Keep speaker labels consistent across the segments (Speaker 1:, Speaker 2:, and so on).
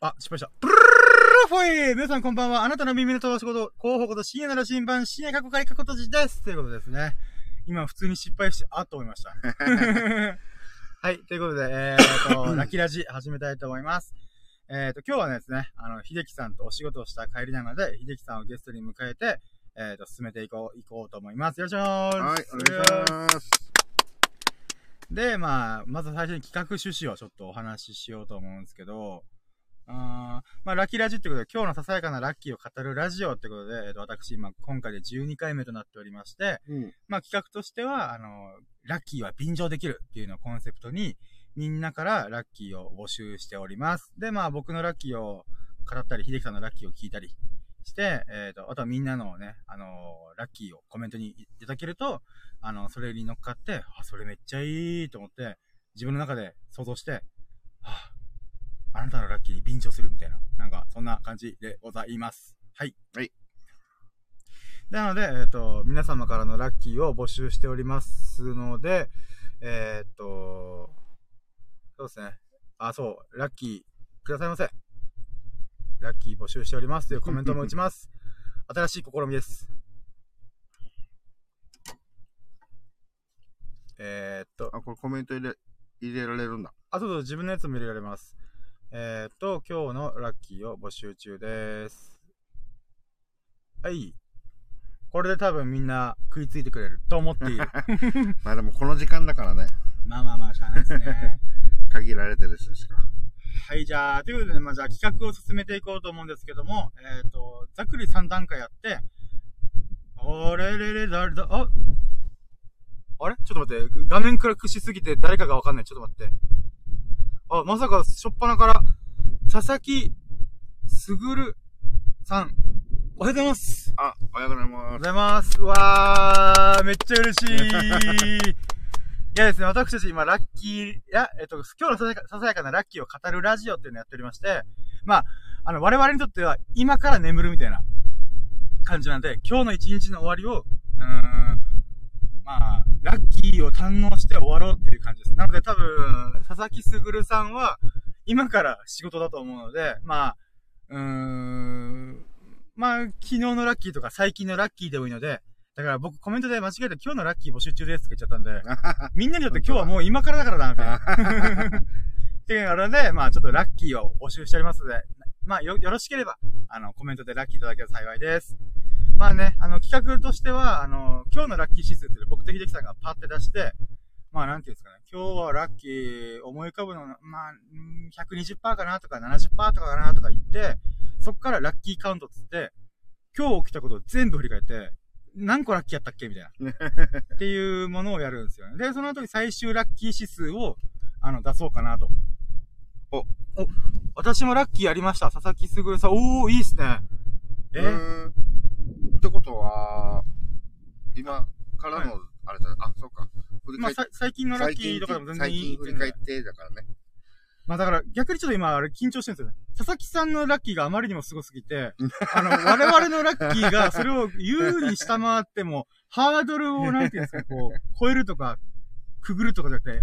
Speaker 1: あ、失敗した。プルルルフォイ皆さんこんばんは。あなたの耳の通しこと、広報こと、深夜なら新版、深夜過去外過去とじです。ということですね。今、普通に失敗して、あっと思いました。はい、ということで、えー、と、ラキラジ始めたいと思います。えー、と、今日はですね、あの、秀樹さんとお仕事をした帰りなので、秀樹さんをゲストに迎えて、えー、と、進めていこう、いこうと思います。よろしくお願いし
Speaker 2: は
Speaker 1: ま
Speaker 2: い
Speaker 1: す。、
Speaker 2: お願いします。
Speaker 1: で、まあ、まず最初に企画趣旨をちょっとお話ししようと思うんですけど、あーまあ、ラッキーラジってことで、今日のささやかなラッキーを語るラジオってことで、えっと、私、今、今回で12回目となっておりまして、
Speaker 2: うん。
Speaker 1: まあ、企画としては、あの、ラッキーは便乗できるっていうのをコンセプトに、みんなからラッキーを募集しております。で、まあ、僕のラッキーを語ったり、秀樹さんのラッキーを聞いたりして、えっ、と、あとはみんなのね、あのーラッキーをコメントにいただけると、あの、それに乗っかって、あ、それめっちゃいいと思って、自分の中で想像して、あ、あなたのラッキーに便乗するみたいな、なんか、そんな感じでございます。はい。
Speaker 2: はい。
Speaker 1: なので、えっ、と、皆様からのラッキーを募集しておりますので、えっ、と、そうですね。あ、そう、ラッキー、くださいませ。ラッキー募集しておりますというコメントも打ちます。新しい試みです。えー、っと、
Speaker 2: あ、これコメント入れ、入れられるんだ。
Speaker 1: あ、そうそう、自分のやつも入れられます。えー、っと、今日のラッキーを募集中です。はい。これで多分みんな食いついてくれると思っている。
Speaker 2: まあでもこの時間だからね、
Speaker 1: まあまあまあ、しゃあないですね。
Speaker 2: 限られてる人しか。
Speaker 1: はい、じゃあ、ということで、まあ、じゃあ企画を進めていこうと思うんですけども、えっ、と、ざっくり3段階やって、あれれれ、誰だ、ああれちょっと待って、画面暗くしすぎて誰かがわかんない。ちょっと待って。あ、まさか、しょっぱなから、佐々木すぐるさん、おはようございます。
Speaker 2: あ、おはようござい
Speaker 1: おはようご
Speaker 2: ま す。
Speaker 1: ざいます。うわー、めっちゃ嬉しい。いやですね、私たち今、ラッキー、いや、えっと、今日のささやかささやかなラッキーを語るラジオっていうのをやっておりまして、まあ、あの、我々にとっては、今から眠るみたいな感じなんで、今日の一日の終わりを、うーん、まあ、ラッキーを堪能して終わろうっていう感じです。なので多分、佐々木すぐるさんは、今から仕事だと思うので、まあ、うーん、まあ、昨日のラッキーとか最近のラッキーでもいいので、だから僕コメントで間違えて今日のラッキー募集中ですって言っちゃったんで、みんなにとって今日はもう今からだからな、みたいな。っていうのがあるので、まあちょっとラッキーを募集しておりますので、まあよ、よろしければ、あの、コメントでラッキーいただけると幸いです。まあね、あの、企画としては、あの、今日のラッキー指数っていうのを僕的できさんがパッて出して、まあなんていうんですかね、今日はラッキー思い浮かぶの、まあ、うん120%かなとか70%とかかなとか言って、そっからラッキーカウントっつって、今日起きたことを全部振り返って、何個ラッキーやったっけみたいな。っていうものをやるんですよね。で、その後に最終ラッキー指数を、あの、出そうかなと。
Speaker 2: お
Speaker 1: お、私もラッキーやりました。佐々木すぐるさん。おー、いいっすね。
Speaker 2: え
Speaker 1: え
Speaker 2: ー、ってことは、今からの、あれだ、あ、そうか。振り
Speaker 1: ま
Speaker 2: 返
Speaker 1: あ、
Speaker 2: っ
Speaker 1: さ最近のラッ
Speaker 2: 最
Speaker 1: キーと
Speaker 2: 近
Speaker 1: かでも全然
Speaker 2: 最
Speaker 1: いいっ
Speaker 2: 近
Speaker 1: てい
Speaker 2: 振り
Speaker 1: うので
Speaker 2: 返ってだからね。
Speaker 1: まあだから逆にちょっと今あれ緊張してるんですよね。佐々木さんのラッキーがあまりにもすごすぎて、あの、我々のラッキーがそれを優に下回っても、ハードルをなんていうんですか、こ う、超えるとか、くぐるとかじゃなくて、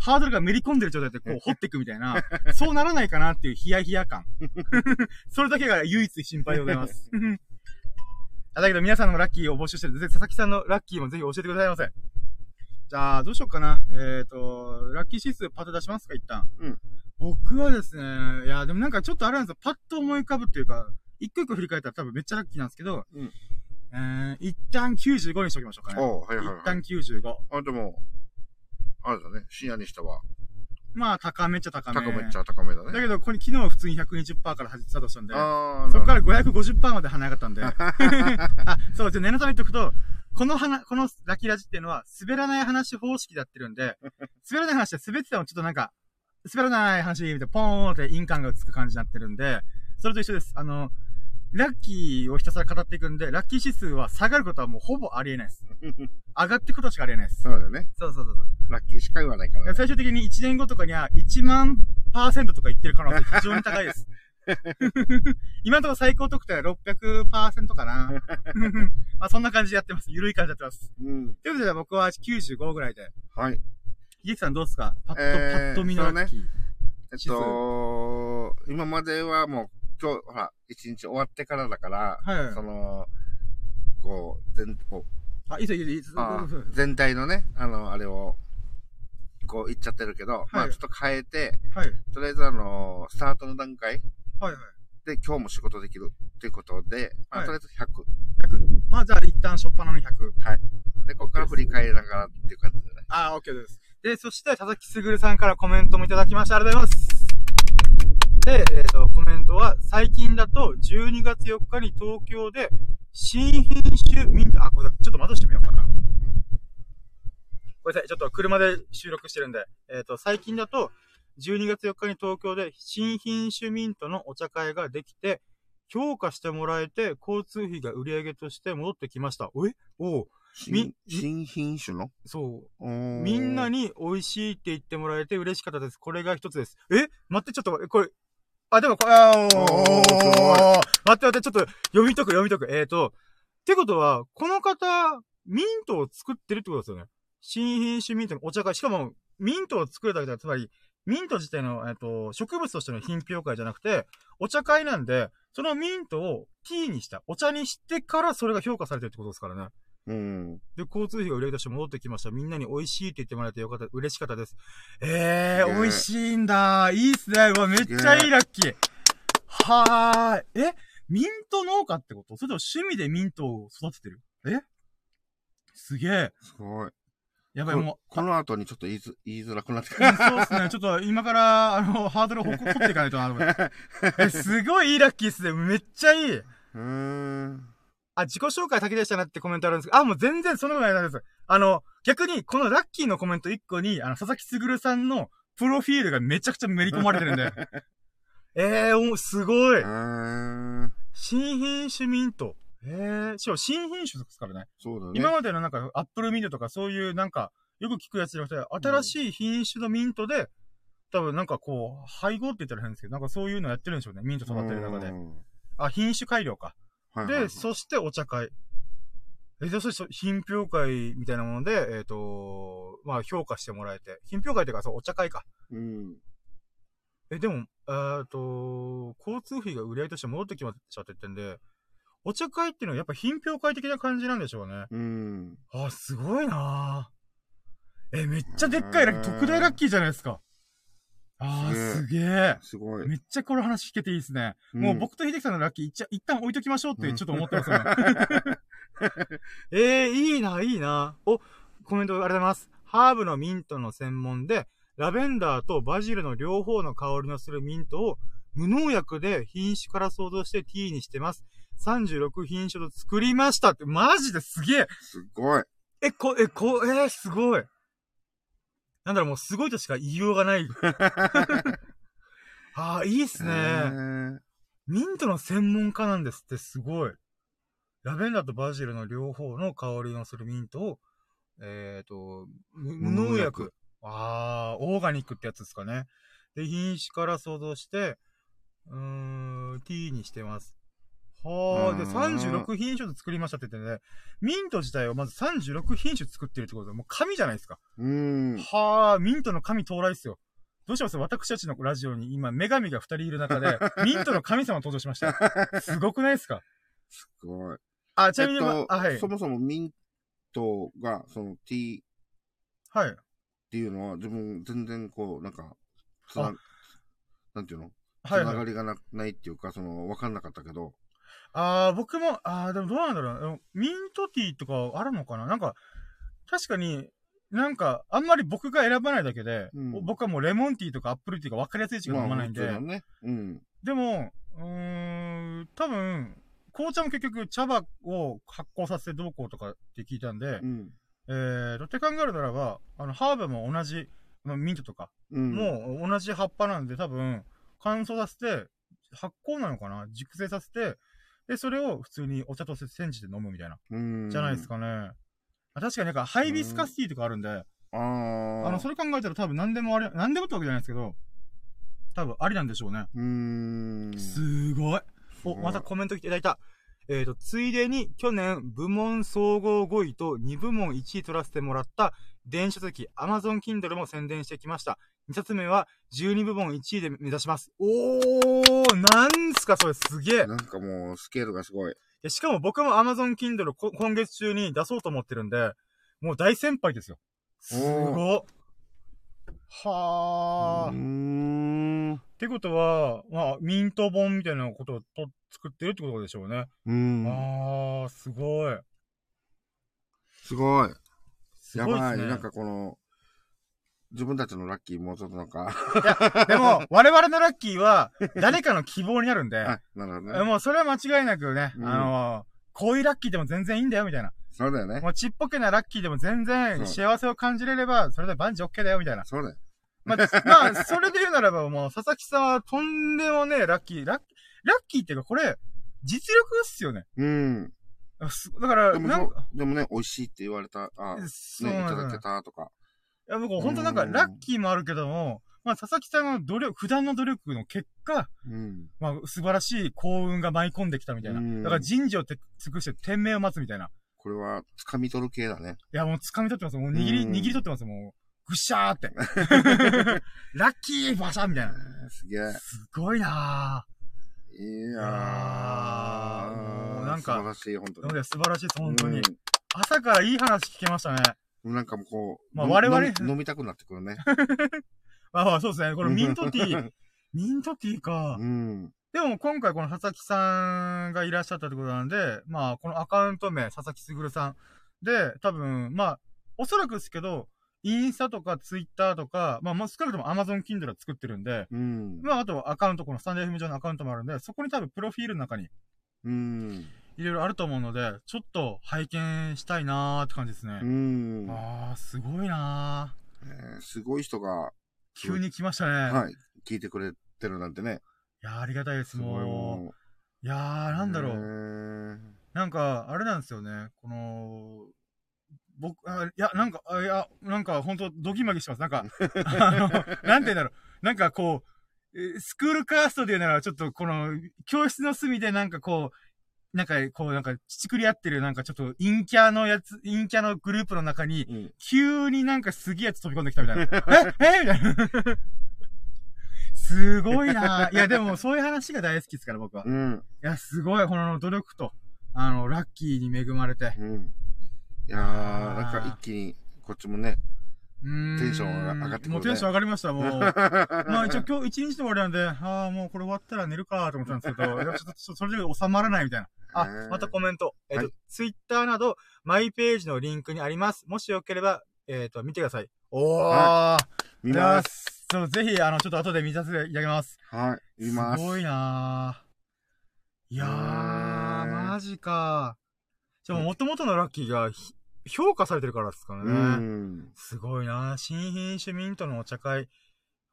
Speaker 1: ハードルがめり込んでる状態でこう掘っていくみたいな、そうならないかなっていうヒヤヒヤ 感。それだけが唯一心配でございます。あだけど皆さんのラッキーを募集してるんで、ぜひ佐々木さんのラッキーもぜひ教えてくださいませ。じゃあ、どうしようかな。えっ、と、ラッキー指数パッと出しますか、一旦。
Speaker 2: うん
Speaker 1: 僕はですね、いや、でもなんかちょっとあれなんですよ。パッと思い浮かぶっていうか、一個一個振り返ったら多分めっちゃラッキーなんですけど、
Speaker 2: うん
Speaker 1: えー、一旦95にしときましょうかね。
Speaker 2: おうはいはい
Speaker 1: 一
Speaker 2: は
Speaker 1: 旦
Speaker 2: い。
Speaker 1: 95。
Speaker 2: あ、でも、あれだね、深夜にしたは、
Speaker 1: まあ、高めっちゃ高め。
Speaker 2: 高めっちゃ高めだね。
Speaker 1: だけど、ここに昨日は普通に120%から始めたとしたんで、
Speaker 2: あ
Speaker 1: そこ
Speaker 2: ー
Speaker 1: か
Speaker 2: な
Speaker 1: ら
Speaker 2: るほ
Speaker 1: 550%まで離れなかったんで。 あ、そう、じゃあ念のため言っとくと、この花、このラキラジっていうのは、滑らない話方式でやってるんで、滑らない話で滑ってたのちょっとなんか、滑らない話みたいな、ポーンって印鑑がつく感じになってるんで、それと一緒です。あの、ラッキーをひたすら語っていくんで、ラッキー指数は下がることはもうほぼありえないです。上がっていくことしかありえない です。
Speaker 2: どそうだよね。
Speaker 1: そうそうそうそう。
Speaker 2: ラッキーしか言わないからね。
Speaker 1: 最終的に1年後とかには1万パーセントとか言ってる可能性非常に高いです。 今のところ最高得点は600%かな。 まあそんな感じでやってます。ゆるい感じでやってます。
Speaker 2: うん。
Speaker 1: ということで僕は95ぐらいで。
Speaker 2: はい。
Speaker 1: ひげきさんどうですかパッと、
Speaker 2: えー
Speaker 1: パッと見のラッキー。
Speaker 2: えっと、と、今まではもう、今日、ほら、一日終わってからだから、
Speaker 1: はい
Speaker 2: その、こう、全、こう
Speaker 1: あ、いいですよ、いいですよ、
Speaker 2: あ
Speaker 1: いいですよ
Speaker 2: ー全体のね、あの、あれを、こう、言っちゃってるけど、まあ、ちょっと変えて、
Speaker 1: はい。
Speaker 2: とりあえずあの、スタートの段階
Speaker 1: はいはい。
Speaker 2: で今日も仕事できるっていうことで、ま
Speaker 1: は
Speaker 2: あ、
Speaker 1: い
Speaker 2: とりあえず100。
Speaker 1: 100。まあ、じゃあ、一旦初っ端の100。
Speaker 2: で、ここから振り返りながらっていう感じだね。
Speaker 1: ああ、OK です。で、そして、佐々木すぐるさんからコメントもいただきまして、ありがとうございます。で、えっ、と、コメントは、最近だと、12月4日に東京で、新品種ミント、あ、これ、ちょっと窓してみようかな。ごめんなさい、ちょっと車で収録してるんで、えっ、と、最近だと、12月4日に東京で新品種ミントのお茶会ができて、評価してもらえて、交通費が売り上げとして戻ってきました。えおう
Speaker 2: 新新品種の
Speaker 1: そう。み
Speaker 2: み
Speaker 1: んな
Speaker 2: に。
Speaker 1: に美味しいって言ってもらえて嬉しかったです。これが一つです。え待って、ちょっと待って、これ。あ、でもこれ、あーおーおーお
Speaker 2: おー
Speaker 1: ー
Speaker 2: すごい
Speaker 1: 待って待って、ちょっと読み解く読み解く。えーと、ってことは、この方、ミントを作ってるってことですよね。新品種ミントのお茶会。しかも、ミントを作るだけじゃ、つまり、ミント自体の、えっ、と、植物としての品評会じゃなくて、お茶会なんで、そのミントをティーにした、お茶にしてからそれが評価されてるってことですからね。
Speaker 2: うん。
Speaker 1: で、交通費が売り上げとして戻ってきました。みんなに美味しいって言ってもらえてよかった、嬉しかったです。え
Speaker 2: すげ
Speaker 1: ー、
Speaker 2: え
Speaker 1: 美味しいんだ。いいっすね。うわ、めっちゃいいラッキー。はーい。え、ミント農家ってことそれとも趣味でミントを育ててるえすげえ。
Speaker 2: すごい。
Speaker 1: やばい、も
Speaker 2: こ
Speaker 1: う。
Speaker 2: この後にちょっと言いづ言いづらくなってくる。
Speaker 1: そうっすね。ちょっと今から、あの、ハードルをほこ取っていかないとなと思って。えすごいいいラッキーっすね。めっちゃいい。
Speaker 2: うーん。
Speaker 1: あ、自己紹介だけでしたなってコメントあるんですけど、あ、もう全然そのぐらいなんです。あの、逆に、このラッキーのコメント1個に、あの、佐々木すぐるさんのプロフィールがめちゃくちゃめり込まれてるんで。 ええー、お、すご
Speaker 2: う
Speaker 1: い。
Speaker 2: ーん。
Speaker 1: 新品種ミント。ええー、しかも新品種ですからね。
Speaker 2: そうだね。
Speaker 1: 今までのなんか、アップルミントとかそういうなんか、よく聞くやつじゃなくて、新しい品種のミントで、多分なんかこう、配合って言ったら変ですけど、なんかそういうのやってるんでしょうね。ミント育ってる中で
Speaker 2: う。ん
Speaker 1: あ、品種改良か。
Speaker 2: はいはいはい
Speaker 1: で、そしてお茶会。え、で、そして、品評会みたいなもので、えっ、と、まあ、評価してもらえて。品評会っていうか、そう、お茶会か。
Speaker 2: うん。
Speaker 1: え、でも、えっ、と、交通費が売り上げとして戻ってきましたって言ってんで、お茶会っていうのはやっぱ品評会的な感じなんでしょうね。
Speaker 2: うん。
Speaker 1: あ、すごいなぁ。え、めっちゃでっかいラッキー、特大ラッキーじゃないですか。ああ、す
Speaker 2: す
Speaker 1: げえ。
Speaker 2: すごい。
Speaker 1: めっちゃこの話聞けていいですね。
Speaker 2: ん
Speaker 1: もう、僕と秀樹さんのラッキー、一一旦置いときましょうって、
Speaker 2: うん
Speaker 1: ちょっと思ってますよね。 ええいいな、いいな。お、コメントありがとうございます。ハーブのミントの専門で、ラベンダーとバジルの両方の香りのするミントを無農薬で品種から想像してティーにしてます。36品種と作りましたって、マジですげえ
Speaker 2: すごい。
Speaker 1: え、こ、え、こ、えーすごい。なんだろう、もうすごいとしか言いようがない。ああ、いいっすね。
Speaker 2: ね
Speaker 1: ミントの専門家なんですって、すごい。ラベンダーとバジルの両方の香りのするミントを、えっ、と、無無農
Speaker 2: 無
Speaker 1: 薬
Speaker 2: 農薬。
Speaker 1: ああ、オーガニックってやつですかね。で、品種から想像して、うーん、ティーにしてます。はあ、で、
Speaker 2: うん
Speaker 1: 36品種で作りましたって言ってね、ミント自体をまず36品種作ってるってことで、もう神じゃないですか。
Speaker 2: うん。
Speaker 1: はあ、ミントの神到来ですよ。どうします私たちのラジオに今、女神が二人いる中 で、ミントの神様登場しました。すごくないですか
Speaker 2: すごい。
Speaker 1: あ、ち
Speaker 2: え
Speaker 1: な
Speaker 2: っ
Speaker 1: みに、
Speaker 2: と
Speaker 1: あ、はい。
Speaker 2: そもそもミントが、その T っ
Speaker 1: はい。
Speaker 2: ていうのは、自分全然こう、なんか、つな
Speaker 1: あ、
Speaker 2: なんていうのつ
Speaker 1: はい、
Speaker 2: なが
Speaker 1: はい。
Speaker 2: りがなないっていうか、その、わかんなかったけど、
Speaker 1: あー僕も、あーでもどうなんだろうでも。ミントティーとかあるのかななんか、確かに、なんか、あんまり僕が選ばないだけで、
Speaker 2: うん
Speaker 1: 僕はもうレモンティーとかアップルティーが分かりやすいしか飲まないんで、
Speaker 2: 普通のね。うん。
Speaker 1: でも、うーん、多分、紅茶も結局茶葉を発酵させてどうこうとかって聞いたんで、
Speaker 2: うん。
Speaker 1: えー、と、って考えるならば、あの、ハーブも同じ、まあ、ミントとか、
Speaker 2: うん。
Speaker 1: もう同じ葉っぱなんで多分、乾燥させて、発酵なのかな熟成させて、で、それを普通にお茶として煎じて飲むみたいな。
Speaker 2: うん。
Speaker 1: じゃないです
Speaker 2: か。
Speaker 1: かね。あ確かになんか、ハイビスカスティーとかあるんで、
Speaker 2: ああ。
Speaker 1: あの、それ考えたら多分何でもあり、何でもってわけじゃないですけど、多分ありなんでしょうね。
Speaker 2: うーん。
Speaker 1: すごい。お、またコメント来ていただいた。えっ、と、ついでに去年部門総合5位と2部門1位取らせてもらった電子書籍 Amazon Kindle も宣伝してきました。 2冊目は12部門1位で目指します。おー、なんすかそれすげえ。
Speaker 2: なんかもう、スケールがすごい。
Speaker 1: でしかも僕も Amazon Kindle こ今月中に出そうと思ってるんで、もう大先輩ですよ。すごっ。は
Speaker 3: う
Speaker 1: ー。っ
Speaker 3: ん。
Speaker 1: てことは、まあ、ミント本みたいなことをと作ってるってことでしょうね。
Speaker 3: うん。
Speaker 1: あー、すごい。
Speaker 2: すごい。
Speaker 1: す
Speaker 2: や
Speaker 1: ごいで
Speaker 2: ば
Speaker 1: す
Speaker 2: い。
Speaker 1: ね。
Speaker 2: なん かこの、自分たちのラッキーもうちょっとなんか、
Speaker 1: でも、我々のラッキーは、誰かの希望になるんで、
Speaker 2: あなるほどね。
Speaker 1: もうそれは間違いなくね、
Speaker 2: うん
Speaker 1: あのこういうラッキーでも全然いいんだよ、みたいな。
Speaker 2: そうだよね
Speaker 1: も。うちっぽけなラッキーでも全
Speaker 2: そう
Speaker 1: 然幸せを感じれれば、それで万事 OK だよ、みたいな。
Speaker 2: そうだよ。
Speaker 1: まあ、 まあ、それで言うならば、もう、佐々木さんはとんでもねえラッキー、ラッキー、ラッキーっていうか、これ、実力っすよね。
Speaker 2: うん。
Speaker 1: あすだから、
Speaker 2: でも
Speaker 1: な
Speaker 2: そ
Speaker 1: ん
Speaker 2: う
Speaker 1: か、、
Speaker 2: でもね、美味しいって言われた、あ、ね、い
Speaker 1: そう
Speaker 2: た
Speaker 1: なん
Speaker 2: だ
Speaker 1: だ
Speaker 2: け。たとか。
Speaker 1: いや、僕、本当なんか、ラッキーもあるけども、まあ、佐々木さんの努力、普段の努力の結果、
Speaker 2: うん。
Speaker 1: まあ、素晴らしい幸運が舞い込んできたみたいな。
Speaker 2: うん
Speaker 1: だから、人事をて尽くして、天命を待つみたいな。
Speaker 2: これは、掴み取る系だね。
Speaker 1: いや、もう掴み取ってます。もう握り、
Speaker 2: うん
Speaker 1: 握り取ってます。もう、ぐしゃーっ て。ラッキーバシャーみたいな。
Speaker 2: えーすげえ。
Speaker 1: すごいなぁ。
Speaker 2: いや
Speaker 1: やーもう
Speaker 2: ー。
Speaker 1: なんか
Speaker 2: 素晴らしい、本当
Speaker 1: なの
Speaker 2: に。
Speaker 1: で素晴らしいです、本当に。
Speaker 2: うん
Speaker 1: 朝からいい話聞けましたね。
Speaker 2: なんかもうこう、
Speaker 1: まあ
Speaker 2: 飲み
Speaker 1: 我々
Speaker 2: 飲み飲みたくなってくる ね。
Speaker 1: ああ、そうですね。このミントティー。 ミントティーか
Speaker 2: う。ん。
Speaker 1: でも今回この佐々木さんがいらっしゃったってことなんで、まあこのアカウント名、佐々木すぐるさん。で、多分、まあ、おそらくですけど、インスタとかツイッターとか、まあもう少なくとも Amazon Kindle は作ってるんで、
Speaker 2: うん。
Speaker 1: まああとアカウント、このスタンデーフム上のアカウントもあるんで、そこに多分プロフィールの中に
Speaker 2: うん。
Speaker 1: いろいろあると思うので、ちょっと拝見したいなーって感じですね
Speaker 2: う。ん。
Speaker 1: ああ、すごいなー。
Speaker 2: えーすごい人が、
Speaker 1: 急に来ましたね。い。
Speaker 2: はい、聞いてくれてるなんてね。
Speaker 1: やー、ありがたいです、
Speaker 2: すごい
Speaker 1: も
Speaker 2: もう。
Speaker 1: う。いやー、なんだろ
Speaker 2: う
Speaker 1: う。
Speaker 2: ーん。
Speaker 1: なんか、あれなんですよね。この、僕、あいや、なんか、あいや、なんか、ほんと、ドキマギしてます。なんか、あの、なんて言うんだろう。なんかこう、えスクールカーストで言うなら、ちょっとこの、教室の隅でなんかこう、なんか、こう、なんか、乳くり合ってる、なんかちょっと、陰キャのやつ、陰キャのグループの中に、
Speaker 2: うん
Speaker 1: 急になんかすげえやつ飛び込んできたみたいな。ええみたいな。 すごいなぁいや、でもそういう話が大好きですから、僕は。い
Speaker 2: うん。
Speaker 1: や、すごい、この努力と、あの、ラッキーに恵まれて。
Speaker 2: うん。いやー、
Speaker 1: あー
Speaker 2: なんか一気に、こっちもね。
Speaker 1: うーん。
Speaker 2: テンションが上がってくるね
Speaker 1: もうテンション上がりました、も う。まあ一応今日一日の終わりなんで、ああ、もうこれ終わったら寝るかと思ったんですけ ど、いやちょっとそれで収まらないみたいな。あ、またコメント。えっ、と、
Speaker 2: はい
Speaker 1: ツイッターなど、マイページのリンクにあります。もしよければ、えっ、と、見てください。おー、
Speaker 2: は 見
Speaker 1: いや
Speaker 2: ま
Speaker 1: ー
Speaker 2: す。
Speaker 1: そう、ぜひ、あの、ちょっと後で見させていただきます。
Speaker 2: はい、見ますす。
Speaker 1: ごいなーいやー、
Speaker 2: うーん
Speaker 1: マジか。じゃあ、もともとのラッキーがひ評価されてるからですから
Speaker 2: う
Speaker 1: ね。
Speaker 2: ん。
Speaker 1: すごいなー新品種ミントのお茶会。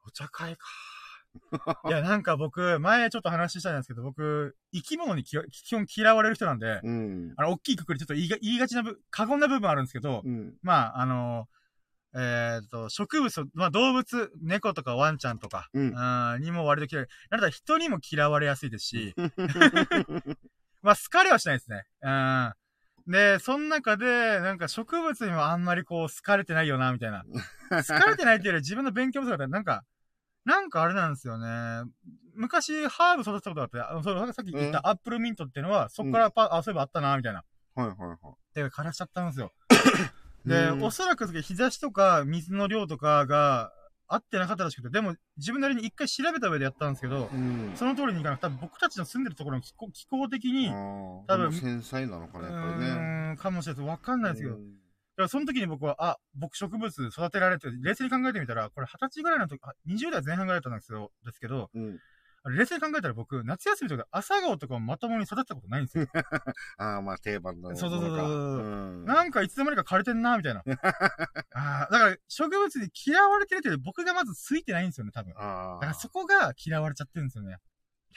Speaker 1: お茶会かー。い や、なんか僕、前ちょっと話したんですけど、僕、生き物にき基本嫌われる人なんで、
Speaker 2: うん。
Speaker 1: あの、大きいくくりちょっと言いが言いがちなぶ、過言な部分あるんですけど、
Speaker 2: うん。
Speaker 1: まあ、あの、えっ、と、植物、まあ動物、猫とかワンちゃんとか、
Speaker 2: うん
Speaker 1: あーにも割と嫌い。なんだったら人にも嫌われやすいですし、まあ好かれはしないですね。うん。で、その中で、なんか植物にもあんまりこう好かれてないよな、みたいな。好かれてないっていうよりは自分の勉強不足だったら、なんか、なんかあれなんですよね。昔、ハーブ育てたことがあって、あそのさっき言ったアップルミントっていうのは、そこからパ、あ、そういえばあったな、みたいな。
Speaker 2: はいはいは
Speaker 1: で、枯らしちゃったんですよ。
Speaker 2: い。
Speaker 1: で、
Speaker 2: うん
Speaker 1: おそらくですけど日差しとか水の量とかが合ってなかったらしくて、でも自分なりに一回調べた上でやったんですけど
Speaker 2: う、ん。
Speaker 1: その通りにいかなくて、多分僕たちの住んでるところの気候気候的に、
Speaker 2: 多
Speaker 1: 多分
Speaker 2: 分繊細なのか
Speaker 1: う
Speaker 2: な、やっぱりね。
Speaker 1: ーん、かもしれないです。わかんないですけど。
Speaker 2: う
Speaker 1: だ
Speaker 2: ん
Speaker 1: からその時に僕は、あ、僕植物育てられて、冷静に考えてみたら、これ二十歳ぐらいの時、あ20代前半ぐらいだったんですけど、ですけど、
Speaker 2: うん。
Speaker 1: あれ冷静に考えたら僕、夏休みとか朝顔とかもまともに育てたことないんですよ。
Speaker 2: ああ、まあ定番の。
Speaker 1: そうそうそうそう
Speaker 2: ものかうん。
Speaker 1: なんかいつの間にか枯れてんな、みたい な。あーだから植物に嫌われてるというより僕がまずついてないんですよね、多分。
Speaker 2: あ
Speaker 1: だから
Speaker 2: あ。
Speaker 1: そこが嫌われちゃってるんですよね。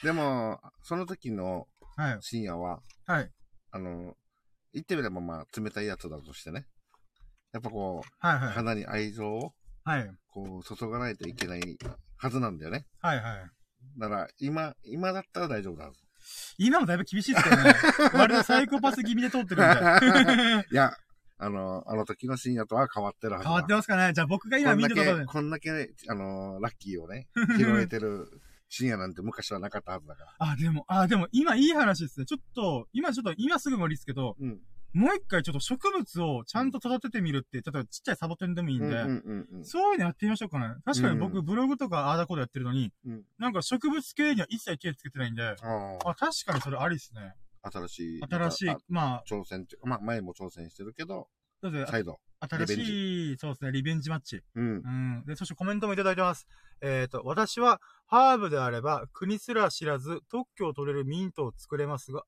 Speaker 2: でも、その時の
Speaker 1: はい。
Speaker 2: 深夜は、
Speaker 1: はい。
Speaker 2: あの、言ってみればまあ冷たいやつだとしてね。やっぱこう、
Speaker 1: はいはい。
Speaker 2: 花に愛情を
Speaker 1: はい。
Speaker 2: こう注がないといけないはずなんだよね。
Speaker 1: はいはい。
Speaker 2: だから今、今だったら大丈夫だ。
Speaker 1: 今もだいぶ厳しいですけどね。割とサイコパス気味で通ってるんで。
Speaker 2: いや、ああの、あの時の深夜とは変わってるはずだ
Speaker 1: 変わってますかねじゃあ僕が今
Speaker 2: こん
Speaker 1: 見
Speaker 2: だ
Speaker 1: てたと
Speaker 2: け、こんだけね、あのーラッキーをね、拾えてる深夜なんて昔はなかったはずだから。
Speaker 1: あ、でも、あ、でも今いい話ですね。ちょっと、今ちょっと、今すぐ無理ですけど、
Speaker 2: うん。
Speaker 1: もう一回ちょっと植物をちゃんと育ててみるって、例えばちっちゃいサボテンでもいいん
Speaker 2: うん
Speaker 1: で、
Speaker 2: うんうん。
Speaker 1: そういうのやってみましょうかね。確かに
Speaker 2: う
Speaker 1: 僕
Speaker 2: ん
Speaker 1: ブログとかああだこうだやってるのに、
Speaker 2: うん
Speaker 1: なんか植物系には一切手つけてないんで、あ、
Speaker 2: あ
Speaker 1: 確かにそれありですね。
Speaker 2: あ、新しい。
Speaker 1: 新しい
Speaker 2: ま、
Speaker 1: まあ、
Speaker 2: た挑戦っていうか、まあ前も挑戦してるけど、
Speaker 1: だって
Speaker 2: 再度。
Speaker 1: 新しい、そうですね、リベンジマッチ。
Speaker 2: うん
Speaker 1: う。ん。で、そしてコメントもいただいてます。えっ、と、私はハーブであれば国すら知らず特許を取れるミントを作れますが、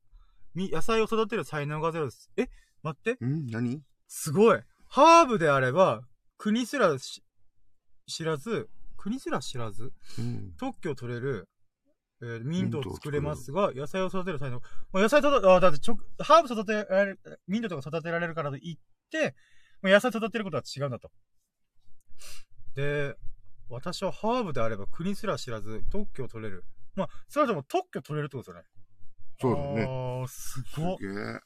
Speaker 1: み野菜を育てる才能がゼロです。え待って。
Speaker 2: うん何
Speaker 1: すごい。ハーブであれば国すらし知らず、国すら知らず
Speaker 2: うん。
Speaker 1: 特許を取れる、えーミントを作れますが、野菜を育てる才能。まあ、野菜育て、あ、だってちょ、ハーブ育てられる、ミントとか育てられるからといって、まあ、野菜育てることは違うんだと。で、私はハーブであれば国すら知らず特許を取れる。まあ、それはでも特許取れるってことだね。
Speaker 2: そうだね。
Speaker 1: あーす
Speaker 2: す
Speaker 1: ごっ
Speaker 2: げえ。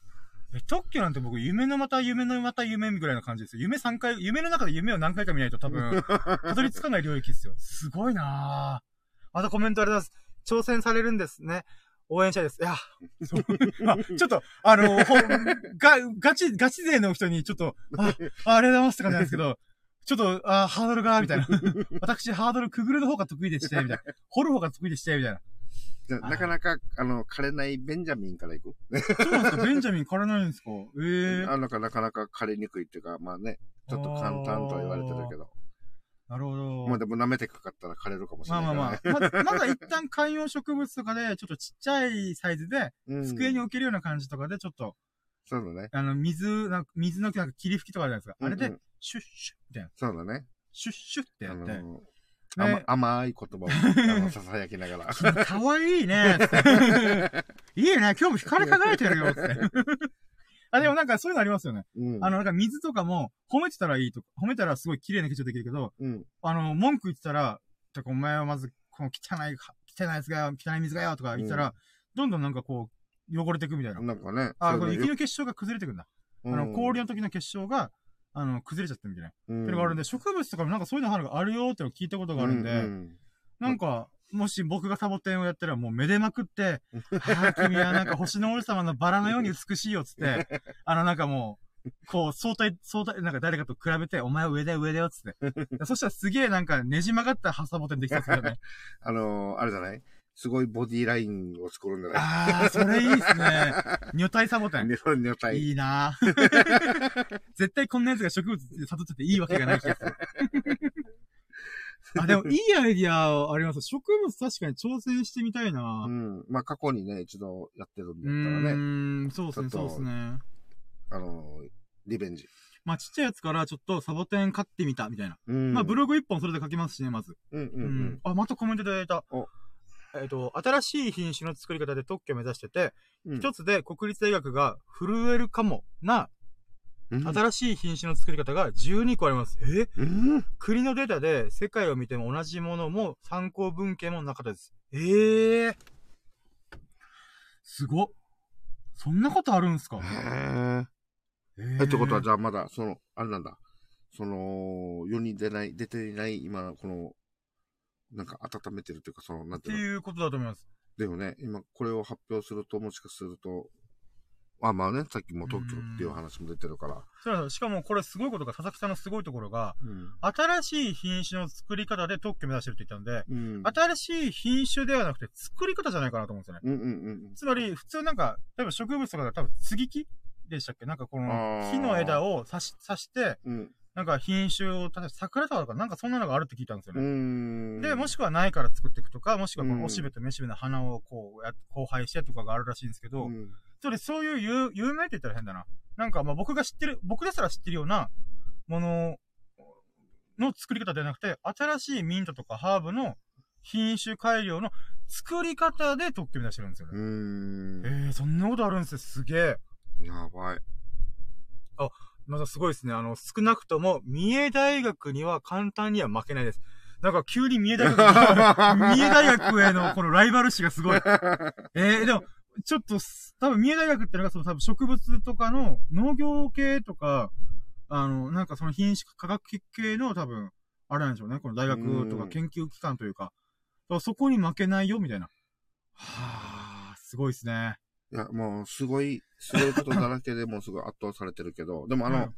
Speaker 1: え特許なんて僕、夢のまた夢のまた夢ぐらいな感じですよ。夢3回、夢の中で夢を何回か見ないと多 分、たどり着かない領域ですよ。すごいなぁ。あとコメントあります。挑戦されるんですね。応援したいです。いや、そうまあちょっと、あの、ほんが、ガチ、ガチ勢の人にちょっと、あ、あありがとうございますって感じなんですけど、ちょっと、あハードルが、み たいな。私、ハードルくぐるの方が得意でして、みたいな。掘る方が得意でして、みたいな。
Speaker 2: じゃあなかなか、あの、枯れないベンジャミンからいく、
Speaker 1: そうなんですかベンジャミン枯れないんですかええ
Speaker 2: あなんかなかなか枯れにくいっていうか、まあね、ちょっと簡単とは言われてるけど。
Speaker 1: なるほど。
Speaker 2: まあでも舐めてかかったら枯れるかもしれ
Speaker 1: ま
Speaker 2: な
Speaker 1: あ
Speaker 2: いか
Speaker 1: ま
Speaker 2: ら、
Speaker 1: あ
Speaker 2: ね。
Speaker 1: まあ。まず、まずは一旦観葉植物とかで、ちょっとちっちゃいサイズで、
Speaker 2: うん
Speaker 1: 机に置けるような感じとかで、ちょっと、
Speaker 2: そうだね。
Speaker 1: あの、水、なんか水のなんか霧吹きとかじゃないですか。あれ
Speaker 2: うん
Speaker 1: で
Speaker 2: うん、
Speaker 1: シュッシュッみたいな。
Speaker 2: そうだね。
Speaker 1: シュッシュッってや
Speaker 2: あ
Speaker 1: っ
Speaker 2: の
Speaker 1: て。
Speaker 2: ー甘甘 い言葉を、あの、囁きながら。
Speaker 1: ね、かわいい ね。つっていいね。今日も光り輝いてるよ。つって。あ、でもなんかそういうのありますよね。
Speaker 2: うん
Speaker 1: あの、、なんか水とかも、褒めてたらいいとか、褒めたらすごい綺麗な化粧できるけど、
Speaker 2: うん。
Speaker 1: あの、文句言ってたら、とか、お前はまず、この汚い、汚いやつがよ、汚い水がよ、とか言ったら、
Speaker 2: うん
Speaker 1: どんどんなんかこう、汚れていくみたいな。
Speaker 2: なんかね。
Speaker 1: あ、こ
Speaker 2: そう
Speaker 1: れ
Speaker 2: いう
Speaker 1: 雪の結晶が崩れてくんだ。あの、氷の時の結晶が、あの、崩れちゃってるみたいな。
Speaker 2: の
Speaker 1: それがあるんで、植物とかもなんかそういうのあるのがあるよっていうのを聞いたことがあるんで、なんか、もし僕がサボテンをやったらもうめでまくって、あー君はなんか星の王子様のバラのように美しいよっつって、あのなんかもう、こう相対、相対、なんか誰かと比べて、お前は上だよ上だよっつって。そしたらすげえなんかねじ曲がったサボテンできたっすからね。
Speaker 2: あのー、あれじゃないすごいボディラインを作るんじゃない
Speaker 1: あー、それいいっすね。女体サボテン。
Speaker 2: ねそれ女体
Speaker 1: いいなぁ絶対こんなやつが植物悟ってていいわけがない気がする。あ、でもいいアイディアあります。植物確かに挑戦してみたいな
Speaker 2: う
Speaker 1: ぁ
Speaker 2: ん。まあ、過去にね、一度やってるん
Speaker 1: う
Speaker 2: だったらね、
Speaker 1: ーん、そうですね、
Speaker 2: ち
Speaker 1: そ
Speaker 2: ょ
Speaker 1: う
Speaker 2: っと
Speaker 1: ですね。
Speaker 2: あのー、リベンジ。
Speaker 1: まあちっちゃいやつからちょっとサボテン買ってみたみたいな。
Speaker 2: うん
Speaker 1: まあブログ一本それで書きますしね、まず。
Speaker 2: うんう
Speaker 1: うん
Speaker 2: うん。
Speaker 1: あ、またコメントいただいた
Speaker 2: お。
Speaker 1: えっと、新しい品種の作り方で特許を目指してて、
Speaker 2: うん
Speaker 1: 一つで国立大学が震えるかもな、
Speaker 2: うん
Speaker 1: 新しい品種の作り方が12個あります。え
Speaker 2: うん
Speaker 1: 国のデータで世界を見ても同じものも参考文献もなかったです。ええー。すごっ。そんなことあるんすか
Speaker 2: へー
Speaker 1: え
Speaker 2: えってことは、
Speaker 1: ー
Speaker 2: じゃあまだ、その、あれなんだ。その、世に出ない、出ていない、今のこの、なんか温めてるというか、その、なん
Speaker 1: って
Speaker 2: ていうの
Speaker 1: いうことだと思います。
Speaker 2: だよね。今、これを発表すると、もしかすると、あ、まあね、さっきも特許っていう話も出てるから。
Speaker 1: そうなんですしかもこれすごいことが、佐々木さんのすごいところが、
Speaker 2: うん。
Speaker 1: 新しい品種の作り方で特許目指してるって言ったんで、
Speaker 2: うん。
Speaker 1: 新しい品種ではなくて作り方じゃないかなと思うんですよね。
Speaker 2: うんうん
Speaker 1: つまり、普通なんか、例えば植物とかだと多分、接ぎ木でしたっけなんかこの木の枝を刺し、刺して、
Speaker 2: うん。うん。
Speaker 1: なんか品種を、例えば桜とかとかなんかそんなのがあるって聞いたんですよ
Speaker 2: う
Speaker 1: ね。
Speaker 2: ん。
Speaker 1: で、もしくは苗から作っていくとか、もしくはこ
Speaker 2: うん
Speaker 1: のおしべとめしべの花をこうや、交配してとかがあるらしいんですけど、
Speaker 2: うん
Speaker 1: それそういう有有名って言ったら変だな。なんかまあ僕が知ってる、僕ですら知ってるようなものの作り方ではなくて、新しいミントとかハーブの品種改良の作り方で特許を出してるんですよ
Speaker 2: う
Speaker 1: ね。
Speaker 2: ん。
Speaker 1: えー、そんなことあるんですよ。すげえ。
Speaker 2: やばい。
Speaker 1: またすごいですね。あの、少なくとも、三重大学には簡単には負けないです。なんか急に三重大学が、三重大学へのこのライバル視がす ごい。えー、でも、ちょっとす、多分三重大学ってのがその多分植物とかの農業系とか、あの、なんかその品種科学系の多分、あれなんでしょうね。この大学と
Speaker 2: う
Speaker 1: か
Speaker 2: ん
Speaker 1: 研究機関というか、だからそこに負けないよ、みたいな。はあ、すごいですね。
Speaker 2: いや、もう、すごい、すごいことだらけでもうすごい圧倒されてるけど、で もあの、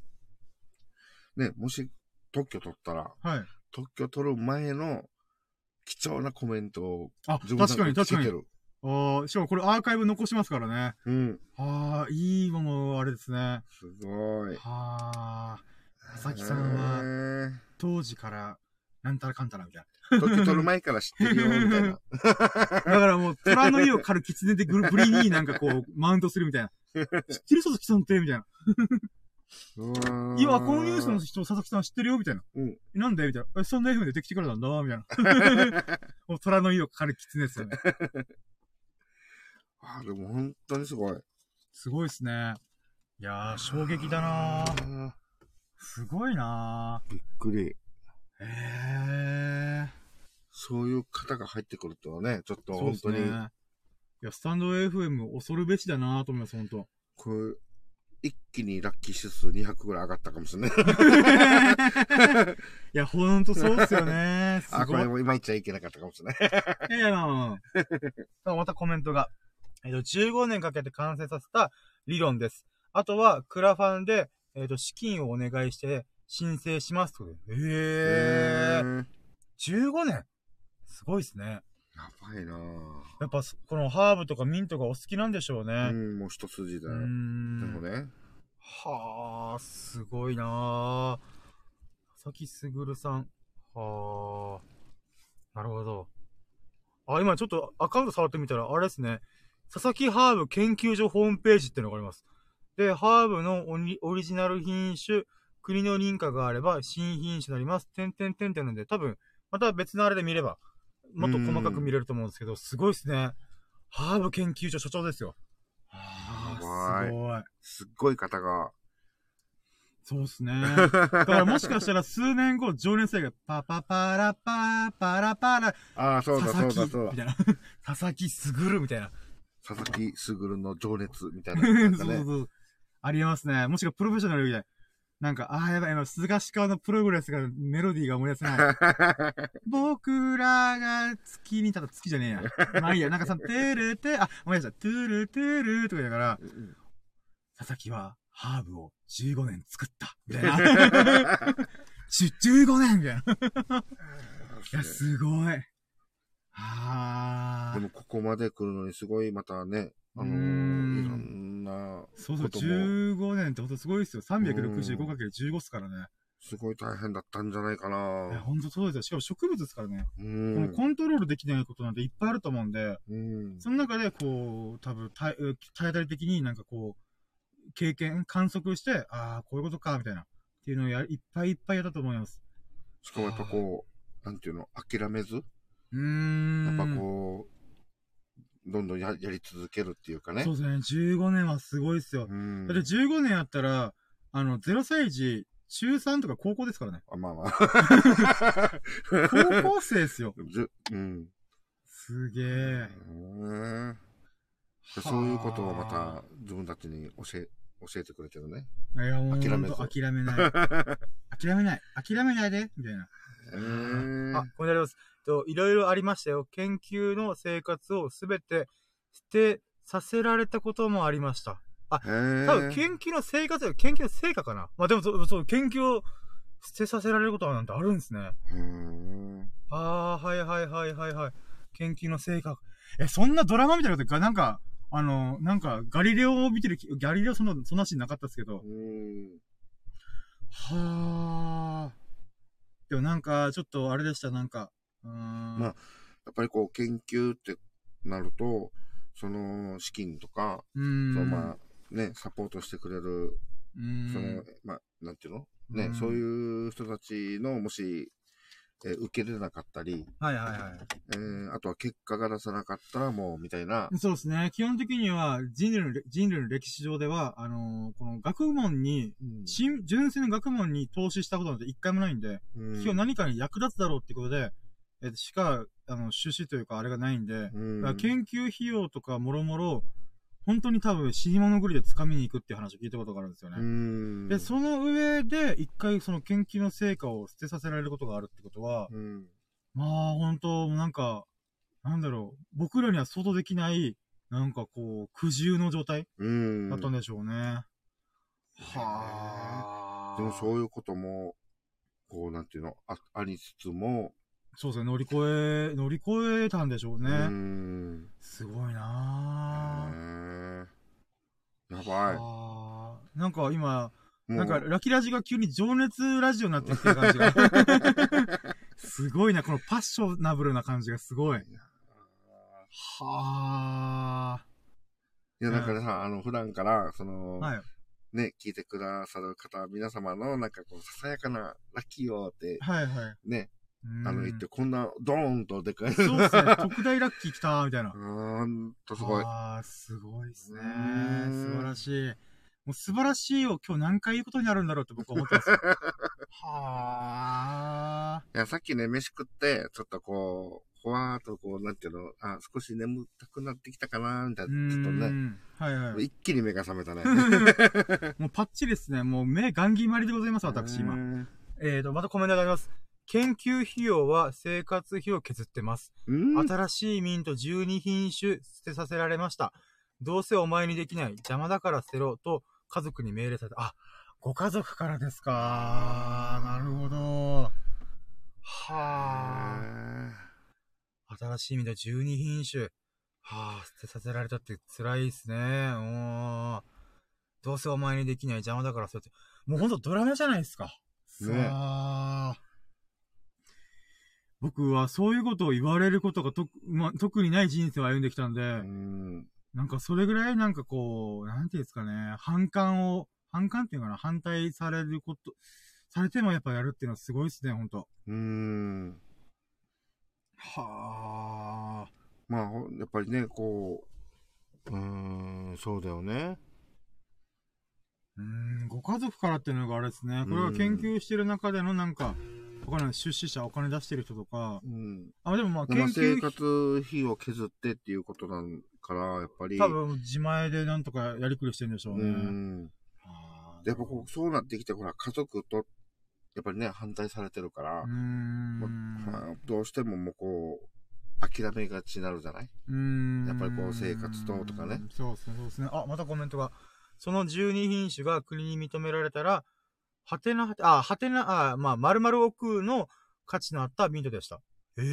Speaker 2: ね、もし特許取ったら、
Speaker 1: はい。
Speaker 2: 特許取る前の貴重なコメントを
Speaker 1: あ、
Speaker 2: 自
Speaker 1: 確
Speaker 2: 分
Speaker 1: かに
Speaker 2: たち
Speaker 1: 確か
Speaker 2: 聞け
Speaker 1: に
Speaker 2: て。る。
Speaker 1: ああ、しかもこれアーカイブ残しますからね。
Speaker 2: うん。
Speaker 1: ああ、いいもの、あれですね。は
Speaker 2: すごい。
Speaker 1: あ、佐々木さんは
Speaker 2: は、
Speaker 1: 当時から、なんたらかんたらみたい
Speaker 2: 特許取る前から知ってるよ、みた いな。
Speaker 1: な。だからもう、虎の家を狩る狐でぐるぶりになんかこ う、マウントするみたいな。知ってる佐々木さんってみたいな。今、このニュースの人、佐々木さん知ってるよみたいな。
Speaker 2: うん
Speaker 1: なんでみたいな。え、そんな F でできてからなんだみたい な。もう虎の家を狩る狐ですよね。
Speaker 2: あ、でも本当にすごい。
Speaker 1: すごいですね。いやー、衝撃だなー。
Speaker 2: あ
Speaker 1: すごいな
Speaker 2: ーびっくり。
Speaker 1: ー。えー。
Speaker 2: そういう方が入ってくるとはね、ちょっ
Speaker 1: そ
Speaker 2: と
Speaker 1: う
Speaker 2: 本
Speaker 1: です
Speaker 2: 当に、
Speaker 1: ね。いや、スタンド FM 恐るべしだなと思います、本当
Speaker 2: こう、一気にラッキー指数200ぐらい上がったかもしれない。
Speaker 1: いや、ほんとそうっすよね。す
Speaker 2: あ、こ
Speaker 1: ごい。
Speaker 2: れ
Speaker 1: い
Speaker 2: も今言っちゃいけなかったかもしれない。
Speaker 1: やいや、まあまあまあさあまたコメントが。えっ、と、15年かけて完成させた理論です。あとは、クラファンで、えっ、と、資金をお願いして申請しますと。へえー。
Speaker 2: ー
Speaker 1: 15年すごいですね。
Speaker 2: やばいなぁ
Speaker 1: やっぱ、このハーブとかミントがお好きなんでしょう
Speaker 2: う
Speaker 1: ね。
Speaker 2: ん、もう一筋だ
Speaker 1: う
Speaker 2: よ。
Speaker 1: ー
Speaker 2: で
Speaker 1: ん
Speaker 2: もね、
Speaker 1: はあ、すごいなあ。佐々木すぐるさん。はあ、なるほど。あ、今ちょっとアカウント触ってみたら、あれですね。佐々木ハーブ研究所ホームページっていうのがあります。で、ハーブのオリオリジナル品種、国の認可があれば新品種になります。てんてんてんてんなんで、多分、また別のあれで見れば、もっと細かく見れると思うんですけど、すごいですね。ハーブ研究所所長ですよ。はあ、
Speaker 2: やばい
Speaker 1: すごい。
Speaker 2: すっごい方が、
Speaker 1: そうです ね。だからもしかしたら数年後、常連生がパパパラパパラパラ、
Speaker 2: ああ、そうだ
Speaker 1: 佐
Speaker 2: そ
Speaker 1: 々
Speaker 2: う
Speaker 1: 木
Speaker 2: だそう
Speaker 1: み
Speaker 2: だ。
Speaker 1: たいな。 佐々木すぐるみたい な。
Speaker 2: 佐々木すぐるの情熱みたいな。
Speaker 1: そう
Speaker 2: なんか
Speaker 1: そう
Speaker 2: ね、
Speaker 1: そう。ありえますね。もしくはプロフェッショナルみたいな。なんか、ああ、やばい、今、鈴鹿市川のプログレスが、メロディーが思い出せ ない。僕らが月に、ただ月じゃねえや。まあいいや、なんかさ、てるて、あ、思い出した、てるてるとかだから、佐々木は、ハーブを15年作った。みたいな。 ち15年みたいな。いや、すごい。あ
Speaker 2: で
Speaker 1: あ。
Speaker 2: もここまで来るのにすごいまたね、あの
Speaker 1: う
Speaker 2: ー
Speaker 1: ーん
Speaker 2: いろんな、
Speaker 1: そうそう、
Speaker 2: ことも
Speaker 1: 15年ってほんとすごいですよ。365×15 っすからね。
Speaker 2: すごい大変だったんじゃないか
Speaker 1: いや、
Speaker 2: な。
Speaker 1: ほんとそうですよ。しかも植物ですからね。
Speaker 2: う
Speaker 1: この
Speaker 2: ん。
Speaker 1: コントロールできないことなんていっぱいあると思うんで、
Speaker 2: うん。
Speaker 1: その中でこう、多分体、体当たり的になんかこう、経験、観測して、ああ、こういうことか、みたいな。っていうのをや、いっぱいいっぱいやったと思います。
Speaker 2: しかもやっぱこう、なんていうの、諦めず、
Speaker 1: うーん。
Speaker 2: やっぱこう、どんどんややり続けるっていうかね。
Speaker 1: そうですね。15年はすごいですよ。
Speaker 2: うん。
Speaker 1: だって15年やったら、あの、0歳児、中3とか高校ですからね。
Speaker 2: あまあまあ。。
Speaker 1: 高校生ですよ
Speaker 2: じゅうん。
Speaker 1: すげ
Speaker 2: う
Speaker 1: え。
Speaker 2: ーんで そういうことをまた自分たちに教え、教えてくれてるね。
Speaker 1: た、いや、もう
Speaker 2: 諦
Speaker 1: 諦
Speaker 2: め
Speaker 1: め
Speaker 2: ず
Speaker 1: 諦め ない。諦めない。諦めないで。みたいな。
Speaker 2: えー
Speaker 1: あ、これであります。と、いろいろありましたよ。研究の生活をすべて捨てさせられたこともありました。
Speaker 2: えー
Speaker 1: 多分、研究の生活よ、研究の成果かな。まあでもそう、そう、研究を捨てさせられることなんてあるんですね。
Speaker 2: うーん
Speaker 1: ああ、はいはいはいはいはい。研究の成果。え、そんなドラマみたいなことが、なんか、あの、なんか、ガリレオを見てる気、ガリレオそんな、そんなシーンなかったですけど
Speaker 2: う。ーん。
Speaker 1: はあ。でもなんか、ちょっとあれでした、なんか。うーん。
Speaker 2: まあやっぱりこう研究ってなると、その資金とか、
Speaker 1: うー
Speaker 2: そ
Speaker 1: ん。
Speaker 2: のまあね、サポートしてくれる、
Speaker 1: うーん
Speaker 2: その、まあ、なんていうのね、
Speaker 1: うん
Speaker 2: そういう人たちの、もし、えー受け入れなかったり、
Speaker 1: はいはいは
Speaker 2: えーあとは結果が出さなかったらもう、みたいな。
Speaker 1: い。そうですね。基本的には、人類の、人類の歴史上では、あのーこの学問に、新純粋な学問に投資したことなんて一回もないんで、
Speaker 2: うん
Speaker 1: 今日何かに役立つだろうってことで、えっと、しか、あの、趣旨というかあれがないんで、
Speaker 2: うん
Speaker 1: だから研究費用とかもろもろ、本当に多分死に物狂いで掴みに行くっていう話を聞いたことがあるんですよね。
Speaker 2: ん
Speaker 1: で、その上で、一回その研究の成果を捨てさせられることがあるってことは、
Speaker 2: うん。
Speaker 1: まあ本当、なんか、なんだろう、僕らには想像できない、なんかこう、苦渋の状態
Speaker 2: うん。
Speaker 1: だったんでしょうね。
Speaker 2: は
Speaker 1: はあ。
Speaker 2: でも
Speaker 1: そう
Speaker 2: そういうことも、こう、なんていうの、あありつつも、
Speaker 1: ですね、乗り越え、乗り越えたんでしょうね。
Speaker 2: うーん。
Speaker 1: すごい
Speaker 2: へ
Speaker 1: な
Speaker 2: ー
Speaker 1: ぁ。
Speaker 2: やばい。
Speaker 1: はあなんか今、
Speaker 2: も
Speaker 1: な
Speaker 2: うん
Speaker 1: か、ラキラジが急に情熱ラジオになってきてる感じ が。すごいな、このパッショナブルな感じがすごい。はあ。
Speaker 2: いや、だからさ、あの、普段から、その、
Speaker 1: はい。
Speaker 2: ね、聞いてくださる方、皆様の、なんかこう、ささやかな、ラッキーをって、
Speaker 1: はいはい。
Speaker 2: ね、
Speaker 1: うん
Speaker 2: あの、言って、こんな、ドーンとでかい。
Speaker 1: そう ですね。 特大ラッキー来た、みたいな
Speaker 2: う。ーんと、すごい。
Speaker 1: ああ、すごいですね。
Speaker 2: う
Speaker 1: 素
Speaker 2: ーん
Speaker 1: 晴らしい。もう素晴らしいを今日何回言うことになるんだろうって僕は思ってます よ。はあ。
Speaker 2: いや、さっきね、飯食って、ちょっとこう、ほわーっとこう、なんていうの、あ、少し眠たくなってきたかなーみたいう
Speaker 1: ー
Speaker 2: な、ちょっとね、
Speaker 1: ん。はいはい。
Speaker 2: 一気に目が覚めたね。
Speaker 1: もうパッチリですね。もう目ガンギマリでございます、 私今。
Speaker 2: 今。
Speaker 1: えーと、またコメントがあります。研究費用は生活費を削ってます。
Speaker 2: うん。
Speaker 1: 新しいミント12品種捨てさせられました。どうせお前にできない。邪魔だから捨てろ。と、家族に命令された。あ、ご家族からですか。なるほど。はあ。新しいミント12品種。はあ、捨てさせられたって辛いですね。うん。どうせお前にできない。邪魔だから捨てろって。もうほんとドラマじゃないですか。
Speaker 2: ね
Speaker 1: さあ。僕はそういうことを言われることがと、まあ、特にない人生を歩んできたんで、
Speaker 2: うん。
Speaker 1: なんかそれぐらいなんかこう、なんていうんですかね、反感を、反感っていうのかな、反対されること、されてもやっぱやるっていうのはすごいですね、ほんと。
Speaker 2: うん。
Speaker 1: はあ。
Speaker 2: まあ、ほやっぱりね、こう、うーん、そうだよね。
Speaker 1: うーん、ご家族からっていうのがあれですね、これは研究してる中でのなんか、わからない、出資者、お金出してる人とか、
Speaker 2: うん。
Speaker 1: あ、でもまあ研
Speaker 2: まあ
Speaker 1: 究
Speaker 2: 生
Speaker 1: 費
Speaker 2: 活費を削ってっていうことなんから、やっぱり。
Speaker 1: 多分自前でなんとかやりくりしてるんでしょう
Speaker 2: う
Speaker 1: ね。
Speaker 2: ん。
Speaker 1: はあ
Speaker 2: でやっぱこう、そうなってきて、ほら、家族と、やっぱりね、反対されてるから
Speaker 1: うー、ん
Speaker 2: まあ、どうしてももうこう、諦めがちになるじゃないやっぱりこう生活ととかね。
Speaker 1: うーんそうですね、そうですね。あ、またコメントが。その12品種が国に認められたら、はてなはて、あ、はてな、あ、まあ、〇〇億の価値のあったミントでした。へ
Speaker 2: へ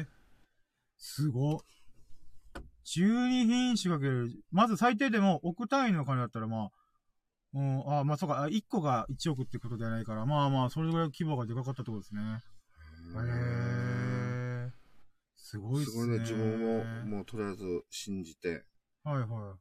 Speaker 1: え。すごっ。12品種かける、まず最低でも億単位の金だったらまあ、うん、あ、まあそうか、あ1個が1億ってことじゃないから、まあまあ、それぐらい規模がでかかったってことですね。
Speaker 2: うん
Speaker 1: へえ。すごいっ
Speaker 2: す
Speaker 1: す
Speaker 2: ごい
Speaker 1: ね。
Speaker 2: ね、自分も、もうとりあえず信じて、
Speaker 1: はいは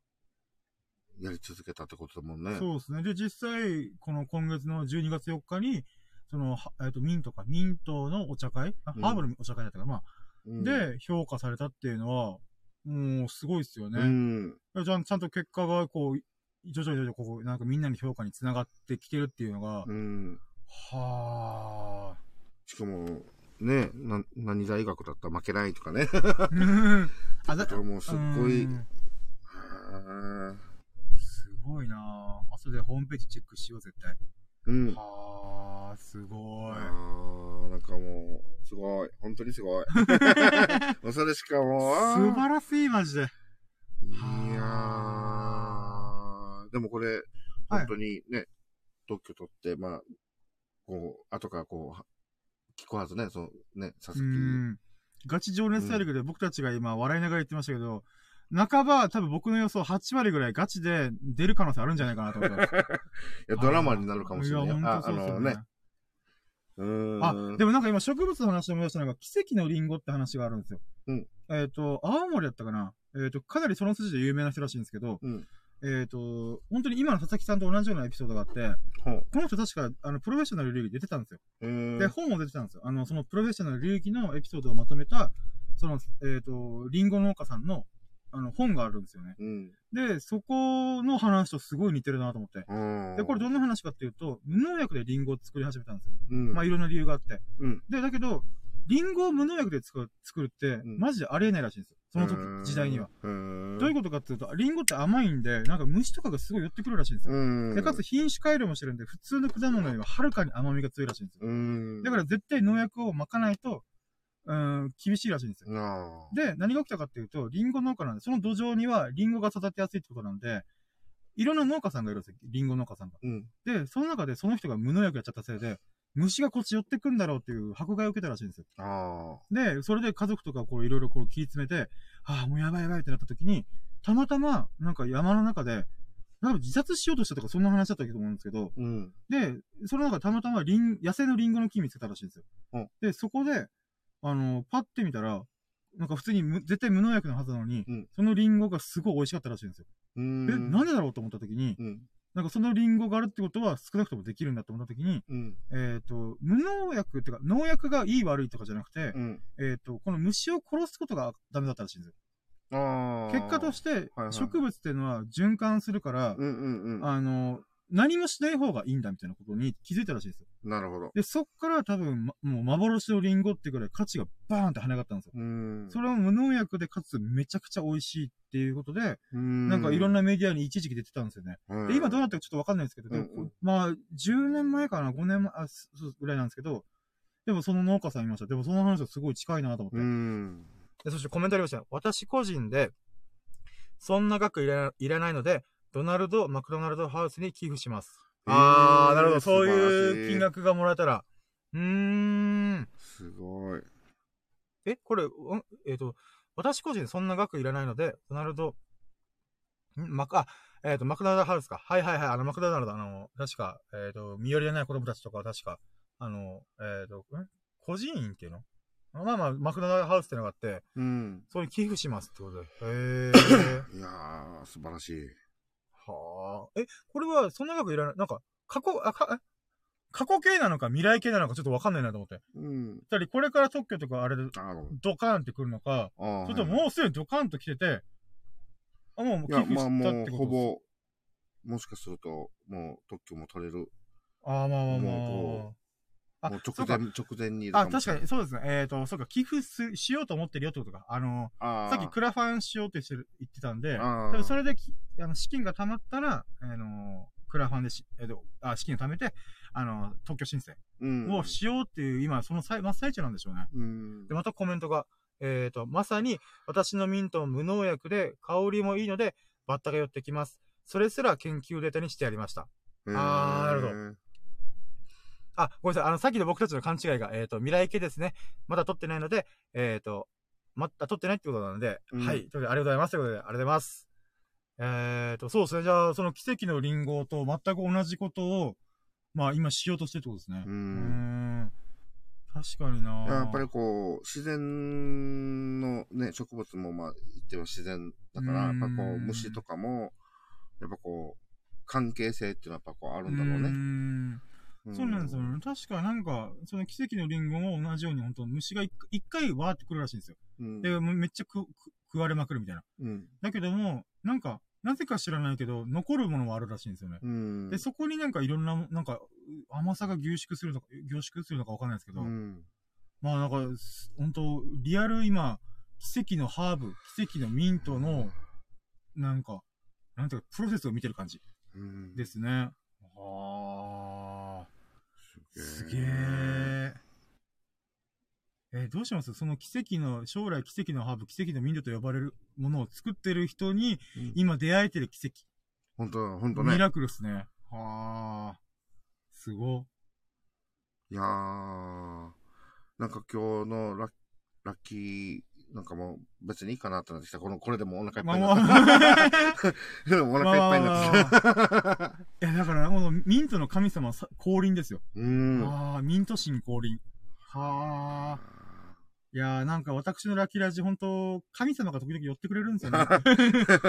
Speaker 2: やり続けたってことだもんね
Speaker 1: い。。そうですね。で、実際、この今月の12月4日に、その、はえっ、と、ミントか、ミントのお茶会、あ
Speaker 2: うん
Speaker 1: ハーブのお茶会だったから、まあ、
Speaker 2: うん、
Speaker 1: で、評価されたっていうのは、もう、すごいっすよ
Speaker 2: う
Speaker 1: ね。
Speaker 2: ん。
Speaker 1: じゃあ、ちゃんと結果が、こう、徐々に徐々に、こう、なんかみんなの評価につながってきてるっていうのが、
Speaker 2: うん。
Speaker 1: はあ。
Speaker 2: しかも、ね、な、何大学だったら負けない とかね。
Speaker 1: うんあ、だ
Speaker 2: だからもうすっごい、
Speaker 1: うん
Speaker 2: は
Speaker 1: すごいなぁ。あ、それでホームページチェックしよう、絶対。
Speaker 2: ーうん。
Speaker 1: はあ、すごい。
Speaker 2: あーなんかもう、すごい。本当にすごい。 もうそれしかもう、あ
Speaker 1: 素
Speaker 2: ー
Speaker 1: 晴らしい、マジで。
Speaker 2: いやー、でもこれ、
Speaker 1: はい
Speaker 2: 本当にね、特許取って、まあ、こう、後からこうは、聞こはずね、そのね、佐
Speaker 1: う
Speaker 2: 々
Speaker 1: ん。ガチ情熱大陸で僕たちが今笑いながら言ってましたけど、半ば多分僕の予想8割ぐらいガチで出る可能性あるんじゃないかなと思ってます。
Speaker 2: 木。いや、 ドラマになるかもしれない
Speaker 1: い
Speaker 2: よ
Speaker 1: や、。本、
Speaker 2: あ
Speaker 1: 当
Speaker 2: あ
Speaker 1: そうです
Speaker 2: の
Speaker 1: よ
Speaker 2: ね
Speaker 1: ね。。
Speaker 2: うーん。
Speaker 1: あ、でもなんか今植物の話で思い出したのが、奇跡のリンゴって話があるんですよ。
Speaker 2: うん
Speaker 1: えっ、と、青森だったかなえっ、と、かなりその筋で有名な人らしいんですけど、
Speaker 2: うん。
Speaker 1: えっ、と、本当に今の佐々木さんと同じようなエピソードがあって、
Speaker 2: ほう。
Speaker 1: この人確か、あの、プロフェッショナル流域出てたんですよ。
Speaker 2: うーん。
Speaker 1: で、本も出てたんですよ。あの、そのプロフェッショナル流域のエピソードをまとめた、その、えっ、と、リンゴ農家さんの、あの、本があるんですよね。
Speaker 2: うん。
Speaker 1: で、そこの話とすごい似てるなと思って。
Speaker 2: うん。
Speaker 1: で、これどんな話かっていうと、無農薬でリンゴを作り始めたんですよ。
Speaker 2: うん、
Speaker 1: まあ、いろんな理由があって。
Speaker 2: うん
Speaker 1: で、だけど、リンゴを無農薬で作る作るって、
Speaker 2: ん
Speaker 1: マジでありえないらしいんですよ。その時、時代には。。
Speaker 2: うーん。
Speaker 1: どういうことかっていうと、リンゴって甘いんで、なんか虫とかがすごい寄ってくるらしいんですよ。
Speaker 2: うん。
Speaker 1: で、かつ品種改良もしてるんで、普通の果物よりははるかに甘みが強いらしいんですよ。
Speaker 2: うん。
Speaker 1: だから絶対農薬をまかないと、うん、厳しいらしいんですよ。
Speaker 2: なあ。
Speaker 1: で、何が起きたかっていうと、リンゴ農家なんで、その土壌にはリンゴが育てやすいってことなんで、いろんな農家さんがいるんですよ、リンゴ農家さんが。
Speaker 2: うん。
Speaker 1: で、その中でその人が無農薬やっちゃったせいで、虫がこっち寄ってくんだろうっていう迫害を受けたらしいんですよ。
Speaker 2: あ
Speaker 1: で、それで家族とかこういろいろこう切り詰めて、ああ、もうやばいやばいってなった時に、たまたま、なんか山の中で、多分自殺しようとしたとかそんな話だったと思うんですけど、
Speaker 2: あ。うん。
Speaker 1: で、その中でたまたまリン、野生のリンゴの木見つけたらしいんですよ。
Speaker 2: うん
Speaker 1: で、そこで、あの、パッて見たら、なんか普通にむ絶対無農薬のはずなのに、
Speaker 2: うん
Speaker 1: そのリンゴがすごい美味しかったらしいんですよ。
Speaker 2: うん。
Speaker 1: え、なんでだろうと思った時に、
Speaker 2: うん。
Speaker 1: なんかそのリンゴがあるってことは少なくともできるんだと思った時に、
Speaker 2: うん。
Speaker 1: えっ、と、無農薬っていうか、農薬がいい悪いとかじゃなくて、
Speaker 2: うん。
Speaker 1: えっ、と、この虫を殺すことがダメだったらしいんですよ。
Speaker 2: ああ。
Speaker 1: 結果と
Speaker 2: て。
Speaker 1: して
Speaker 2: はいは、い
Speaker 1: 植物っていうのは循環するから、
Speaker 2: うんうんうん。
Speaker 1: あの、何もしない方がいいんだみたいなことに気づいたらしいんですよ。
Speaker 2: なるほど。
Speaker 1: で、そっから多分、まもう幻のリンゴってぐらい価値がバーンって跳ね上がったんですよ。
Speaker 2: うん。
Speaker 1: それを無農薬でかつめちゃくちゃ美味しいっていうことで、な
Speaker 2: なん
Speaker 1: かいろんな
Speaker 2: な、
Speaker 1: メディアに一時期出てたんですよね。
Speaker 2: う
Speaker 1: で
Speaker 2: ん
Speaker 1: 今どうなってるかちょっとわかんないんですけど、でも
Speaker 2: うんうん
Speaker 1: まあ、10年前かな、5年前、あ、そそうぐらいなんですけど、でもその農家さんいました。でもその話はすごい近いなと思って。
Speaker 2: うん。
Speaker 1: でそしてコメントありましたよ。私個人で、そんな額いらいらないので、ドナルド、マクドナルドハウスに寄付します。あ
Speaker 2: へ
Speaker 1: ー、
Speaker 2: ー
Speaker 1: なるほど。そう
Speaker 2: 素晴
Speaker 1: い
Speaker 2: ら
Speaker 1: う
Speaker 2: し
Speaker 1: 金額がもらえたら。うーん。
Speaker 2: すごい。
Speaker 1: え、これ、うんえっ、と、私個人そんな額いらないので、ドナルド、んマク、あ、えっ、と、マクドナルドハウスか。はいはいはい。あの、マクドナルド、あの、確か、えっ、と、身寄りのない子供たちとかは確か、あの、えっ、と、ん個人員っていうのまあまあ、マクドナルドハウスってのがあって、
Speaker 2: うん。
Speaker 1: それ寄付しますってことで。へえ。
Speaker 2: いやー、素晴らしい。
Speaker 1: はあ。え、これはそんな額いらない。なんか、過去、あ、か、え過去形なのか未来形なのかちょっとわかんないなと思って。
Speaker 2: うん。
Speaker 1: つまりこれから特許とかあれで
Speaker 2: あー
Speaker 1: ドカーンってくるのか、
Speaker 2: あー。
Speaker 1: それと
Speaker 2: はい
Speaker 1: ももうすでにドカーンと来てて、あ、もう
Speaker 2: い
Speaker 1: 寄
Speaker 2: や、
Speaker 1: 付
Speaker 2: まあ
Speaker 1: したっ
Speaker 2: もう
Speaker 1: て、こと
Speaker 2: ほ
Speaker 1: です
Speaker 2: ぼ、もしかすると、もう特許も取れる。
Speaker 1: ああ、まあまあまあ
Speaker 2: も
Speaker 1: あ。
Speaker 2: もう
Speaker 1: そ
Speaker 2: 直
Speaker 1: うか
Speaker 2: 前、直前にいる
Speaker 1: あ、
Speaker 2: も
Speaker 1: 確
Speaker 2: し
Speaker 1: か
Speaker 2: れない
Speaker 1: に、。そうですね。えっ、と、そうか、寄付すしようと思ってるよってことか。あの、
Speaker 2: あ
Speaker 1: さっきクラファンしようってしてる言ってたんで、
Speaker 2: あ
Speaker 1: 多
Speaker 2: ー
Speaker 1: 分それできあの資金が貯まったら、あのクラファンでし、えっとあ資金を貯めて、あの特許申請
Speaker 2: うん。
Speaker 1: をしようっていう、今、その最真っ最中なんでしょうね。
Speaker 2: うん
Speaker 1: で、。またコメントが、えっ、と、まさに私のミントも無農薬で香りもいいので、バッタが寄ってきます。それすら研究データにしてやりました。あーなるほど
Speaker 2: ど。
Speaker 1: あ、ごめんなさい。あの、さっきの僕たちの勘違いが、えっ、と、未来系ですね。まだ撮ってないので、えっ、と、まだ撮ってないってことなので、
Speaker 2: うん
Speaker 1: はい。ということで、ありがとうございます。ということで、ありがとうございます。えっ、と、そうですね。じゃあ、その奇跡のリンゴと全く同じことを、まあ、今しようとしてるってことですね。
Speaker 2: う。
Speaker 1: うんん確かにな
Speaker 2: やっぱりこう、自然のね、植物もまあ言っては自然だから、や
Speaker 1: う
Speaker 2: っ
Speaker 1: ん
Speaker 2: ぱこう、虫とかも、やっぱこう、関係性っていうのはやっぱこうあるんだろうね。
Speaker 1: ね。そうなんですよ
Speaker 2: ね。
Speaker 1: ね。確かなんか、その奇跡のリンゴも同じように、本当虫が一一回わーってくるらしいんですよ。
Speaker 2: うん
Speaker 1: で、もうめっちゃ食食食われまくるみたいな。
Speaker 2: うん。
Speaker 1: だけども、なんか、なぜか知らないけど、残るものはあるらしいんですよね。
Speaker 2: うん。
Speaker 1: で、そこになんかいろんな、なんか、う甘さが凝縮するのか、凝縮するのかわかんないですけど、
Speaker 2: うん。
Speaker 1: まあなんか、本当リアル今、奇跡のハーブ、奇跡のミントの、なんか、なんていうか、プロセスを見てる感じ
Speaker 2: うん
Speaker 1: ですね。ああ。すげえ。えーどうしますその奇跡の、将来奇跡のハーブ、奇跡のミントと呼ばれるものを作ってる人に、
Speaker 2: うん
Speaker 1: 今出会えてる奇
Speaker 2: 本当だ、本
Speaker 1: 跡。
Speaker 2: 当
Speaker 1: ミ
Speaker 2: ね。
Speaker 1: ラクルっすね。はあ。すご。
Speaker 2: いやー、なんか今日のラッラッキー、なんかもう別にいいかなってなってきた。この、これでもうお腹いっ
Speaker 1: ま
Speaker 2: ぱ
Speaker 1: あ
Speaker 2: いに
Speaker 1: ま
Speaker 2: な
Speaker 1: あ
Speaker 2: っ
Speaker 1: ま
Speaker 2: た。
Speaker 1: あ。
Speaker 2: でもお腹いっぱいになってきた。
Speaker 1: いや、だから、このミントの神様はさ降臨ですよ。
Speaker 2: うん。
Speaker 1: ああ、ミント神降臨。はあ。いやーなんか私のラッキーラジ、本当神様が時々寄ってくれるん ですよね。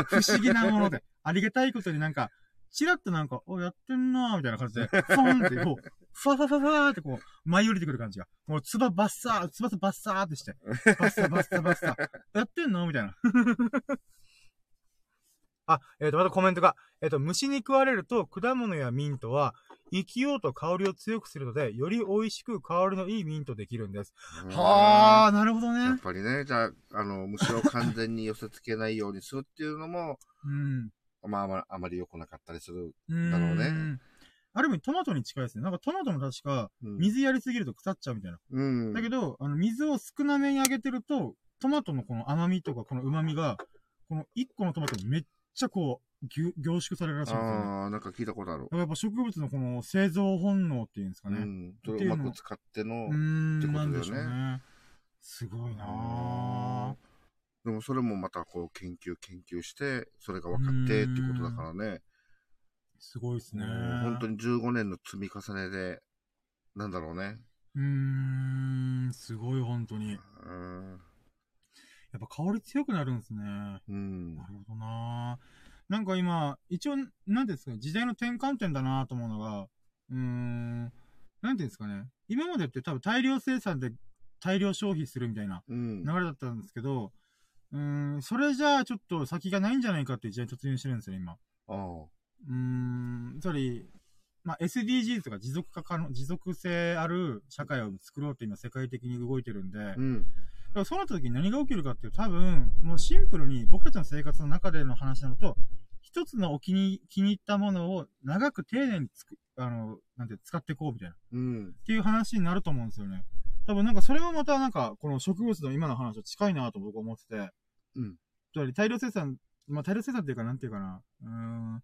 Speaker 1: 不思議なもので。ありがたいことになんか、チラッとなんか、お、やってんなーみたいな感じで、フォンってこう、ファファファファーってこう、舞い降りてくる感じが。もう、つばバッサー、つばさバッサーってして、バッサバッサバッサやってんのみたい な。あ、えっ、と、またコメントが、えっ、と、虫に食われると、果物やミントは、生きようと香りを強くするので、より美味しく香りのいいミントできるんです。
Speaker 2: うん
Speaker 1: はあ、なるほど
Speaker 2: やっ
Speaker 1: ね。
Speaker 2: ぱりね、じゃあ、あの、虫を完全に寄せ付けないようにするっていうのも、
Speaker 1: うん。
Speaker 2: まあ、あまあまり良くなかったりする。
Speaker 1: うん。
Speaker 2: だろうね。
Speaker 1: ある意味トマトに近いですね。なんかトマトも確か、
Speaker 2: うん。
Speaker 1: 水やりすぎると腐っちゃうみたいな。
Speaker 2: うん。
Speaker 1: だけど、あの、水を少なめにあげてると、トマトのこの甘みとかこの旨みが、この1個のトマトにめっちゃこう、ぎゅ凝縮されるらしいんですよ、ね。だか
Speaker 2: ああ、なんか聞いたことある。
Speaker 1: らやっぱ植物のこの製造本能っていうんですか
Speaker 2: う
Speaker 1: ね。
Speaker 2: ん。それをうまく使っての
Speaker 1: うー、ん、
Speaker 2: ってことだ
Speaker 1: な
Speaker 2: よね
Speaker 1: んでしょうね。すごいなぁ。
Speaker 2: でもそれもまたこう研究研究して、それが分かってっていうことだからね。
Speaker 1: すごいですね。
Speaker 2: 本当に15年の積み重ねで、なんだろうね。
Speaker 1: うーん、すごい本当に。や
Speaker 2: うん。
Speaker 1: っぱ香り強くなるんですね。な
Speaker 2: うん。
Speaker 1: るほどなぁ。なんか今、一応、なんていうんですかね、時代の転換点だなぁと思うのが、うーん、なんていうんですかね。今までって多分大量生産で大量消費するみたいな
Speaker 2: うん
Speaker 1: 流。れだったんですけど、うーん、それじゃあちょっと先がないんじゃないかっていう時代に突入してるんですよね、今。
Speaker 2: ああ。
Speaker 1: うーん、つまり、まあ、SDGs とか持続化可能、持続性ある社会を作ろうって今世界的に動いてるんで、だか
Speaker 2: うん。
Speaker 1: らそうなった時に何が起きるかっていうと多分、もうシンプルに僕たちの生活の中での話なのと、一つのお気に気に入ったものを長く丁寧につく、あの、なんていうの、使っていこうみたいな、っ
Speaker 2: うん。
Speaker 1: ていう話になると思うんですよね。多分なんかそれもまたなんか、この植物の今の話と近いなと僕は思ってて、
Speaker 2: うん。
Speaker 1: つまり大量生産、まあ、大量生産っていうか、なんていうかな。うーん。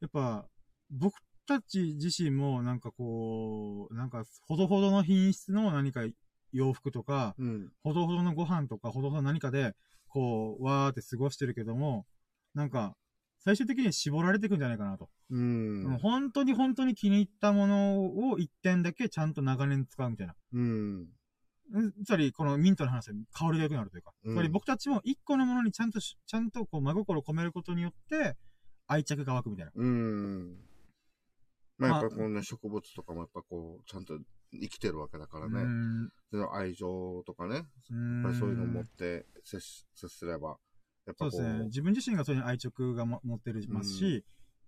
Speaker 1: やっぱ、僕たち自身も、なんかこう、なんか、ほどほどの品質の何か洋服とか、
Speaker 2: うん。
Speaker 1: ほどほどのご飯とか、ほどほどの何かで、こう、わーって過ごしてるけども、なんか、最終的に絞られていくんじゃないかなと。
Speaker 2: う。
Speaker 1: もうん本当に本当に気に入ったものを一点だけちゃんと長年使うみたいな。
Speaker 2: うん。
Speaker 1: うんつまり、このミントの話で香りが良くなるというか、
Speaker 2: うん
Speaker 1: つまり僕たちも一個のものにちゃんとし、ちゃんとこう真心を込めることによって、愛着が湧くみたいな。
Speaker 2: うん。まあやっ
Speaker 1: まあ
Speaker 2: ぱこのね、植物とかもやっぱこう、ちゃんと生きてるわけだから
Speaker 1: うー
Speaker 2: ね。
Speaker 1: ん
Speaker 2: その愛情とかね、やっ
Speaker 1: うーん
Speaker 2: ぱりそういうのを持って接し接すれば、やっ
Speaker 1: そ
Speaker 2: ぱ
Speaker 1: う
Speaker 2: こ
Speaker 1: です
Speaker 2: う、
Speaker 1: ね。自分自身がそういう愛着がも持ってるますし、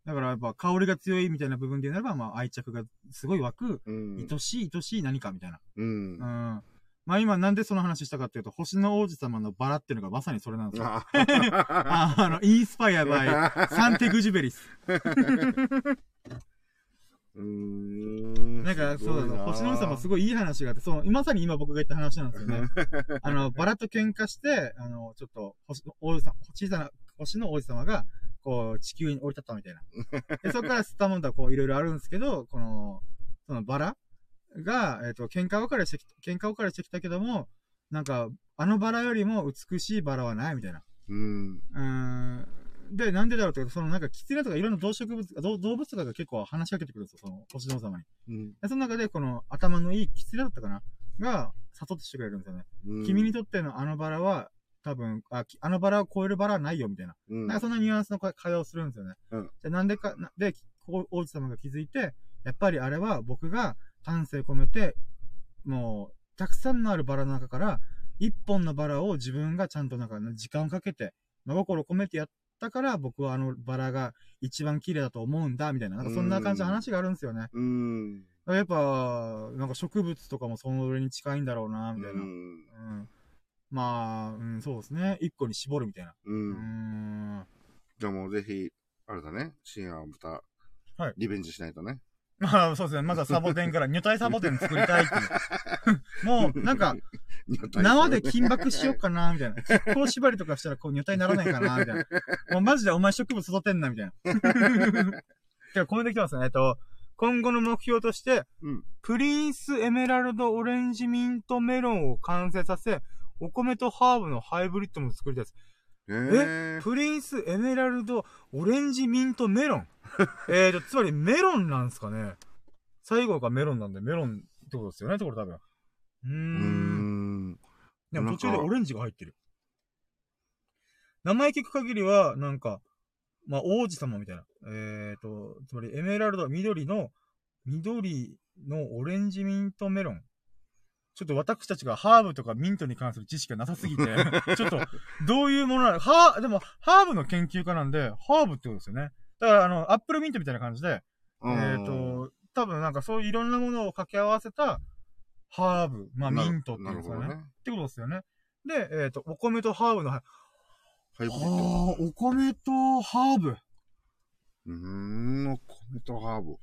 Speaker 1: だからやっぱ香りが強いみたいな部分で言うならば、まあ愛着がすごい湧く、
Speaker 2: うん。
Speaker 1: 愛しい愛しい何かみたいな。
Speaker 2: うん
Speaker 1: う。ん。まあ今なんでその話したかっていうと、星の王子様のバラっていうのがまさにそれなんですよ。
Speaker 2: あ
Speaker 1: ああの、インスパイアバ イ、サンテグジュベリス。
Speaker 2: うーん。
Speaker 1: なんか、そうだそう、星の王子様す
Speaker 2: ごい
Speaker 1: ごいいい話があって、その、まさに今僕が言った話なんですよ ね。あの、バラと喧嘩して、あの、ちょっと、星の王子様、小さな、星の王子様が、こう、地球に降り立ったみたいな。 でそこから吸ったもんだ、こう、いろいろあるんですけど、この、そのバラが、えっ、と、喧嘩別れしてき、喧嘩別れしてきたけども、なんか、あのバラよりも美しいバラはないみたいな。
Speaker 2: な。うん。
Speaker 1: うーん。で、なんでだろうって、そのなんか、キツネとかいろんな動植物、動動物とかが結構話しかけてくるんですよ、その、星の王子様に。
Speaker 2: うん
Speaker 1: でその中で、この頭のいいキツネだったかなが、悟ってしてくれるんですよね。
Speaker 2: うん。
Speaker 1: 君にとってのあのバラは、多分、あ、きあのバラを超えるバラはないよ、みたいな。
Speaker 2: うん、
Speaker 1: なんかそんなニュアンスの会会話をするんですよね。
Speaker 2: うん
Speaker 1: で、なんでか、なで、こう王子様が気づいて、やっぱりあれは僕が丹精込めて、もう、たくさんのあるバラの中から、一本のバラを自分がちゃんとなんか、時間をかけて、真心を込めてやったから、僕はあのバラが一番綺麗だと思うんだ、みたいな、なんかそんな感じの話があるんですよね。
Speaker 2: うん。
Speaker 1: やっぱ、なんか植物とかもその上に近いんだろうな、
Speaker 2: う
Speaker 1: みたいな。うん。
Speaker 2: ん。
Speaker 1: まあ、うん、そうですね。一個に絞るみたいな。
Speaker 2: う。
Speaker 1: うんん。
Speaker 2: じゃあもうぜひ、あれだね、深夜はまた、
Speaker 1: はい
Speaker 2: リベンジしな いとね。
Speaker 1: まあ、そうですね。まずはサボテンから、女体サボテン作りたいっていう。もう、なんか、縄で
Speaker 2: き
Speaker 1: 金箔しようかな、みたいな。この縛りとかしたら、こう、女体にならないかな、みたい な。もうマジでお前植物育てんな、みたいな。じゃあ、コメント来てますね。えっと、今後の目標として、
Speaker 2: うん
Speaker 1: プリンスエメラルドオレンジミントメロンを完成させ、お米とハーブのハイブリッドも作りたいです。
Speaker 2: えー、
Speaker 1: プリンスエメラルドオレンジミントメ ロン。えーと、つまりメロンなんですかね。最後がメロンなんでメロンってことですよね、ところ多分。うー。
Speaker 2: うんん。
Speaker 1: でも途中でオレンジが入ってる。名前聞く限りは、なんか、まあ、王子様みたいな。えーと、つまりエメラルド、緑の、緑のオレンジミントメロン。ちょっと私たちがハーブとかミントに関する知識がなさす ぎて、ちょっと、どういうものなのハー、でも、ハーブの研究家なんで、ハーブってことですよね。だから、あの、アップルミントみたいな感じで、えっ、
Speaker 2: うん、
Speaker 1: と、多分なんかそういういろんなものを掛け合わせたハーブ、まあ
Speaker 2: な
Speaker 1: ミ
Speaker 2: る
Speaker 1: ントってい
Speaker 2: な
Speaker 1: うん
Speaker 2: る
Speaker 1: です
Speaker 2: ほ
Speaker 1: か
Speaker 2: ど
Speaker 1: ね。
Speaker 2: ね。
Speaker 1: ってことですよね。で、えっ、と、お米とハーブの、あ
Speaker 2: ハイブ
Speaker 1: あ
Speaker 2: リッド。
Speaker 1: ー、お米とハーブ。
Speaker 2: うーん、お米とハーブ。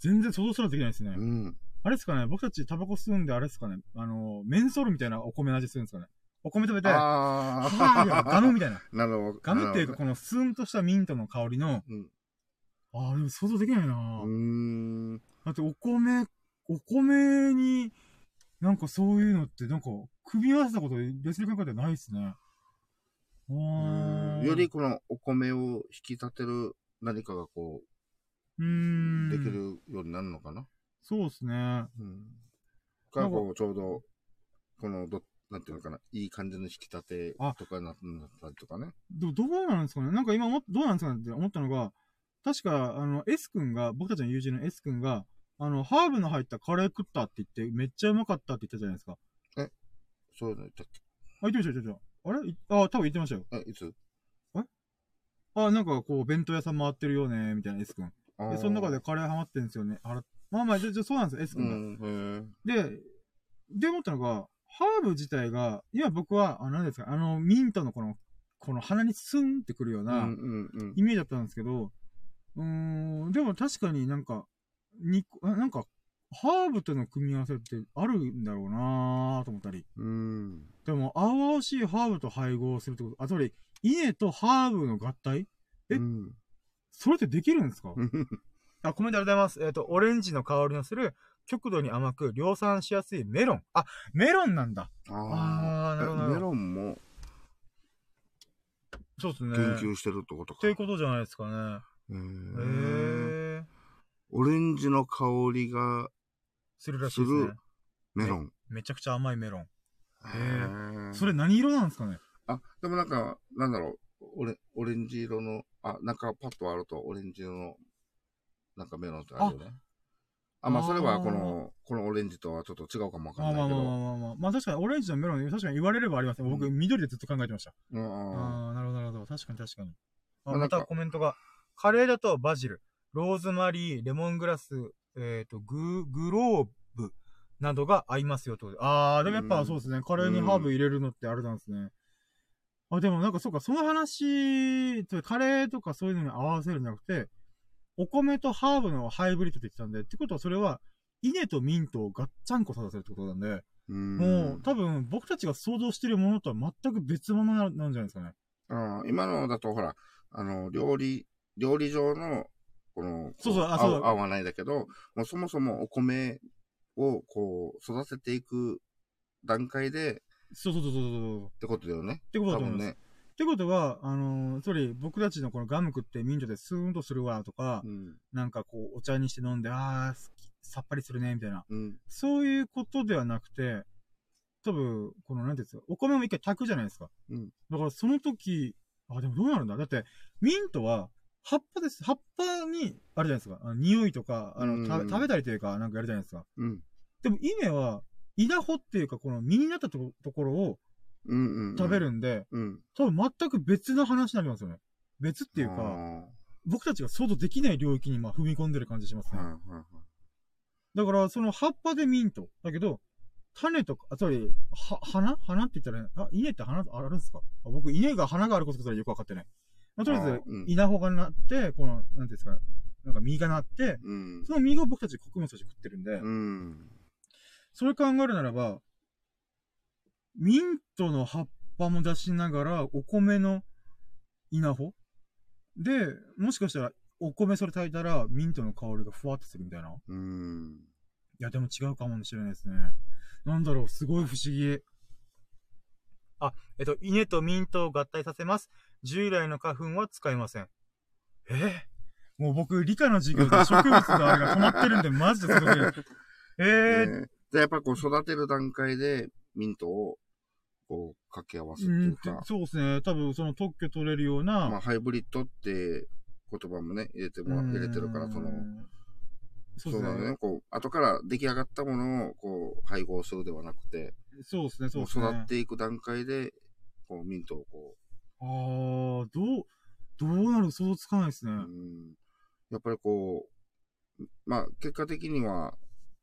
Speaker 1: 全然想像すらできないですね
Speaker 2: う。ん。
Speaker 1: あれですかね、僕たちタバコ吸うんであれですかね、あの、メンソールみたいなお米の味するんですかね。お米食べて、ハ
Speaker 2: あ
Speaker 1: ーブがガムみたいな。
Speaker 2: なるほど。
Speaker 1: ガムっていう
Speaker 2: な
Speaker 1: か、
Speaker 2: る
Speaker 1: このスーンとしたミントの香りの、
Speaker 2: ほどね
Speaker 1: ああ、でも想像できないな、
Speaker 2: うん。う
Speaker 1: だってお米、お米に、なんかそういうのって、なんか、組み合わせたこと、別に考えてないですね。あ
Speaker 2: ー
Speaker 1: ー
Speaker 2: ん。より、このお米を引き立てる何かがこ
Speaker 1: う
Speaker 2: う、
Speaker 1: ん。
Speaker 2: できるようになるのかな。
Speaker 1: そうですね。
Speaker 2: うん。カーボもちょうど、この、ど、なんていうのかな、いい感じの引き立てとかななったりとかね。
Speaker 1: でもどうなんですかねなんか今も、どうなんですかねって思ったのが、確か、あの、S 君が、僕たちの友人の S 君が、あの、ハーブの入ったカレー食ったって言って、めっちゃうまかったって言ったじゃないですか。
Speaker 2: そういうの言ったっ
Speaker 1: あ、言ってました、言ってました。あれいあ、多分言ってましたよ。
Speaker 2: けえ、いつ
Speaker 1: あ、なんかこう、弁当屋さん回ってるよね、みたいな S 君。
Speaker 2: あ
Speaker 1: で、
Speaker 2: ー
Speaker 1: その中で、カレーハマってんですよね。あれまあまあ、じゃ、じゃ、そうなんですよ、S
Speaker 2: う
Speaker 1: 君が。
Speaker 2: ん、へえ。
Speaker 1: で、で思ったのが、ハーブ自体が、今僕は、あ、何ですか、あの、ミントのこの、この鼻にスンってくるよう
Speaker 2: う
Speaker 1: な、
Speaker 2: ん、うん、うん。
Speaker 1: イメージだったんですけど、うーん、でも確かになんか、に、あなんか、ハーブとの組み合わせってあるんだろうなぁと思ったり。
Speaker 2: うん。
Speaker 1: でも、青々しいハーブと配合するってこと、あ、つまり、稲とハーブの合体え
Speaker 2: うん
Speaker 1: それってできるんですか
Speaker 2: うん
Speaker 1: あ、コメントありがとうございます。えっ、と、オレンジの香りのする、極度に甘く量産しやすいメロン。あ、メロンなんだ。あ
Speaker 2: あ
Speaker 1: ー、
Speaker 2: あ。
Speaker 1: なるほどなるほ
Speaker 2: えメ
Speaker 1: ど。
Speaker 2: ロンも
Speaker 1: ンそうですね。
Speaker 2: 研
Speaker 1: っ
Speaker 2: 究してるってことか。
Speaker 1: ていうことじゃないですかね。
Speaker 2: へ
Speaker 1: へ
Speaker 2: ー
Speaker 1: ー。
Speaker 2: オレンジの香りが
Speaker 1: するらしいです
Speaker 2: す
Speaker 1: ね
Speaker 2: る。メロン。
Speaker 1: めちゃくちゃ甘いメロン。
Speaker 2: へー
Speaker 1: それ何色なんですかね
Speaker 2: あ、でもなんか、なんだろう、オレオレンジ色の、あ、なんかパッと割るとオレンジ色の、なんかメロンってあるよね。あ、まあ
Speaker 1: あー
Speaker 2: それはこの、このオレンジとはちょっと違うかもわか
Speaker 1: まあ
Speaker 2: ん
Speaker 1: まあ
Speaker 2: ないけ
Speaker 1: まあ
Speaker 2: ど。
Speaker 1: まあまあまあ。まあ確かにオレンジのメロン、確かに言われればありますね。僕、
Speaker 2: う
Speaker 1: 緑でずっと考えてました。
Speaker 2: うんうん
Speaker 1: ああ、なるほどなるほど。確かに確かに。あ
Speaker 2: まあな
Speaker 1: ま
Speaker 2: んか
Speaker 1: たコメントが。カレーだとバジル、ローズマリー、レモングラス、えっ、と、グ、グローブなどが合いますよってことで。ああ、でもやっぱそうですね。カレーにハーブ入れるのってあれなんですね。あ、でもなんかそうか、その話、つまりカレーとかそういうのに合わせるんじゃなくて、お米とハーブのハイブリッドって言ってたんで、ってことはそれは、稲とミントをガッチャンコさせるってことなんで、
Speaker 2: うん
Speaker 1: もう多分僕たちが想像してるものとは全く別物ななんじゃないですかね。
Speaker 2: うん今のだとほら、あの、料理、料理上の、この、
Speaker 1: そうそう
Speaker 2: こ
Speaker 1: あそう
Speaker 2: 合合わないだけど、もうそもそもお米をこう、育てていく段階で、
Speaker 1: そうそうそうそうそう。
Speaker 2: ってことだよね。
Speaker 1: ってことだ
Speaker 2: 多
Speaker 1: と思い
Speaker 2: 分
Speaker 1: ます。
Speaker 2: ね。
Speaker 1: ってことは、あのーつまり僕たちのこのガム食ってミントでスーンとするわとか、
Speaker 2: うん。
Speaker 1: なんかこうお茶にして飲んで、あー、すきさっぱりするね、みたいな。
Speaker 2: うん。
Speaker 1: そういうことではなくて、多分、この、なんていうんですか、お米も一回炊くじゃないですか。
Speaker 2: うん
Speaker 1: だからその時、あ、でもどうなるんだだって、ミントは、葉っぱです。葉っぱに、あれじゃないですか。あの匂いとか、あ
Speaker 2: うん
Speaker 1: の、た食べたりというか、なんかやるじゃないですか。
Speaker 2: うん。
Speaker 1: でも、稲は、稲穂っていうか、この実になったとところを
Speaker 2: うんうん、うん。
Speaker 1: 食べるんで、
Speaker 2: うん。
Speaker 1: 多分全く別の話になりますよね。別っ
Speaker 2: って
Speaker 1: いうか、僕たちが想像できない領域に今踏み込んでる感じしますね。だから、その葉っぱでミント。だけど、種とか、あつまり、は、花花って言ったら、あ、稲って花ああるんですかあ僕、稲が花があることすらよくわかってない。まあ、とりあえ
Speaker 2: あ
Speaker 1: ず
Speaker 2: ーうん、
Speaker 1: 稲穂がなって、この、なんていうんですか、なんか実がなって、
Speaker 2: うん。
Speaker 1: その実を僕たち穀物として食ってるんで、
Speaker 2: うん。
Speaker 1: それ考えるならば、ミントの葉っぱも出しながら、お米の稲穂で、もしかしたら、お米それ炊いたら、ミントの香りがふわってするみたいな。い
Speaker 2: うん。
Speaker 1: や、でも違うかもしれないですね。なんだろう、すごい不思議。あ、えっと、稲とミントを合体させます。従来の花粉は使いません。えーもう僕、理科の授業で植物のあれが止まってるんで、マジでそれで。えー、
Speaker 2: ねで、やっぱこう育てる段階でミントをこう掛け合わすっていうか、
Speaker 1: そうですね。多分その特許取れるような。
Speaker 2: まあハイブリッドって言葉もね、入れてもら
Speaker 1: うん
Speaker 2: 入れてるから、その、
Speaker 1: そ
Speaker 2: そ
Speaker 1: で
Speaker 2: うう
Speaker 1: す
Speaker 2: だ
Speaker 1: ね
Speaker 2: ね。。こう、後から出来上がったものをこう配合するではなくて、
Speaker 1: そうですね、そう
Speaker 2: もう
Speaker 1: ですね。
Speaker 2: 育っていく段階で、こうミントを
Speaker 1: ああ、
Speaker 2: こ
Speaker 1: どう、どうなる想像つかないですね。
Speaker 2: う、うんやっぱりこまあ、結果的には、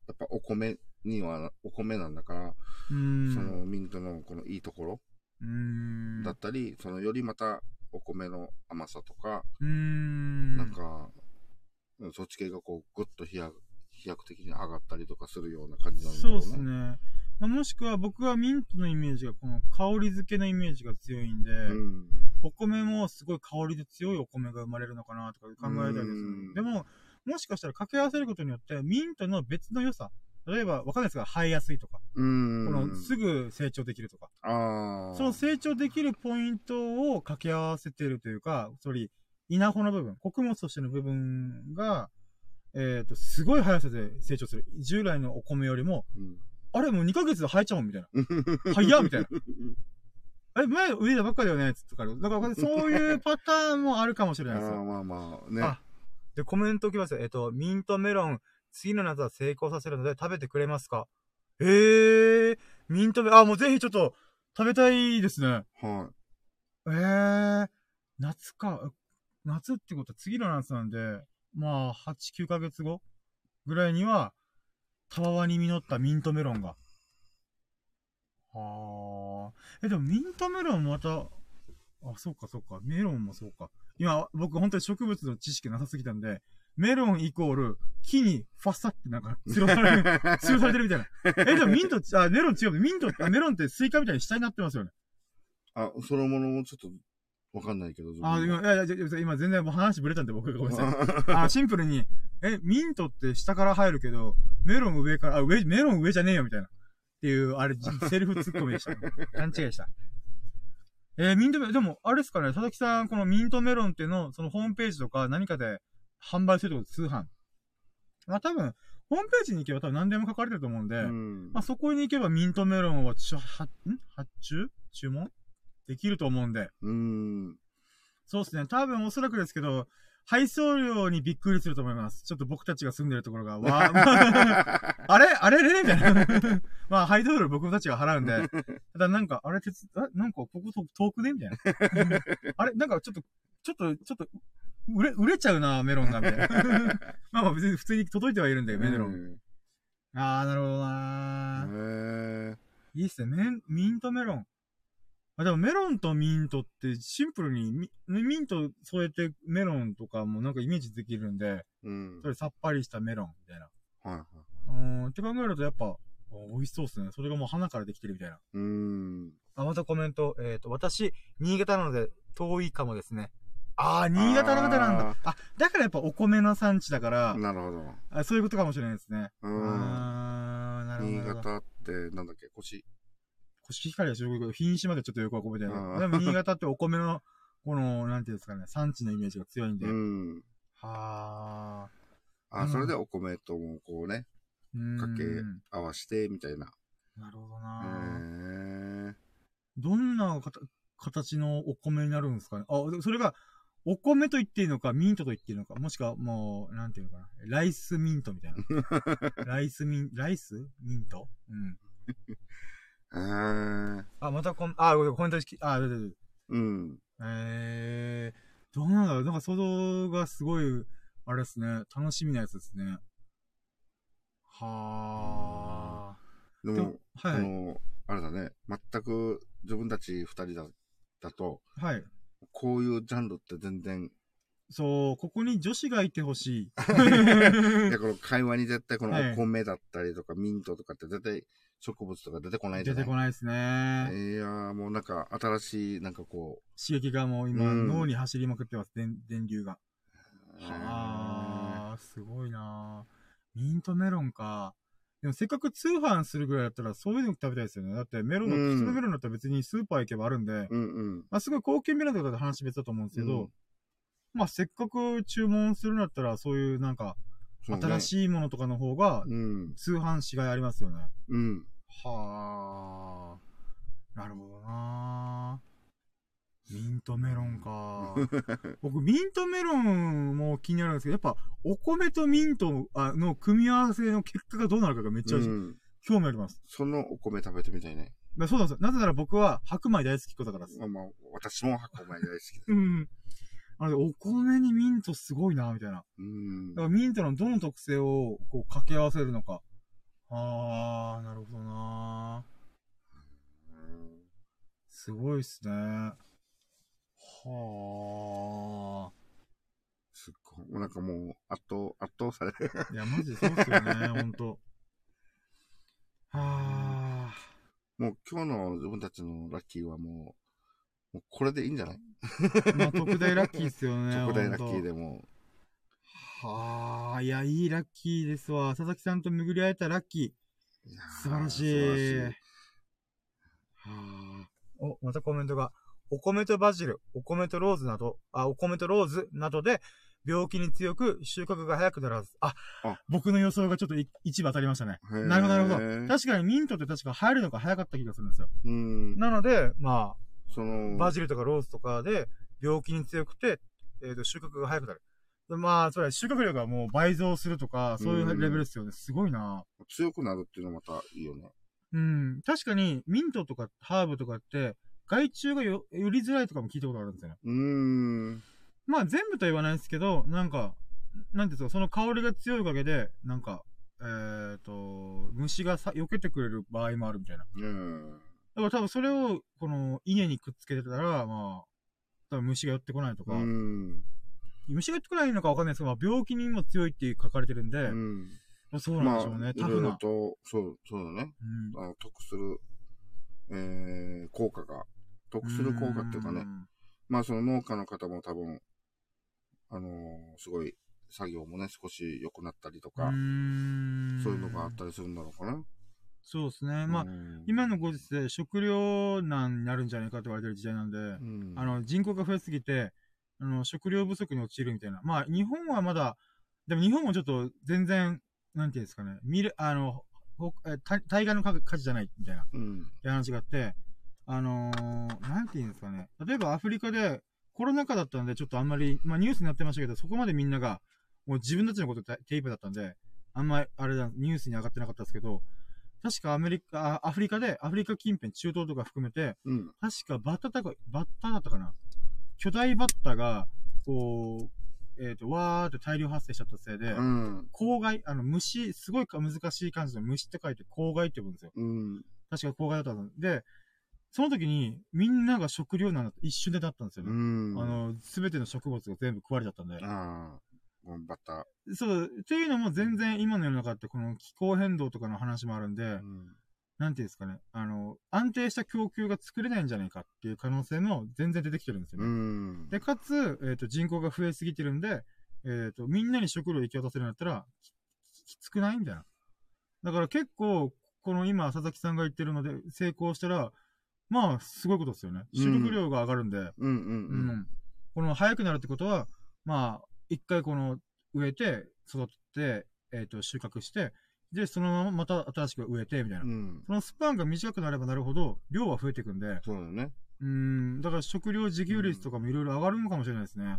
Speaker 2: やっぱお米には、お米なんだから、
Speaker 1: う
Speaker 2: そ
Speaker 1: ん。
Speaker 2: のミントのこのいいところ
Speaker 1: うん。
Speaker 2: だったり、そのよりまたお米の甘さとか、
Speaker 1: うん。
Speaker 2: なんか、そっち系がこう、ぐっと飛躍飛躍的に上がったりとかするような感じなんだろう
Speaker 1: そう
Speaker 2: な。
Speaker 1: ですね。まあ、もしくは僕はミントのイメージが、この香り付けのイメージが強いんで、
Speaker 2: うん。
Speaker 1: お米もすごい香りで強いお米が生まれるのかなとか考えたりす
Speaker 2: うん
Speaker 1: る。でも、もしかしたら掛け合わせることによって、ミントの別の良さ、例えば、わかんないですが、生えやすいとか、
Speaker 2: うん。
Speaker 1: このすぐ成長できるとか、
Speaker 2: ああ。
Speaker 1: その成長できるポイントを掛け合わせてるというか、つまり、稲穂の部分、穀物としての部分が、えっ、と、すごい速さで成長する。従来のお米よりも、
Speaker 2: うん。
Speaker 1: あれもう2ヶ月で生えちゃうみたいな。早っみたいな。え、前植えたばっかだよねつってから。だから、そういうパターンもあるかもしれ
Speaker 2: あ
Speaker 1: ないです
Speaker 2: ー
Speaker 1: よ。
Speaker 2: まあまあ、ね。
Speaker 1: あで、コメント来ますよ。えっと、ミントメロン、次の夏は成功させるので食べてくれますかえー、ミントメロン、あ、もうぜひちょっと食べたいですね。
Speaker 2: は
Speaker 1: えー、夏か。夏ってことは次の夏なんで、まあ、8、9ヶ月後ぐらいには、たわわに実ったミントメロンが。はあ。え、でもミントメロンまた、あ、そうかそうか。メロンもそうか。今、僕本当に植物の知識なさすぎたんで、メロンイコール、木にファッサってなんか、強されてる、
Speaker 2: い。
Speaker 1: 強されてるみたいな。え、でもミント、あ、メロン違う。ミント、あメロンってスイカみたいに下になってますよね。
Speaker 2: あ、そのものもちょっと、わかんないけど、自分
Speaker 1: あ、
Speaker 2: で
Speaker 1: 今、いやいやいや、今全然もう話ぶれたんで僕がごめんなさい。あ、シンプルに、え、ミントって下から入るけど、メロン上から、あ、上、メロン上じゃねえよ、みたいな。っていう、あれ、じセルフツッコミでした。勘違いした。えーミントメロン、でも、あれですかね、佐々木さん、このミントメロンっていうのを、そのホームページとか何かで販売するってこと、通販。まあ多分、ホームページに行けば多分何でも書かれてると思うんで、
Speaker 2: うん
Speaker 1: まあ、そこに行けばミントメロンは、ちょ、は、ん発注注文できると思うんで。
Speaker 2: うん。
Speaker 1: そうですね。多分おそらくですけど、配送料にびっくりすると思います。ちょっと僕たちが住んでるところが、わあれあれれみたいな。 まあ、配送料僕たちが払うんで。ただなんか、あれ、手つ、あなんか、ここと遠くねみたいな。あれなんか、ちょっと、ちょっと、ちょっと、売れ、売れちゃうな、メロンが、みたいな。 まあまあ、別に普通に届いてはいるんだよ、メロン。
Speaker 2: ン。
Speaker 1: あー、なるほど
Speaker 2: へ
Speaker 1: なー。
Speaker 2: え。
Speaker 1: いいっすね。メンミントメロン。あ、でもメロンとミントってシンプルにミ、ミント添えてメロンとかもなんかイメージできるんで、
Speaker 2: うん。
Speaker 1: そ
Speaker 2: はい
Speaker 1: れさっぱりしたメロンみたいな。
Speaker 2: はい。
Speaker 1: うーん、って考えるとやっぱ、お美味しそうっすね。それがもう花からできてるみたいな。
Speaker 2: うん。
Speaker 1: あ、またコメント。えっ、と、私、新潟なので遠いかもですね。あー、新潟の方なんだ。あだからやっぱお米の産地だから、
Speaker 2: なるほど。
Speaker 1: あそういうことかもしれないですね。
Speaker 2: う。
Speaker 1: うんあー、なるほど
Speaker 2: 新
Speaker 1: なるほど。
Speaker 2: 潟って、なんだっけ、腰。
Speaker 1: コシヒカリは中国語、品種までちょっとよく覚えて
Speaker 2: う
Speaker 1: なんい。でも新潟ってお米の、この、なんていうんですかね、産地のイメージが強いんで。
Speaker 2: うん。
Speaker 1: はう
Speaker 2: あ、
Speaker 1: ん
Speaker 2: それでお米ともこうね、
Speaker 1: ー。うん
Speaker 2: かけ合わして、みたいな。
Speaker 1: なるほど
Speaker 2: へ
Speaker 1: な、
Speaker 2: え。
Speaker 1: どんなかた形のお米になるんですかね。あ、でそれが、お米と言っていいのか、ミントと言っていいのか、もしくはもう、なんていうのかな。ライスミントみ たいな。ライスミン、ライスミントうん。
Speaker 2: へえ。
Speaker 1: あ、またこん、あ、ごめんコメントし、あ、どうぞどうぞ
Speaker 2: うん。
Speaker 1: えー、どうなんだろうなんか想像がすごい、あれですね、楽しみなやつですね。は
Speaker 2: で
Speaker 1: ー。
Speaker 2: も、
Speaker 1: は
Speaker 2: あ
Speaker 1: い、
Speaker 2: の、あれだね、全く自分たち二人だ、だと、
Speaker 1: はい。
Speaker 2: こういうジャンルって全然、
Speaker 1: そう、ここに女子がいてほ しい。
Speaker 2: いやこの会話に絶対この
Speaker 1: はい
Speaker 2: お米だったりとかミントとかって絶対植物とか出てこないじゃ
Speaker 1: 出
Speaker 2: な
Speaker 1: て
Speaker 2: い
Speaker 1: こないですね。
Speaker 2: いやーもうなんか新しい、なんかこ
Speaker 1: 刺激がもう今、
Speaker 2: うん
Speaker 1: 脳に走りまくってます、電電流が。
Speaker 2: う、
Speaker 1: はー、すごいなーミントメロンか。でもせっかく通販するぐらいだったらそういうの食べたいですよね。だってメロンの、
Speaker 2: うん
Speaker 1: 普通のメロンだったら別にスーパー行けばあるんで、
Speaker 2: うんうん。
Speaker 1: まあ、すごい高級メロンとかだと話別だと思うんですけど、
Speaker 2: うん
Speaker 1: まあ、せっかく注文するんだったら、そういうなんか、
Speaker 2: そうね
Speaker 1: 新しいものとかの方が、
Speaker 2: うん。
Speaker 1: 通販しがいありますよね。
Speaker 2: うん。
Speaker 1: はあ。なるほどなミントメロンか。 僕、ミントメロンも気になるんですけど、やっぱ、お米とミントあの組み合わせの結果がどうなるかがめっちゃ
Speaker 2: うん
Speaker 1: 興味あります。
Speaker 2: そのお米食べてみたいね。
Speaker 1: まあそうなんですよ。なぜなら僕は白米大好きっ子だからです。
Speaker 2: まあまあ、私も白米大好きだ。
Speaker 1: うん。なので、お米にミントすごいな、みたいな。
Speaker 2: うん
Speaker 1: だか。らミントのどの特性をこう掛け合わせるのか。あー、なるほどなーすごいっすね。はー。
Speaker 2: すっごい。もうなんかもう、圧倒、圧倒される。
Speaker 1: いや、マジでそうっすよ ね、ほんと。は
Speaker 2: もう今日の自分たちのラッキーはもう、もうこれでいいんじゃない
Speaker 1: ー。まあ、特大ラッキーっすよね。
Speaker 2: 特大ラッキ
Speaker 1: ほん
Speaker 2: ー
Speaker 1: と
Speaker 2: でも
Speaker 1: はー。いや、いいラッキーですわ。佐々木さんと巡り会えたラッキ
Speaker 2: う。いや
Speaker 1: ー。
Speaker 2: ー
Speaker 1: 素晴らしい。
Speaker 2: 素晴らしい
Speaker 1: はーお、またコメントが。お米とバジル、お米とローズなど、あ、お米とローズなどで、病気に強く収穫が早くならず。あ、
Speaker 2: あ
Speaker 1: 僕の予想がちょっとい一部当たりましたね。
Speaker 2: へー
Speaker 1: なるほどなるほど確かにミントって確か入るのが早かった気がするんですよ。
Speaker 2: うん。
Speaker 1: なので、ま
Speaker 2: そ
Speaker 1: あ、
Speaker 2: の、
Speaker 1: バジルとかローズとかで病気に強くて、えっ、と、収穫が早くなる。でまあ、それは収穫量がもう倍増するとか、そういうレベルですよね。すごいな
Speaker 2: 強くなるっていうのはまたいいよね。
Speaker 1: うん。確かに、ミントとかハーブとかって、害虫がよ、寄りづらいとかも聞いたことあるんですよね。
Speaker 2: うーん。
Speaker 1: まあ全部とは言わないですけど、なんか、なんていうんですか、その香りが強いおかげで、なんか、えっ、と、虫がさ、避けてくれる場合もあるみたいな。
Speaker 2: うん。
Speaker 1: だから多分それを、この、稲にくっつけてたら、まあ、多分虫が寄ってこないとか、
Speaker 2: うん。
Speaker 1: 虫が寄ってこないのかわかんないですけど、まあ病気にも強いって書かれてるんで、
Speaker 2: うん。
Speaker 1: まあそうなんでしょうね。
Speaker 2: まあ、い
Speaker 1: タ
Speaker 2: ろ
Speaker 1: フ
Speaker 2: いろ
Speaker 1: な。
Speaker 2: と、そう、そうだね。
Speaker 1: うん
Speaker 2: あの得する、えー、効果が、得する効果っていうかね。
Speaker 1: ん
Speaker 2: まあその農家の方も多分、あのーすごい作業もね、少し良くなったりとか、
Speaker 1: ん
Speaker 2: そういうのがあったりするんだろうかな。
Speaker 1: そうですね。まあ、
Speaker 2: うん
Speaker 1: 今のご時世、食糧難になるんじゃないかと言われてる時代なんで、
Speaker 2: うん
Speaker 1: あの、人口が増えすぎて、あの、食料不足に陥るみたいな。まあ、日本はまだ、でも日本もちょっと全然、なんていうんですかね、見る、あの、ほえた対岸の火火事じゃないみたいな
Speaker 2: うん。
Speaker 1: 話があって、あのーなんていうんですかね。例えばアフリカでコロナ禍だったんで、ちょっとあんまり、まあニュースになってましたけど、そこまでみんなが、もう自分たちのことで手一杯だったんで、あんまり、あれだ、ニュースに上がってなかったですけど、確かアメリカ、あアフリカで、アフリカ近辺、中東とか含めて、
Speaker 2: うん。
Speaker 1: 確かバッタだか、バッタだったかな巨大バッタが、こう、えっ、と、わーって大量発生しちゃったせいで、
Speaker 2: うん。
Speaker 1: 公害、あの、虫、すごいか難しい感じの虫って書いて、公害って呼ぶんですよ。
Speaker 2: うん。
Speaker 1: 確か公害だったんで、その時に、みんなが食料なんだって一瞬でなったんですよ
Speaker 2: う
Speaker 1: ね。
Speaker 2: ん。
Speaker 1: あ、の、すべての植物が全部食われちゃったんで。
Speaker 2: ああ、頑張った。
Speaker 1: そう、っていうのも全然今の世の中ってこの気候変動とかの話もあるんで、
Speaker 2: うん。
Speaker 1: なんていうんですかね、あの、安定した供給が作れないんじゃないかっていう可能性も全然出てきてるんですよね。
Speaker 2: うん。
Speaker 1: で、かつ、えっ、と、人口が増えすぎてるんで、えっ、と、みんなに食料を行き渡せるんだったら、ききつくないみたいな。だから結構、この今、佐々木さんが言ってるので、成功したら、まあ、すごいことですよね。
Speaker 2: うん
Speaker 1: 収穫量が上がるんで、
Speaker 2: うん
Speaker 1: う
Speaker 2: うん
Speaker 1: ん。この、早くなるってことは、まあ、一回この、植えて、育てて、えっ、と、収穫して、で、そのまままた新しく植えて、みたいな。
Speaker 2: うん。うん。
Speaker 1: そのスパンが短くなればなるほど、量は増えていくんで、
Speaker 2: そうだね。
Speaker 1: うーん、だから食料自給率とかもいろいろ上がるのかもしれないですね。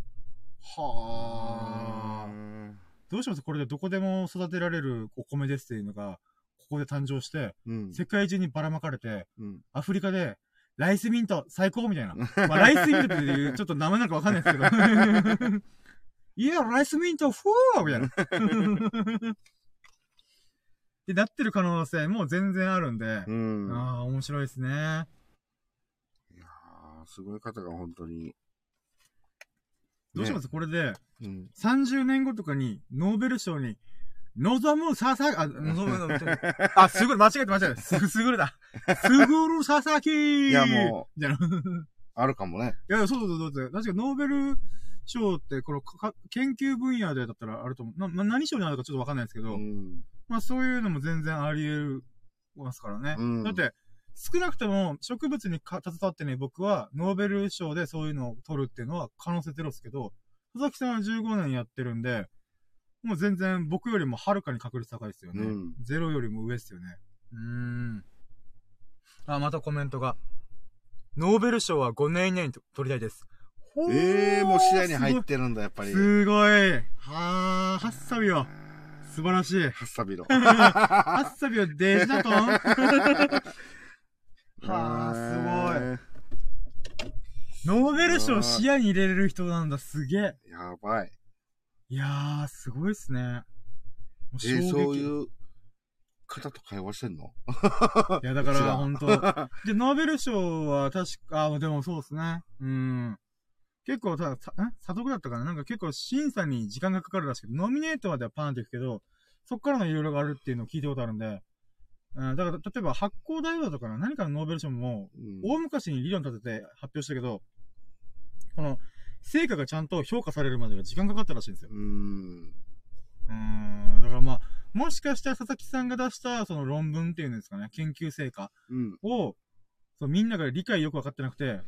Speaker 1: は
Speaker 2: う
Speaker 1: あ。
Speaker 2: ん
Speaker 1: どうしますこれでどこでも育てられるお米ですっていうのが、ここで誕生して、
Speaker 2: うん。
Speaker 1: 世界中にばらまかれて、
Speaker 2: うん。
Speaker 1: アフリカで、ライスミント最高みたいな。まあ、ライスミントっていう、ちょっと名前なんかわかんないですけど。 いや、ライスミント、フォーみたいな。 ってなってる可能性も全然あるんで、
Speaker 2: うん。
Speaker 1: ああ、面白いですね。
Speaker 2: いやーすごい方が本当に。
Speaker 1: どうします、これで、
Speaker 2: ねうん。
Speaker 1: 30年後とかに、ノーベル賞に、望むささ、 あ、望む、あ、すぐる、間違えて間違えて、す、すぐるだ。すぐるささき
Speaker 2: いやも
Speaker 1: う。じゃあ
Speaker 2: あるかもね。
Speaker 1: いや、そうそうそうそう。確かノーベル賞って、この、かか研究分野でだったらあると思う。な、な何賞になるかちょっとわかんないですけ
Speaker 2: う
Speaker 1: ど、
Speaker 2: ん。
Speaker 1: まあそういうのも全然あり得ますからね。
Speaker 2: うん
Speaker 1: だって、少なくとも植物にか携わってね、僕はノーベル賞でそういうのを取るっていうのは可能性ゼロですけど、佐々木さんは15年やってるんで、もう全然僕よりもはるかに確率高いですよね。
Speaker 2: うん
Speaker 1: ゼロよりも上ですよね。うーん。あ、またコメントが。ノーベル賞は5年以内にと取りたいです。
Speaker 2: ええー、もう視野に入っててるんだ、やっぱり。
Speaker 1: すごい。はあ、はっさびよ。素晴らしい。
Speaker 2: はっさびろ。
Speaker 1: ハッサビはデジだ とん はあ、すごい。
Speaker 2: えー
Speaker 1: ノーベル賞視野に入れれる人なんだ、すげえ。
Speaker 2: やばい。
Speaker 1: いやー、すごいっすね。もう
Speaker 2: え
Speaker 1: 衝撃
Speaker 2: そういう方と会話してんの
Speaker 1: いや、だか
Speaker 2: うちは
Speaker 1: ら、本 当で、ノーベル賞は確か、あ、でもそうですね。うん。結構、ただ、さん査読だったかななんか結構審査に時間がかかるらしくて、ノミネートまではパーンっていくけど、そっからのいろいろがあるっていうのを聞いたことあるんで、うん、だから、例えば発光大王とかの何かのノーベル賞も、
Speaker 2: うん
Speaker 1: 大昔に理論立てて発表したけど、この、成果がちゃんと評価されるまでが時間かかったらしいんですよ。
Speaker 2: うん。
Speaker 1: うーん、だからまあ、もしかしたら佐々木さんが出したその論文っていうんですかね、研究成果
Speaker 2: うん。
Speaker 1: を、そうみんなが理解よく分かってなくて、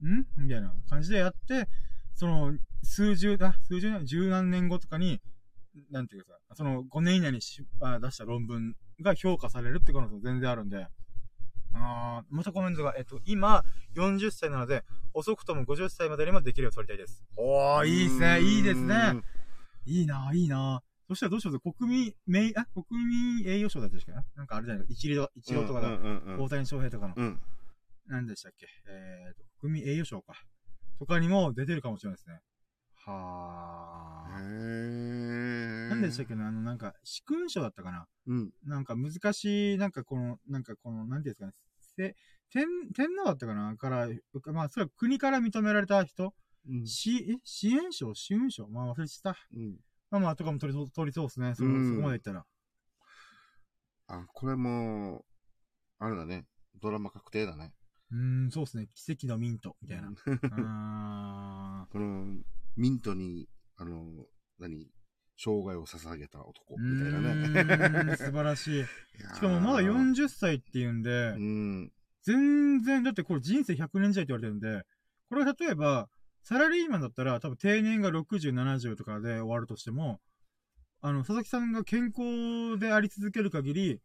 Speaker 1: んんみたいな感じでやって、その、数十、あ、数十年、十何年後とかに、なんていうかさ、その5年以内にしあ出した論文が評価されるって可能性も全然あるんで、あーまたコメントが、えっと、今、40歳なので、遅くとも50歳までにもできるよう取りたいです。おー、いいですね、いいですね。いいなぁ、いいなぁ。そしたらどうしようぜ国民、名、あ、国民栄誉賞だったでしょなんかあれじゃない一流とか、一
Speaker 2: うん。
Speaker 1: 流とかだ、
Speaker 2: うんうんうん
Speaker 1: 大谷翔平とかの、
Speaker 2: うん。
Speaker 1: なんでしたっけえーと、国民栄誉賞か。とかにも出てるかもしれないですね。はぁ、
Speaker 2: へえ。
Speaker 1: なんでしたっけねあの、なんか、仕勲賞だったかな
Speaker 2: うん。
Speaker 1: なんか難しい、なんかこの、なんかこの、なんていうんですかね。せ天、天皇だったかなから、まあ、それは国から認められた人、
Speaker 2: うん。
Speaker 1: し、え支援賞支援賞まあ、忘れてた。
Speaker 2: うん。
Speaker 1: まあまあ、とかも取りそう、取りそうですね。そ,、
Speaker 2: うん
Speaker 1: そこまでいったら。
Speaker 2: あ、これも、あれだね。ドラマ確定だね。
Speaker 1: うーん、そうですね。奇跡のミント、みたいな。
Speaker 2: うん
Speaker 1: あ
Speaker 2: この、ミントに、あの、何生涯を捧げた男、
Speaker 1: ー
Speaker 2: みたいなね。
Speaker 1: うーん素晴らしい。しかもまだ
Speaker 2: 四
Speaker 1: 40歳っていうんで
Speaker 2: う、ん。
Speaker 1: 全然、だってこれ人生100年時代って言われてるんで、これが例えば、サラリーマンだったら多分定年が60、70とかで終わるとしても、あの、佐々木さんが健康であり続ける限り、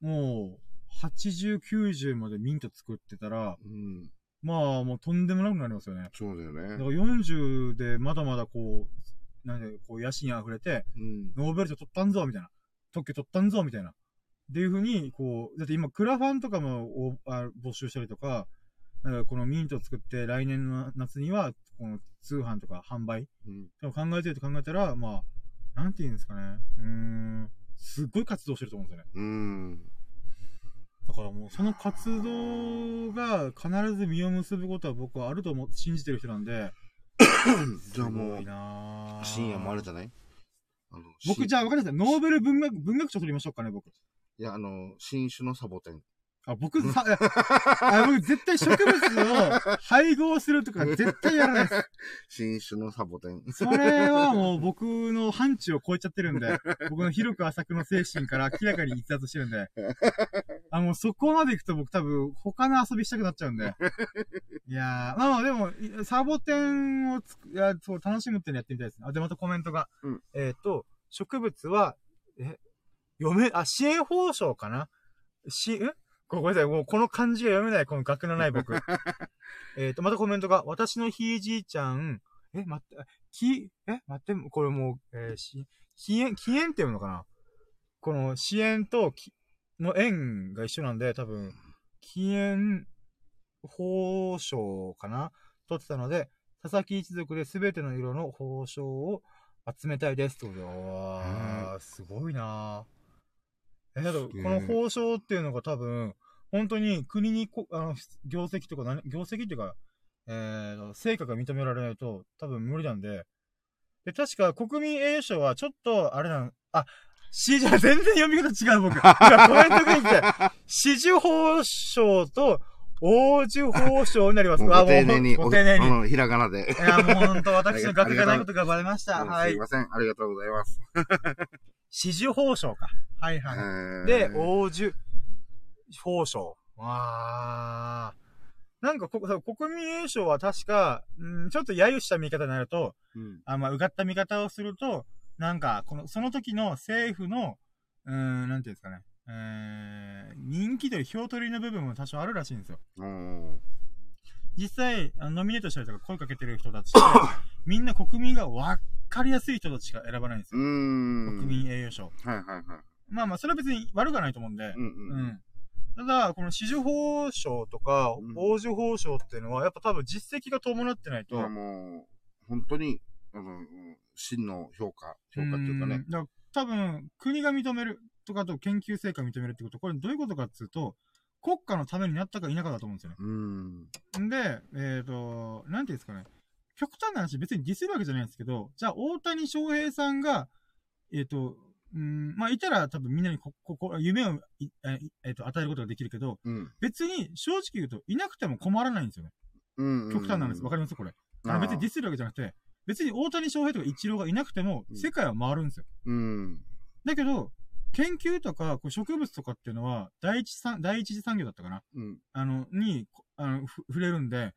Speaker 1: もう、80、90までミント作ってたら、
Speaker 2: うん。
Speaker 1: まあ、もうとんでもなくなりますよね。
Speaker 2: そうだよ
Speaker 1: だから
Speaker 2: ね。
Speaker 1: 40でまだまだこう、なんで、こう、野心溢れて、
Speaker 2: うん。
Speaker 1: ノーベル賞取ったんぞみたいな。特許取ったんぞみたいな。っていうふうに、こう、だって今、クラファンとかもおあ募集したりとか、なんかこのミントを作って来年の夏には、この通販とか販売
Speaker 2: うん。
Speaker 1: でも考えてると考えたら、まあ、なんて言うんですかね。うーん、すっごい活動してると思うんですよね。
Speaker 2: うん。
Speaker 1: だからもう、その活動が必ず実を結ぶことは僕はあると思う、信じてる人なんで、
Speaker 2: じゃあ
Speaker 1: すご
Speaker 2: も、
Speaker 1: いうなぁ
Speaker 2: 深夜もあれじゃないあの
Speaker 1: 僕、
Speaker 2: し
Speaker 1: じゃあ分かりました。ノーベル文学、文学賞取りましょうかね、僕。
Speaker 2: いや、あの、新種のサボテン。
Speaker 1: あ、僕さ、あ僕絶対植物を配合するとか絶対やらないです。
Speaker 2: 新種のサボテン。
Speaker 1: それはもう僕の範疇を超えちゃってるんで、僕の広く浅くの精神から明らかに逸脱してるんで、あ、もうそこまで行くと僕多分他の遊びしたくなっちゃうんで。いやー、まあまあでも、いサボテンをつくいやそう楽しむっていうのやってみたいですね。あ、で、またコメントが。
Speaker 2: うん
Speaker 1: えっ、と、植物は、え、読め、あ、支援法章かなし、んごめんなさい、もうこの漢字が読めない、この学のない僕。えっと、またコメントが、私のひいじいちゃん、え、待って、き、え、待って、これもう、えーし、起源、起源って読むのかなこの、支援とき、の縁が一緒なんで、多分、起源、宝章かな取ってたので、佐々木一族で全ての色の宝章を集めたいですってことで、わー、すごいなーえ、だと、こ
Speaker 2: すげ
Speaker 1: の
Speaker 2: ー
Speaker 1: 宝章っていうのが多分、本当に国にこ、あの、業績とか何、業績っていうか、えー、成果が認められないと多分無理なんで、で、確か国民栄誉賞はちょっと、あれなん、あ、し、 じゃあ全然読み方違う僕。今コメントが来て、四十宝章と王十宝章になります。
Speaker 2: もうご丁寧に、
Speaker 1: あもうご丁寧に。い
Speaker 2: うんひらがなで。
Speaker 1: や、もう 本当私の学がないことがバレました。は
Speaker 2: すい
Speaker 1: い。
Speaker 2: ません。ありがとうございます。
Speaker 1: 四十宝章か。はいはい。で、王樹、宝章。わー。なんかこ、そう国民栄賞は確か、うんちょっと揶揄した見方になると、
Speaker 2: うん
Speaker 1: あまあ、うがった見方をすると、なんか、この、その時の政府の、うーん、なんていうんですかね、えー、人気という票取りの部分も多少あるらしいんですよ。
Speaker 2: うん。
Speaker 1: 実際、あのノミネートしたりとか声かけてる人 たちって、みんな国民がわかりやすい人たちしか選ばないんです
Speaker 2: う
Speaker 1: よ。
Speaker 2: ん。
Speaker 1: 国民栄誉賞。
Speaker 2: はいはいはい。
Speaker 1: まあまあ、それは別に悪くはないと思うんで、
Speaker 2: うん
Speaker 1: う
Speaker 2: うん。
Speaker 1: ん。ただ、この四十法賞とか
Speaker 2: うん、
Speaker 1: 王子法賞っていうのは、やっぱ多分実績が伴ってないと、
Speaker 2: だからもう、本当に、あの、うん真の評価、評価っていうかね
Speaker 1: ん。。だから多分、国が認めるとかと研究成果を認めるってこと、これどういうことかっていうと、国家のためになったか否かだと思うんですよね。
Speaker 2: うん。
Speaker 1: んで、えっ、と、なんていうんですかね。極端な話、別にディスるわけじゃないんですけど、じゃあ大谷翔平さんが、えっ、と、うん、まあ、いたら多分みんなにこ、こ、こ夢をい、えっ、えーと、与えることができるけど、
Speaker 2: うん。
Speaker 1: 別に正直言うと、いなくても困らないんですよね。
Speaker 2: うん。
Speaker 1: 極端なんです。わかりますこれ。あの別にディスるわけじゃなくて、別に大谷翔平とか一郎がいなくても
Speaker 2: う、ん
Speaker 1: 世界は回るんですよ。
Speaker 2: うん。
Speaker 1: だけど、研究とか、こう植物とかっていうのは、第一産、第一次産業だったかな。
Speaker 2: うん。
Speaker 1: あの、に、こあの、ふ触れるんで、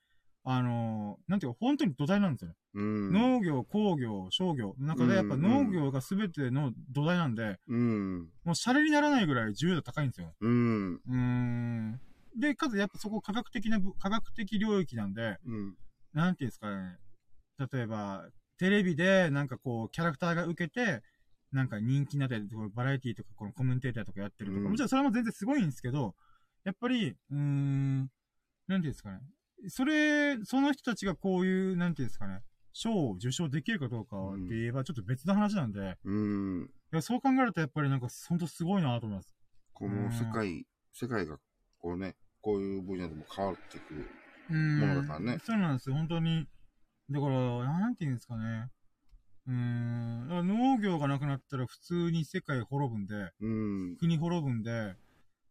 Speaker 1: あのーなんていうか、本当に土台なんですよね。
Speaker 2: うん。
Speaker 1: 農業、工業、商業の中で、やっぱ農業が全ての土台なんで、
Speaker 2: うん。
Speaker 1: もうシャレにならないぐらい自由度高いんですよね。
Speaker 2: うん。
Speaker 1: うーん。で、かつやっぱそこ科学的な部、科学的領域なんで、
Speaker 2: うん。
Speaker 1: なんていうんですかね。例えば、テレビでなんかこう、キャラクターが受けて、なんか人気になったりとか、バラエティとか、このコメンテーターとかやってるとか、
Speaker 2: うん
Speaker 1: もちろんそれも全然すごいんですけど、やっぱり、うーん、なんていうんですかね。それ、その人たちがこういう、なんていうんですかね、賞を受賞できるかどうかって言えば、ちょっと別の話なんで、い
Speaker 2: うん。
Speaker 1: やそう考えるとやっぱりなんか、ほんとすごいなと思います。
Speaker 2: この世界、世界が、こうね、こういう分野でも変わってくる。
Speaker 1: うん
Speaker 2: ものだからね
Speaker 1: そうなんですよ、本当に。だから、なんていうんですかね。うーん。だから農業がなくなったら普通に世界滅ぶんで、
Speaker 2: うん。
Speaker 1: 国滅ぶんで、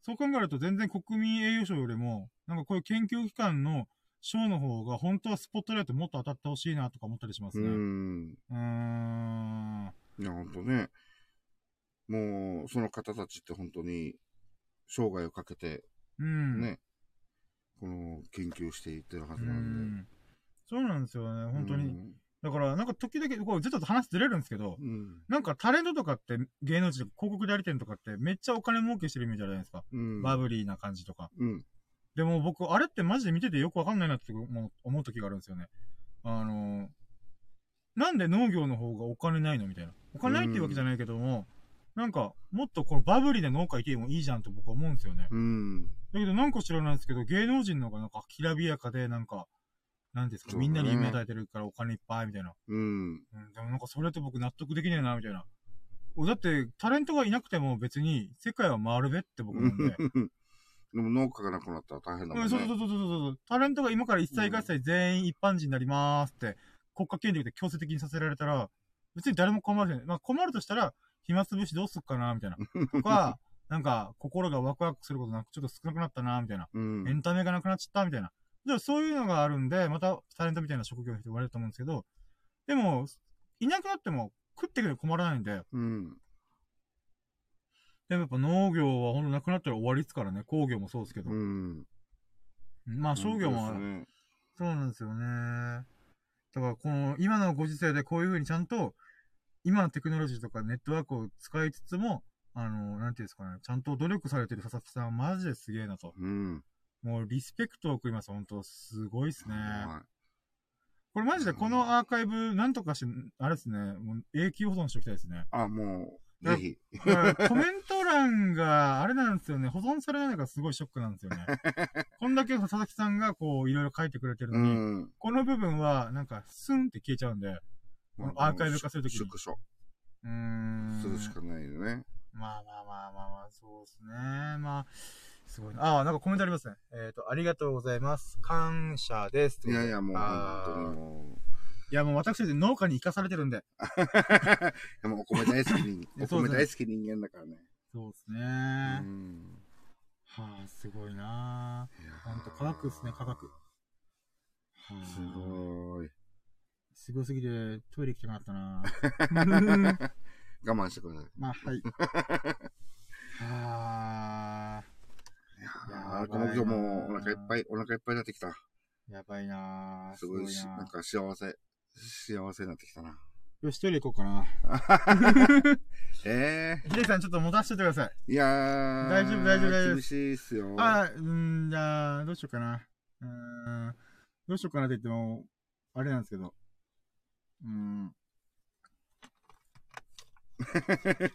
Speaker 1: そう考えると全然国民栄誉賞よりも、なんかこういう研究機関の賞の方が本当はスポットライトもっと当たってほしいなとか思ったりします
Speaker 2: う。
Speaker 1: ね。うんーん。
Speaker 2: いや、ほんとね。もう、その方たちって本当に、生涯をかけて、
Speaker 1: うん。
Speaker 2: ね、この、研究していってるは
Speaker 1: う
Speaker 2: ずなんで。
Speaker 1: ん。そうなんですよね、本当に。
Speaker 2: うん。
Speaker 1: だから、なんか時々、こう、ちょっと話ずれるんですけど、
Speaker 2: うん。
Speaker 1: なんかタレントとかって芸能人とか広告代理店とかってめっちゃお金儲けしてるイメージあるじゃないですか。
Speaker 2: うん。
Speaker 1: バブリーな感じとか。
Speaker 2: うん。
Speaker 1: でも僕、あれってマジで見ててよくわかんないなって思う思う時があるんですよね。あのーなんで農業の方がお金ないのみたいな。お金ないっていうわけじゃないけども、なんか、もっとこのバブリーな農家いてもいいじゃんと僕は思うんですよね。
Speaker 2: うん。
Speaker 1: だけどなんか知らないですけど、芸能人の方がなんかきらびやかで、なんか、なんていうんですか、
Speaker 2: そうだ
Speaker 1: み
Speaker 2: ね
Speaker 1: んなに夢与えてるからお金いっぱいみたいな。
Speaker 2: うん。
Speaker 1: うん、でもなんかそれって僕納得できねえな、みたいな。だって、タレントがいなくても別に世界は回るべって僕なんで。
Speaker 2: でも農家がなくなったら大変だ
Speaker 1: う
Speaker 2: もん
Speaker 1: ん、そう
Speaker 2: ね
Speaker 1: そう。そうそうそう。タレントが今から一切合切全員一般人になりますって、国家権力で強制的にさせられたら、別に誰も困らせない。まあ困るとしたら、暇つぶしどうすっかな、みたいな。と か、なんか心がワクワクすることなくちょっと少なくなったな、みたいな。
Speaker 2: うん
Speaker 1: エ。ンタメがなくなっちゃったみたいな。じゃあそういうのがあるんで、またタレントみたいな職業の人言われると思うんですけど、でも、いなくなっても食ってくれば困らないんで、
Speaker 2: うん。
Speaker 1: でもやっぱ農業はほんとなくなったら終わりですからね、工業もそうですけど。
Speaker 2: うん。
Speaker 1: まあ商業も、
Speaker 2: そうですね
Speaker 1: そうなんですよね。だからこの今のご時世でこういうふうにちゃんと、今のテクノロジーとかネットワークを使いつつも、あの、なんていうんですかね、ちゃんと努力されてる佐々木さんはマジですげえなと。
Speaker 2: うん。
Speaker 1: もうリスペクトを送ります、本当すごいっすね。
Speaker 2: は
Speaker 1: これマジでこのアーカイブ、なんとかして、あれですね、もう永久保存しておきたいです ね。
Speaker 2: い。あ、もう、
Speaker 1: え
Speaker 2: ぜひ。
Speaker 1: これコメント欄が、あれなんですよね、保存されないのがすごいショックなんですよね。こんだけ佐々木さんがこう、いろいろ書いてくれてる
Speaker 2: う
Speaker 1: のに、
Speaker 2: ん。
Speaker 1: この部分は、なんか、スンって消えちゃうんで、うこのアーカイブ化するときに
Speaker 2: 縮小。
Speaker 1: ーん。
Speaker 2: するしかないよね。
Speaker 1: まあまあまあまあまあ、そうですね。まあ、すごいな。ああ、なんかコメントありますね。えっ、と、ありがとうございます。感謝です。
Speaker 2: いやいや、もう、
Speaker 1: あー
Speaker 2: 本当に も
Speaker 1: いや、もう私たち農家に生かされてるんで。
Speaker 2: う。でも、お米大好き人
Speaker 1: いや
Speaker 2: お
Speaker 1: そうで
Speaker 2: 米
Speaker 1: すね
Speaker 2: 大好き人間だからね。
Speaker 1: そうですね。
Speaker 2: うん。
Speaker 1: はあ、すごいな。
Speaker 2: いやー
Speaker 1: ほんと科学っすね科学。はあ
Speaker 2: すごい。
Speaker 1: すごすぎて、トイレ行きたくなった な
Speaker 2: 我慢してください。
Speaker 1: まあ、はい。はあ、
Speaker 2: い
Speaker 1: やばいなー
Speaker 2: やー、この今日もうお腹いっぱい、お腹いっぱいになってきた。
Speaker 1: やばいな
Speaker 2: すごいし、
Speaker 1: な
Speaker 2: なん
Speaker 1: よ
Speaker 2: か幸せ、幸せになってきたな。
Speaker 1: し、トイレ行こうかな。
Speaker 2: ええ
Speaker 1: 秀樹さん、ちょっと持たせててください。
Speaker 2: いやー。
Speaker 1: 大丈夫大丈夫大丈夫
Speaker 2: 厳しいっすよ。
Speaker 1: あーうーん、じゃあ、どうしようかな。うーん、どうしようかなって言っても、あれなんですけど。うーん。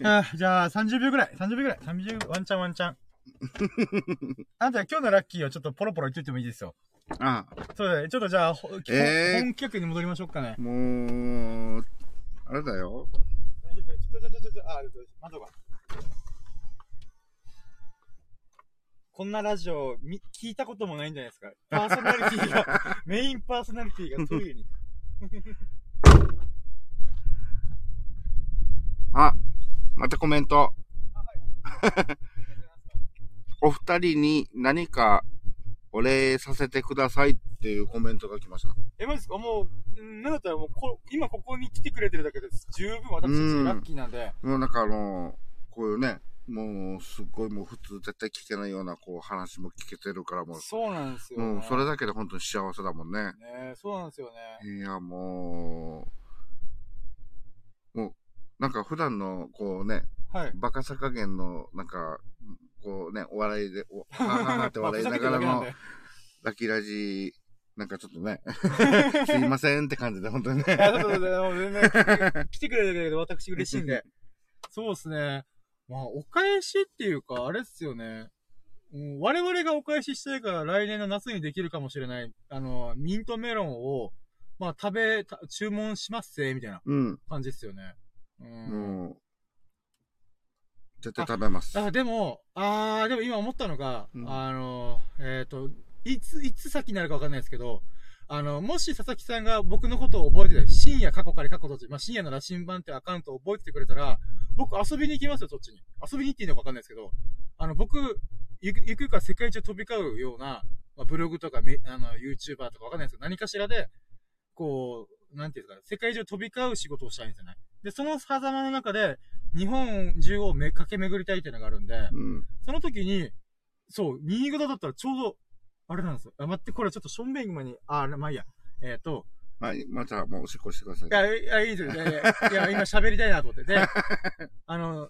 Speaker 1: あーじゃあ、30秒ぐらい。30秒ぐらい。30秒、ワンチャンワンチャン。あんた、今日のラッキーをちょっとポロポロ言っといてもいいですよ。
Speaker 2: あ、
Speaker 1: そうだね。ちょっとじゃあ、ほ
Speaker 2: えー
Speaker 1: 本企画に戻りましょうかね。
Speaker 2: もう、あれだよ。
Speaker 1: 大丈夫ちょちょちょちょちょ、あ、待とうか。こんなラジオ、み、聞いたこともないんじゃないですか。パーソナリティが、メインパーソナリティがトイレに。
Speaker 2: あ、またコメント。 お二人に何かお礼させてくださいっていうコメントが来ました。
Speaker 1: え、マジですかもう、んなんだったらもうこ、今ここに来てくれてるだけで十分私たち
Speaker 2: うん
Speaker 1: ラッキーなんで。
Speaker 2: もうなんかあの、こういうね、もうすっごいもう普通絶対聞けないようなこう話も聞けてるからもう、
Speaker 1: そうなんですよ、ね。
Speaker 2: もうそれだけで本当に幸せだもんね。
Speaker 1: ねそうなんですよね。
Speaker 2: いや、もう、もう、なんか普段のこうね、
Speaker 1: はい。
Speaker 2: バカさ加減の、なんか、こうね、お笑いで、おはあはあはあって
Speaker 1: まあ
Speaker 2: 笑いな が
Speaker 1: ふざけてるだけな
Speaker 2: ら
Speaker 1: ん
Speaker 2: の
Speaker 1: で、
Speaker 2: ラキラジ、なんかちょっとね、 すいませんって感じで、本当に
Speaker 1: いや、
Speaker 2: ね。
Speaker 1: そうそうそうもう全然来て、来てくれるだけで私嬉しいんで。そうですね。まあ、お返しっていうか、あれっすよね。うん我々がお返ししたいから来年の夏にできるかもしれない、あの、ミントメロンを、まあ、食べ、た注文しますぜ、みたいな
Speaker 2: うん、
Speaker 1: 感じっすよね。うん。
Speaker 2: もう、絶対食べます。
Speaker 1: あ、でも、あー、でも今思ったのが、
Speaker 2: うん
Speaker 1: あの、えっ、と、いつ、いつ先になるかわかんないですけど、あの、もし佐々木さんが僕のことを覚えてて、深夜過去から過去とち、まあ、深夜の羅針盤ってアカウントを覚えててくれたら、僕遊びに行きますよ、そっちに。遊びに行っていいのかわかんないですけど、あの、僕、ゆくゆくゆくは世界中飛び交うような、まあ、ブログとかめ、あの、YouTuber とかわかんないですけど、何かしらで、こう、なんていうんですか、世界中飛び交う仕事をしたいんですよね。で、その狭間の中で、日本中をめ駆け巡りたいっていうのがあるんで、
Speaker 2: うん。
Speaker 1: その時に、そう、新潟だったらちょうど、あれなんですよ。あ、待って、これちょっとションベングマに、あ、まあいいや。えっ、と、
Speaker 2: まあ、またもうおしっこしてください
Speaker 1: い。や、いや、いいですよ。いやいやいや、今喋りたいなと思って。で、あの、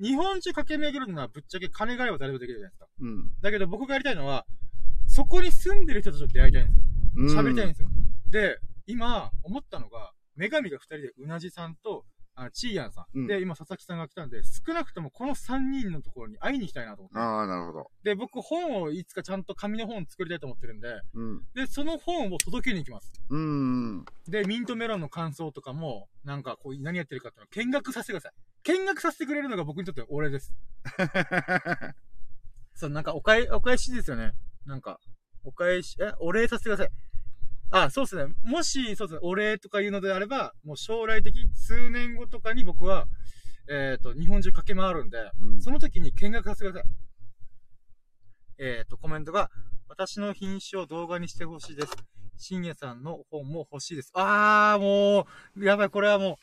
Speaker 1: 日本中駆け巡るのはぶっちゃけ金があれば誰でもできるじゃないですか。
Speaker 2: うん。
Speaker 1: だけど僕がやりたいのは、そこに住んでる人たちと出会いたいんですよ。
Speaker 2: うん
Speaker 1: 喋りたいんですよ。で、今、思ったのが、女神が二人でうなじさんと、あの、ちーやんさん。
Speaker 2: うん
Speaker 1: で、今、佐々木さんが来たんで、少なくともこの三人のところに会いに行きたいなと思って。
Speaker 2: ああ、なるほど。
Speaker 1: で、僕、本をいつかちゃんと紙の本を作りたいと思ってるんで、
Speaker 2: うん。
Speaker 1: で、その本を届けに行きます。
Speaker 2: うん。
Speaker 1: で、ミントメロンの感想とかも、なんか、こう、何やってるかっていうのを見学させてください。見学させてくれるのが僕にとってお礼です。そう、なんか、お返、お返しですよね。なんか、お返し、え、お礼させてください。あ、そうですね。もし、そうですね、お礼とかいうのであれば、もう将来的、数年後とかに僕は、えっ、と、日本中駆け回るんで、
Speaker 2: うん
Speaker 1: その時に見学させてください。えっ、と、コメントが、私の品種を動画にしてほしいです。深夜さんの本も欲しいです。あー、もう、やばい、これはもう、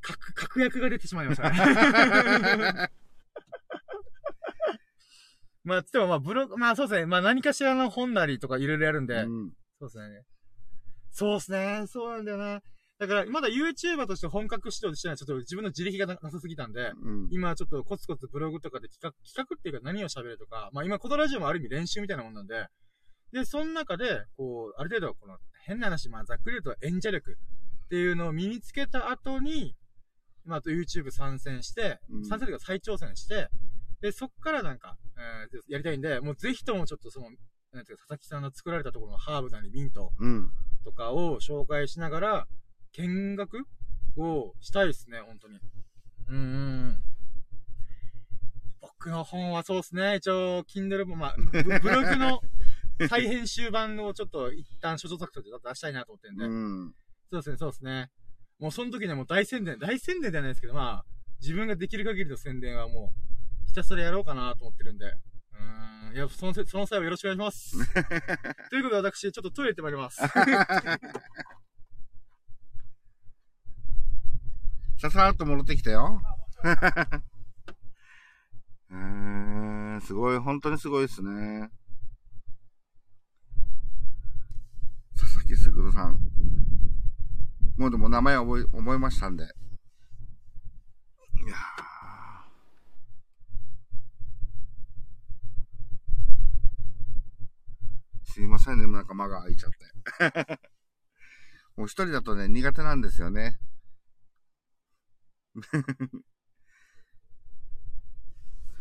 Speaker 1: 確、確約が出てしまいましたね。 まあ、つってもまあ、ブログ、まあそうですね。まあ何かしらの本なりとかいろいろやるんで、
Speaker 2: うん
Speaker 1: そうですね。そうですね。そうなんだよな。だから、まだ YouTuber として本格指導してない、ちょっと自分の自力がななさすぎたんで、
Speaker 2: うん。
Speaker 1: 今ちょっとコツコツブログとかで企画、企画っていうか何を喋るとか、まあ今、このラジオもある意味練習みたいなもんなんで、で、その中で、こう、ある程度、この、変な話、まあざっくり言うと演者力っていうのを身につけた後に、まああと YouTube 参戦して、
Speaker 2: うん
Speaker 1: 参戦というか再挑戦して、で、そっからなんか、えーやりたいんで、もうぜひともちょっとその、なんていうか、佐々木さんの作られたところのハーブなりミント
Speaker 2: うん。
Speaker 1: とかを紹介しながら、見学をしたいですね、本当に。うーん。僕の本はそうですね、一応、Kindle も、まあ、ブブログの再編集版をちょっと一旦所蔵作として出したいなと思ってるんで、
Speaker 2: うん。
Speaker 1: そうですね、そうですね。もうその時にはもう大宣伝、大宣伝ではないですけど、まあ、自分ができる限りの宣伝はもう、ひたすらやろうかなと思ってるんで、うーん、いや、そのせ、その際はよろしくお願いします。ということで私、ちょっとトイレ行ってまいります。
Speaker 2: ささーっと戻ってきたよ。 うーん、すごい、本当にすごいですね。佐々木すぐるさん。もうでも名前覚え、覚えましたんで。いやーすいませんね、なんか間が空いちゃって。 もう一人だとね、苦手なんですよね。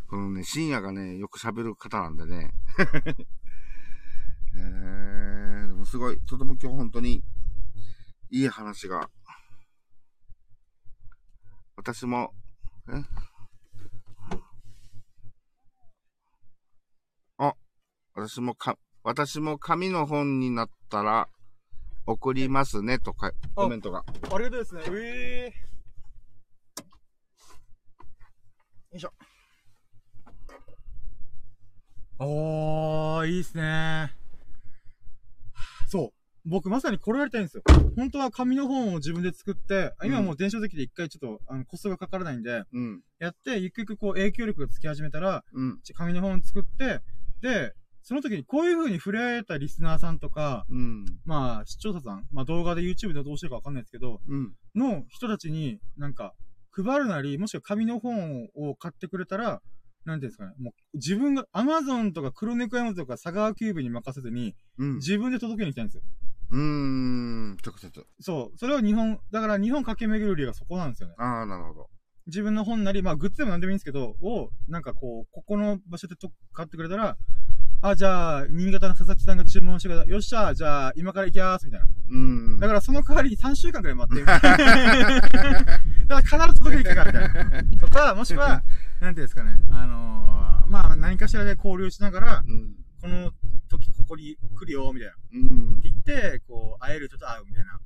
Speaker 2: このね、深夜がね、よく喋る方なんでね。 えー、でもすごい、とても今日本当に、いい話が。私も、えあ、私もか、私も紙の本になったら、送りますね、とか、コメントが。
Speaker 1: ありがとうですね。うえー。よいしょ。おー、いいっすねそう。僕まさにこれやりたいんですよ。本当は紙の本を自分で作って、あ今はもう電子書籍で一回ちょっと、あの、コストがかからないんで、
Speaker 2: うん、
Speaker 1: やって、ゆくゆくこう影響力がつき始めたら、
Speaker 2: うん、
Speaker 1: ち紙の本を作って、で、その時にこういう風に触れ合えたリスナーさんとか、
Speaker 2: うん、
Speaker 1: まあ、視聴者さん、まあ動画で YouTube でどうしてるかわかんないですけど、
Speaker 2: うん、
Speaker 1: の人たちになんか配るなり、もしくは紙の本を買ってくれたら、なんていうんですかね、もう自分が Amazon とか黒猫山とか佐川急便に任せずに、
Speaker 2: うん、
Speaker 1: 自分で届けに行きたいんですよ。
Speaker 2: うん、直接。
Speaker 1: そう。それを日本、だから日本駆け巡る理由がそこなんですよね。
Speaker 2: ああ、なるほど。
Speaker 1: 自分の本なり、まあグッズでも何でもいいんですけど、を、なんかこう、ここの場所でと買ってくれたら、あ、じゃあ、新潟の佐々木さんが注文してくれた。よっしゃ、じゃあ、今から行きます、みたいな。
Speaker 2: うん。
Speaker 1: だからその代わりに3週間くらい待って みたいな。だから必ず届けに行くから、み たいな。とか、もしくは、なんていうんですかね、あのー、まあ、何かしらで交流しながら、
Speaker 2: うん、
Speaker 1: この時ここに来るよ、みたいな。
Speaker 2: うん。
Speaker 1: 言って、こう、会える人と会うみたいな。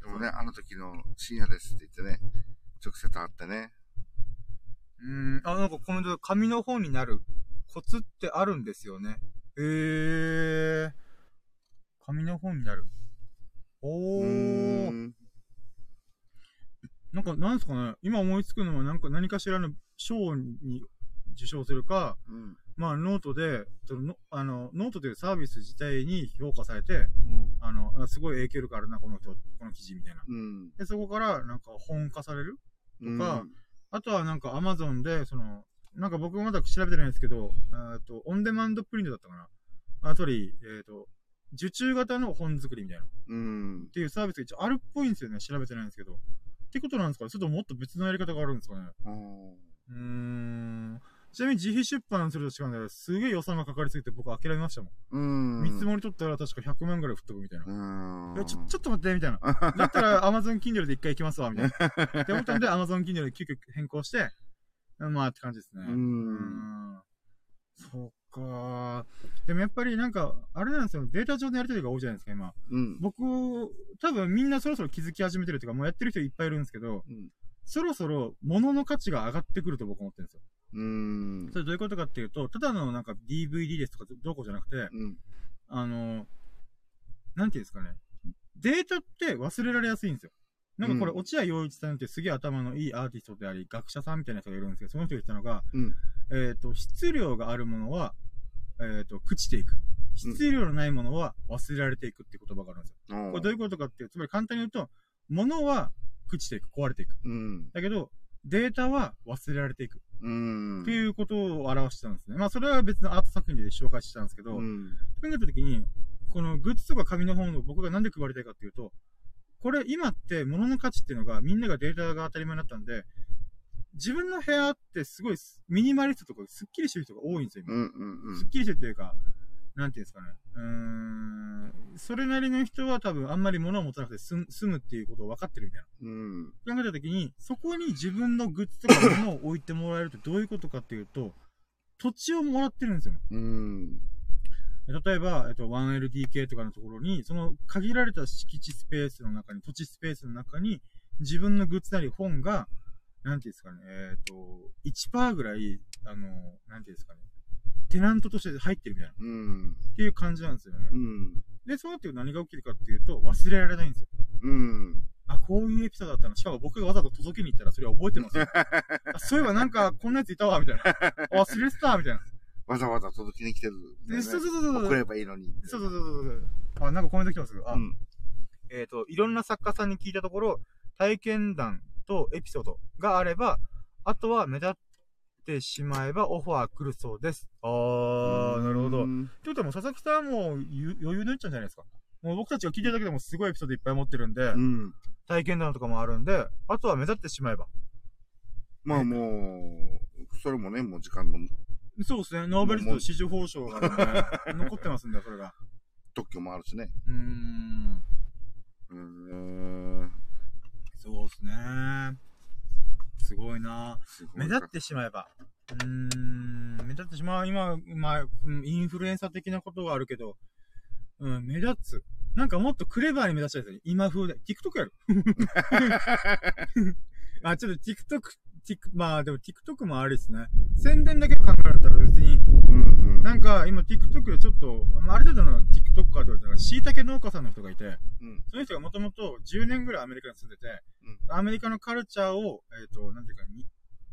Speaker 2: でもね、あの時の深夜ですって言ってね、直接会ってね。
Speaker 1: うん、あ、なんかコメントで紙の本になるコツってあるんですよね。へえー。紙の本になる。お
Speaker 2: う
Speaker 1: ー。
Speaker 2: ーん
Speaker 1: なんか、なんですかね。今思いつくのは、なんか何かしらの賞に受賞するか、
Speaker 2: うん。
Speaker 1: まあ、ノートで、その、あの、ノートというサービス自体に評価されて、
Speaker 2: うん。
Speaker 1: あの、あすごい影響力あるな、この人、この記事みたいな。
Speaker 2: うん。
Speaker 1: で、そこから、なんか本化される
Speaker 2: うん。
Speaker 1: かあとはなんか Amazon で、その、なんか僕まだ調べてないんですけど、えっと、オンデマンドプリントだったかな。あとり、えっ、と、受注型の本作りみたいな。っ
Speaker 2: うん。
Speaker 1: ていうサービスが一応あるっぽいんですよね。調べてないんですけど。ってことなんですかねそれとももっと別のやり方があるんですかね
Speaker 2: うん
Speaker 1: うーん。ちなみに自費出版すると違うんだけど、すげえ予算がかかりすぎて僕諦めましたもん。
Speaker 2: うん。
Speaker 1: 見積もり取ったら確か100万ぐらい振っとくみたいな。
Speaker 2: うん。
Speaker 1: いやちょ、ちょっと待って、みたい な。だったら Amazon Kindle で一回行きますわ、みたいな。って思ったんで Amazon Kindle で急遽変更して、まあって感じですね。
Speaker 2: う。
Speaker 1: うんんそっかでもやっぱりなんか、あれなんですよ、データ上のやりとりが多いじゃないですか、今。
Speaker 2: うん。
Speaker 1: 僕、多分みんなそろそろ気づき始めてるというか、もうやってる人いっぱいいるんですけど、
Speaker 2: うん
Speaker 1: そろそろ物の価値が上がってくると僕思ってるんですよ。
Speaker 2: うん
Speaker 1: そ。れどういうことかっていうと、ただのなんか DVD ですとかどうこうじゃなくて、
Speaker 2: うん。
Speaker 1: あの、なんていうんですかね。データって忘れられやすいんですよ。なんかこれ、
Speaker 2: うん
Speaker 1: 落合陽一さんってすげえ頭のいいアーティストであり、学者さんみたいな人がいるんですけど、その人が言ったのが、
Speaker 2: うん
Speaker 1: えっ、と、質量があるものは、えっ、と、朽ちていく。質量のないものは忘れられていくって言葉があるんですよ。これどういうことかっていう、つまり簡単に言うと、物は朽ちていく、壊れていく。
Speaker 2: うん。
Speaker 1: だけど、データは忘れられていく。
Speaker 2: うん。
Speaker 1: っていうことを表してたんですね。まあ、それは別のアート作品で紹介してたんですけど、
Speaker 2: うん。
Speaker 1: 考えた時に、このグッズとか紙の本を僕がなんで配りたいかっていうと、これ今って物の価値っていうのがみんながデータが当たり前になったんで、自分の部屋ってすごいすミニマリストとかすっきりしてる人が多いんですよ、
Speaker 2: う
Speaker 1: 今。
Speaker 2: ん。うん。
Speaker 1: すっきりしてるというか、なんていうんですかね。うーん、それなりの人は多分あんまり物を持たなくて済む済むっていうことを分かってるみたい
Speaker 2: うん。
Speaker 1: な。考えた時に、そこに自分のグッズとか物を置いてもらえるってどういうことかっていうと、土地をもらってるんですよね。
Speaker 2: うん。
Speaker 1: 例えば、えっと、1LDK とかのところに、その限られた敷地スペースの中に、土地スペースの中に、自分のグッズなり本が、なんていうんですかね、えっ、と、1%ぐらい、あの、なんていうんですかね、テナントとして入ってるみたいな、
Speaker 2: うん。
Speaker 1: っていう感じなんですよね
Speaker 2: う。ん。
Speaker 1: で、そうなってくると何が起きるかっていうと、忘れられないんですよ。
Speaker 2: うん。
Speaker 1: あ、こういうエピソードだったの。しかも僕がわざと届けに行ったら、それは覚えて ますよ。あそういえばなんか、こんなやついたわ、み たいな。あ忘れてた、みたいな。
Speaker 2: わざわざ届きに来てる。
Speaker 1: でそうそうそうそう。
Speaker 2: 送ればいいのに。
Speaker 1: そうそうそうそうそう。あ、なんかコメント来てます。あ、
Speaker 2: うん。
Speaker 1: えっ、と、いろんな作家さんに聞いたところ、体験談とエピソードがあれば、あとは目立ってしまえばオファー来るそうです。あー、なるほど。っ
Speaker 2: う
Speaker 1: て
Speaker 2: ん
Speaker 1: ことはもう佐々木さんはもうゆ余裕のっちゃうんじゃないですか。もう僕たちが聞いてるだけでもすごいエピソードいっぱい持ってるんで、
Speaker 2: うん。
Speaker 1: 体験談とかもあるんで、あとは目立ってしまえば。
Speaker 2: まあもう、それもね、もう時間の
Speaker 1: そうですね。ノーベル賞と紫綬褒章 がね、残ってますんで、それが。
Speaker 2: 特許もあるしね。
Speaker 1: うーん。
Speaker 2: うーん。
Speaker 1: そうですね。すごいな
Speaker 2: すごい
Speaker 1: 目立ってしまえば。うーん。目立ってしまう。今、まあ、うんインフルエンサー的なことがあるけど、うん、目立つ。なんかもっとクレバーに目立ちたいですね。今風で。TikTok や る。あ、ちょっと TikTok、Tik- まあでも TikTok もあれですね。宣伝だけ考えたら別に、
Speaker 2: うんうん。
Speaker 1: なんか今 TikTok でちょっと、まあある程度の TikToker と言われたら、椎茸農家さんの人がいて、
Speaker 2: うん。
Speaker 1: その人がもともと10年ぐらいアメリカに住んでて、アメリカのカルチャーを、えっ、と、なんていうか、に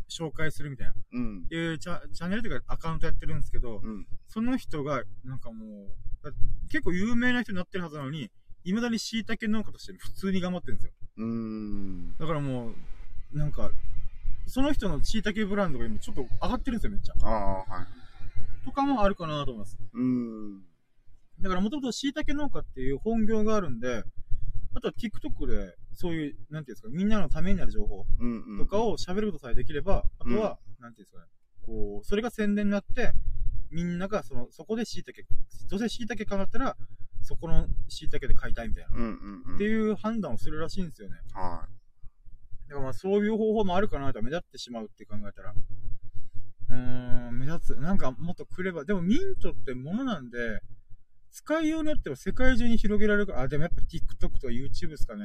Speaker 1: 紹介するみたいな、
Speaker 2: うん。
Speaker 1: いうチャチャンネルというかアカウントやってるんですけど、
Speaker 2: うん。
Speaker 1: その人が、なんかもう、だ結構有名な人になってるはずなのに、未だに椎茸農家として普通に頑張ってるんですよ。
Speaker 2: うーん。
Speaker 1: だからもう、なんか、その人の椎茸ブランドが今ちょっと上がってるんですよ、めっちゃ。
Speaker 2: ああ、はい。
Speaker 1: とかもあるかなと思います。
Speaker 2: うーん。
Speaker 1: だからもともと椎茸農家っていう本業があるんで、あとは TikTok で、そういう、なんていうんですか、みんなのためになる情報
Speaker 2: うんうん。
Speaker 1: とかを喋ることさえできれば、
Speaker 2: うん
Speaker 1: あとは、なんていうんですかね、こう、それが宣伝になって、みんながその、そこで椎茸、どうせ椎茸買うんだったら、そこの椎茸で買いたいみたいな、
Speaker 2: うんうんうん。
Speaker 1: っていう判断をするらしいんですよね。
Speaker 2: は
Speaker 1: だからまあそういう方法もあるかなと目立ってしまうって考えたら。うーん、目立つ。なんかもっとくれば。でもミントってものなんで、使いようによっては世界中に広げられるから。あ、でもやっぱ TikTok とか YouTube ですかね。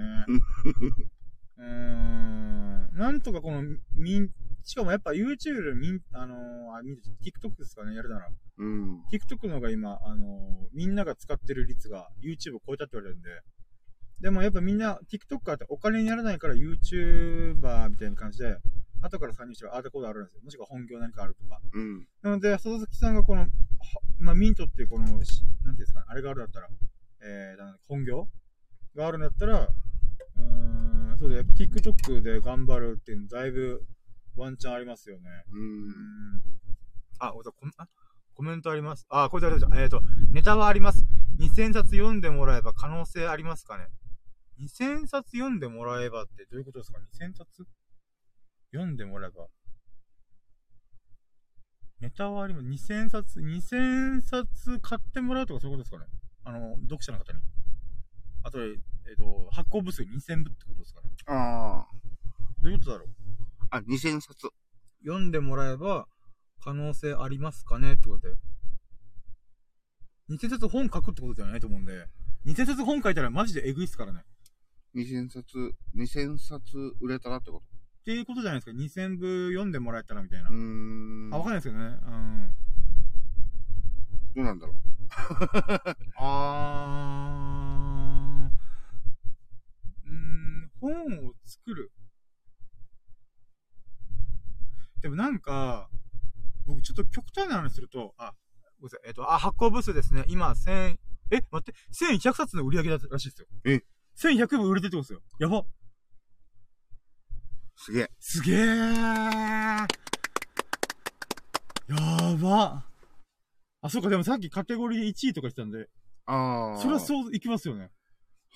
Speaker 1: うーん。なんとかこのミン、しかもやっぱ YouTube よりミン、あのーあ、ミン TikTok ですかね、やるなら。
Speaker 2: い。うん。
Speaker 1: TikTok の方が今、あのーみんなが使ってる率が YouTube を超えたって言われるんで。でもやっぱみんな TikToker ってお金にならないから YouTuber みたいな感じで、後から参入してああだこうだあるんですよ。もしくは本業何かあるとか。
Speaker 2: うん。
Speaker 1: なので、佐々木さんがこの、はまあ、ミントっていうこの、しなんていうんですかね、あれがあるんだったら、えー、なんだ本業があるんだったら、うーん、そうで、TikTok で頑張るっていうのだいぶワンチャンありますよね。
Speaker 2: うん。
Speaker 1: あ、おとコメあコメントあります。あ、これ誰だえっ、と、ネタはあります。2000冊読んでもらえば可能性ありますかね ?2000 冊読んでもらえばってどういうことですか ?2000 冊読んでもらえば。ネタはあります。2000冊、2000冊買ってもらうとかそういうことですかねあの、読者の方に。あと、えっ、と、発行部数2000部ってことですかね
Speaker 2: あ
Speaker 1: どういうことだろう
Speaker 2: あ。あ、2000冊。
Speaker 1: 読んでもらえば可能性ありますかねってことで。2000冊本書くってことじゃないと思うんで、2000冊本書いたらマジでエグいっすからね。
Speaker 2: 2000冊、2000冊売れたらってこと
Speaker 1: っていうことじゃないですか。2000部読んでもらえたらみたいな。
Speaker 2: うーん。
Speaker 1: あ、わかんないですけどね。うん。
Speaker 2: どうなんだろ
Speaker 1: あー。うーん、本を作る。でもなんか、僕ちょっと極端な話すると、あ、ごめんなさい、えっ、と、あ、発行部数ですね。今、千、え、待って、1100冊の売り上げだったらしいですよ。
Speaker 2: え
Speaker 1: ?1100 部売れてるってことですよ。やば。
Speaker 2: う。すげえ。
Speaker 1: すげえやばあ、そうか、でもさっきカテゴリーで1位とか言ってたんで、
Speaker 2: ああ。
Speaker 1: それは
Speaker 2: う。
Speaker 1: そう、いきますよね。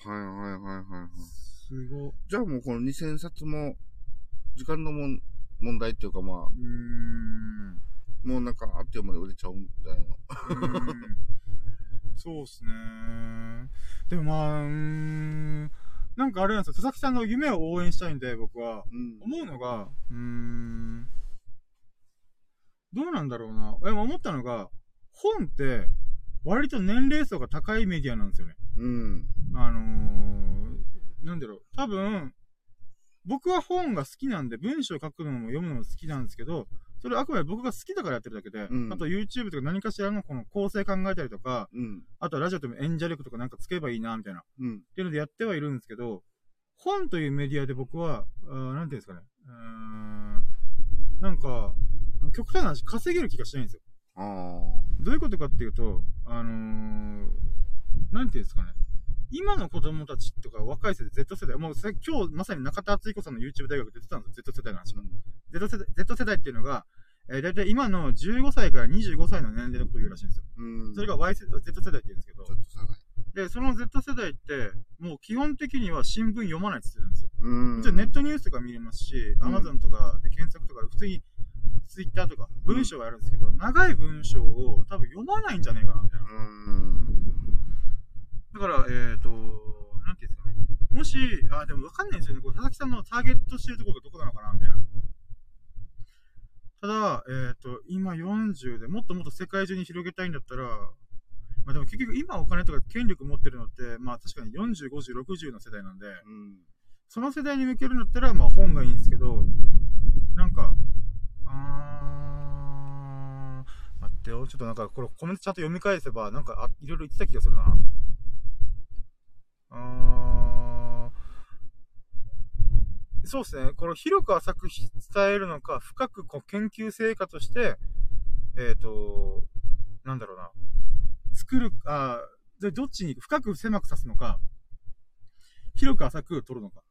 Speaker 2: はいはいはいはいはい。
Speaker 1: すご。う
Speaker 2: じゃあもうこの2000冊も、時間のもん問題っていうか
Speaker 1: ー
Speaker 2: ま
Speaker 1: ん。
Speaker 2: あ、もうなんかあっという間に売れちゃうんじゃないの
Speaker 1: そうっすね。でもまあ、うーん。なんかあれなんですよ。佐々木さんの夢を応援したいんで、僕は。
Speaker 2: うん。
Speaker 1: 思うのが、うーん。どうなんだろうな。え、思ったのが、本って、割と年齢層が高いメディアなんですよね。
Speaker 2: うん。
Speaker 1: あのー、なんだろう、多分、僕は本が好きなんで、文章を書くのも読むのも好きなんですけど、それあくまで僕が好きだからやってるだけで、
Speaker 2: うん
Speaker 1: あと YouTube とか何かしらのこの構成考えたりとか、
Speaker 2: うん。
Speaker 1: あとはラジオとも演者力とかなんかつけばいいな、みたいな、っ
Speaker 2: うん。
Speaker 1: ていうのでやってはいるんですけど、本というメディアで僕は、あーなんていうんですかね、うーん、なんか、極端な話、稼げる気がしないんですよ。
Speaker 2: ああ。
Speaker 1: どういうことかっていうと、あのー、なんていうんですかね。今の子供たちとか若い世代、Z 世代、もうさ今日まさに中田敦彦さんの YouTube 大学で出てたんですよ、Z 世代の話が。Z 世代 Z 世代っていうのが、えー、だいたい今の15歳から25歳の年齢のことを言うらしいんですよ。
Speaker 2: うん。
Speaker 1: それが Y 世 Z 世代って言うんですけど
Speaker 2: ちょ、っとさ、
Speaker 1: で、その Z 世代って、もう基本的には新聞読まないって言ってるんですよ。
Speaker 2: ううん。
Speaker 1: もちろんネットニュースとか見れますし、
Speaker 2: うん
Speaker 1: Amazon とかで検索とか、普通に Twitter とか文章があるんですけど、長い文章を多分読まないんじゃねえかな、みたいな。
Speaker 2: うん。
Speaker 1: だから、えっ、ー、と、なんていうんですかね。もし、あ、でもわかんないんですよね。これ、佐々木さんのターゲットしてるところがどこなのかな、みたいな。ただ、えっ、ー、と、今40でもっともっと世界中に広げたいんだったら、まあでも結局今お金とか権力持ってるのって、まあ確かに40、50、60の世代なんで、
Speaker 2: うん。
Speaker 1: その世代に向けるんだったら、まあ本がいいんですけど、なんか、あー、待ってよ。ちょっとなんか、これコメントちゃんと読み返せば、なんか、あ、いろいろ言ってた気がするな。あー、そうですね。これを広く浅く伝えるのか、深くこう研究成果として、えっ、と、なんだろうな。作る、あーで、どっちに、深く狭く刺すのか、広く浅く取るのか。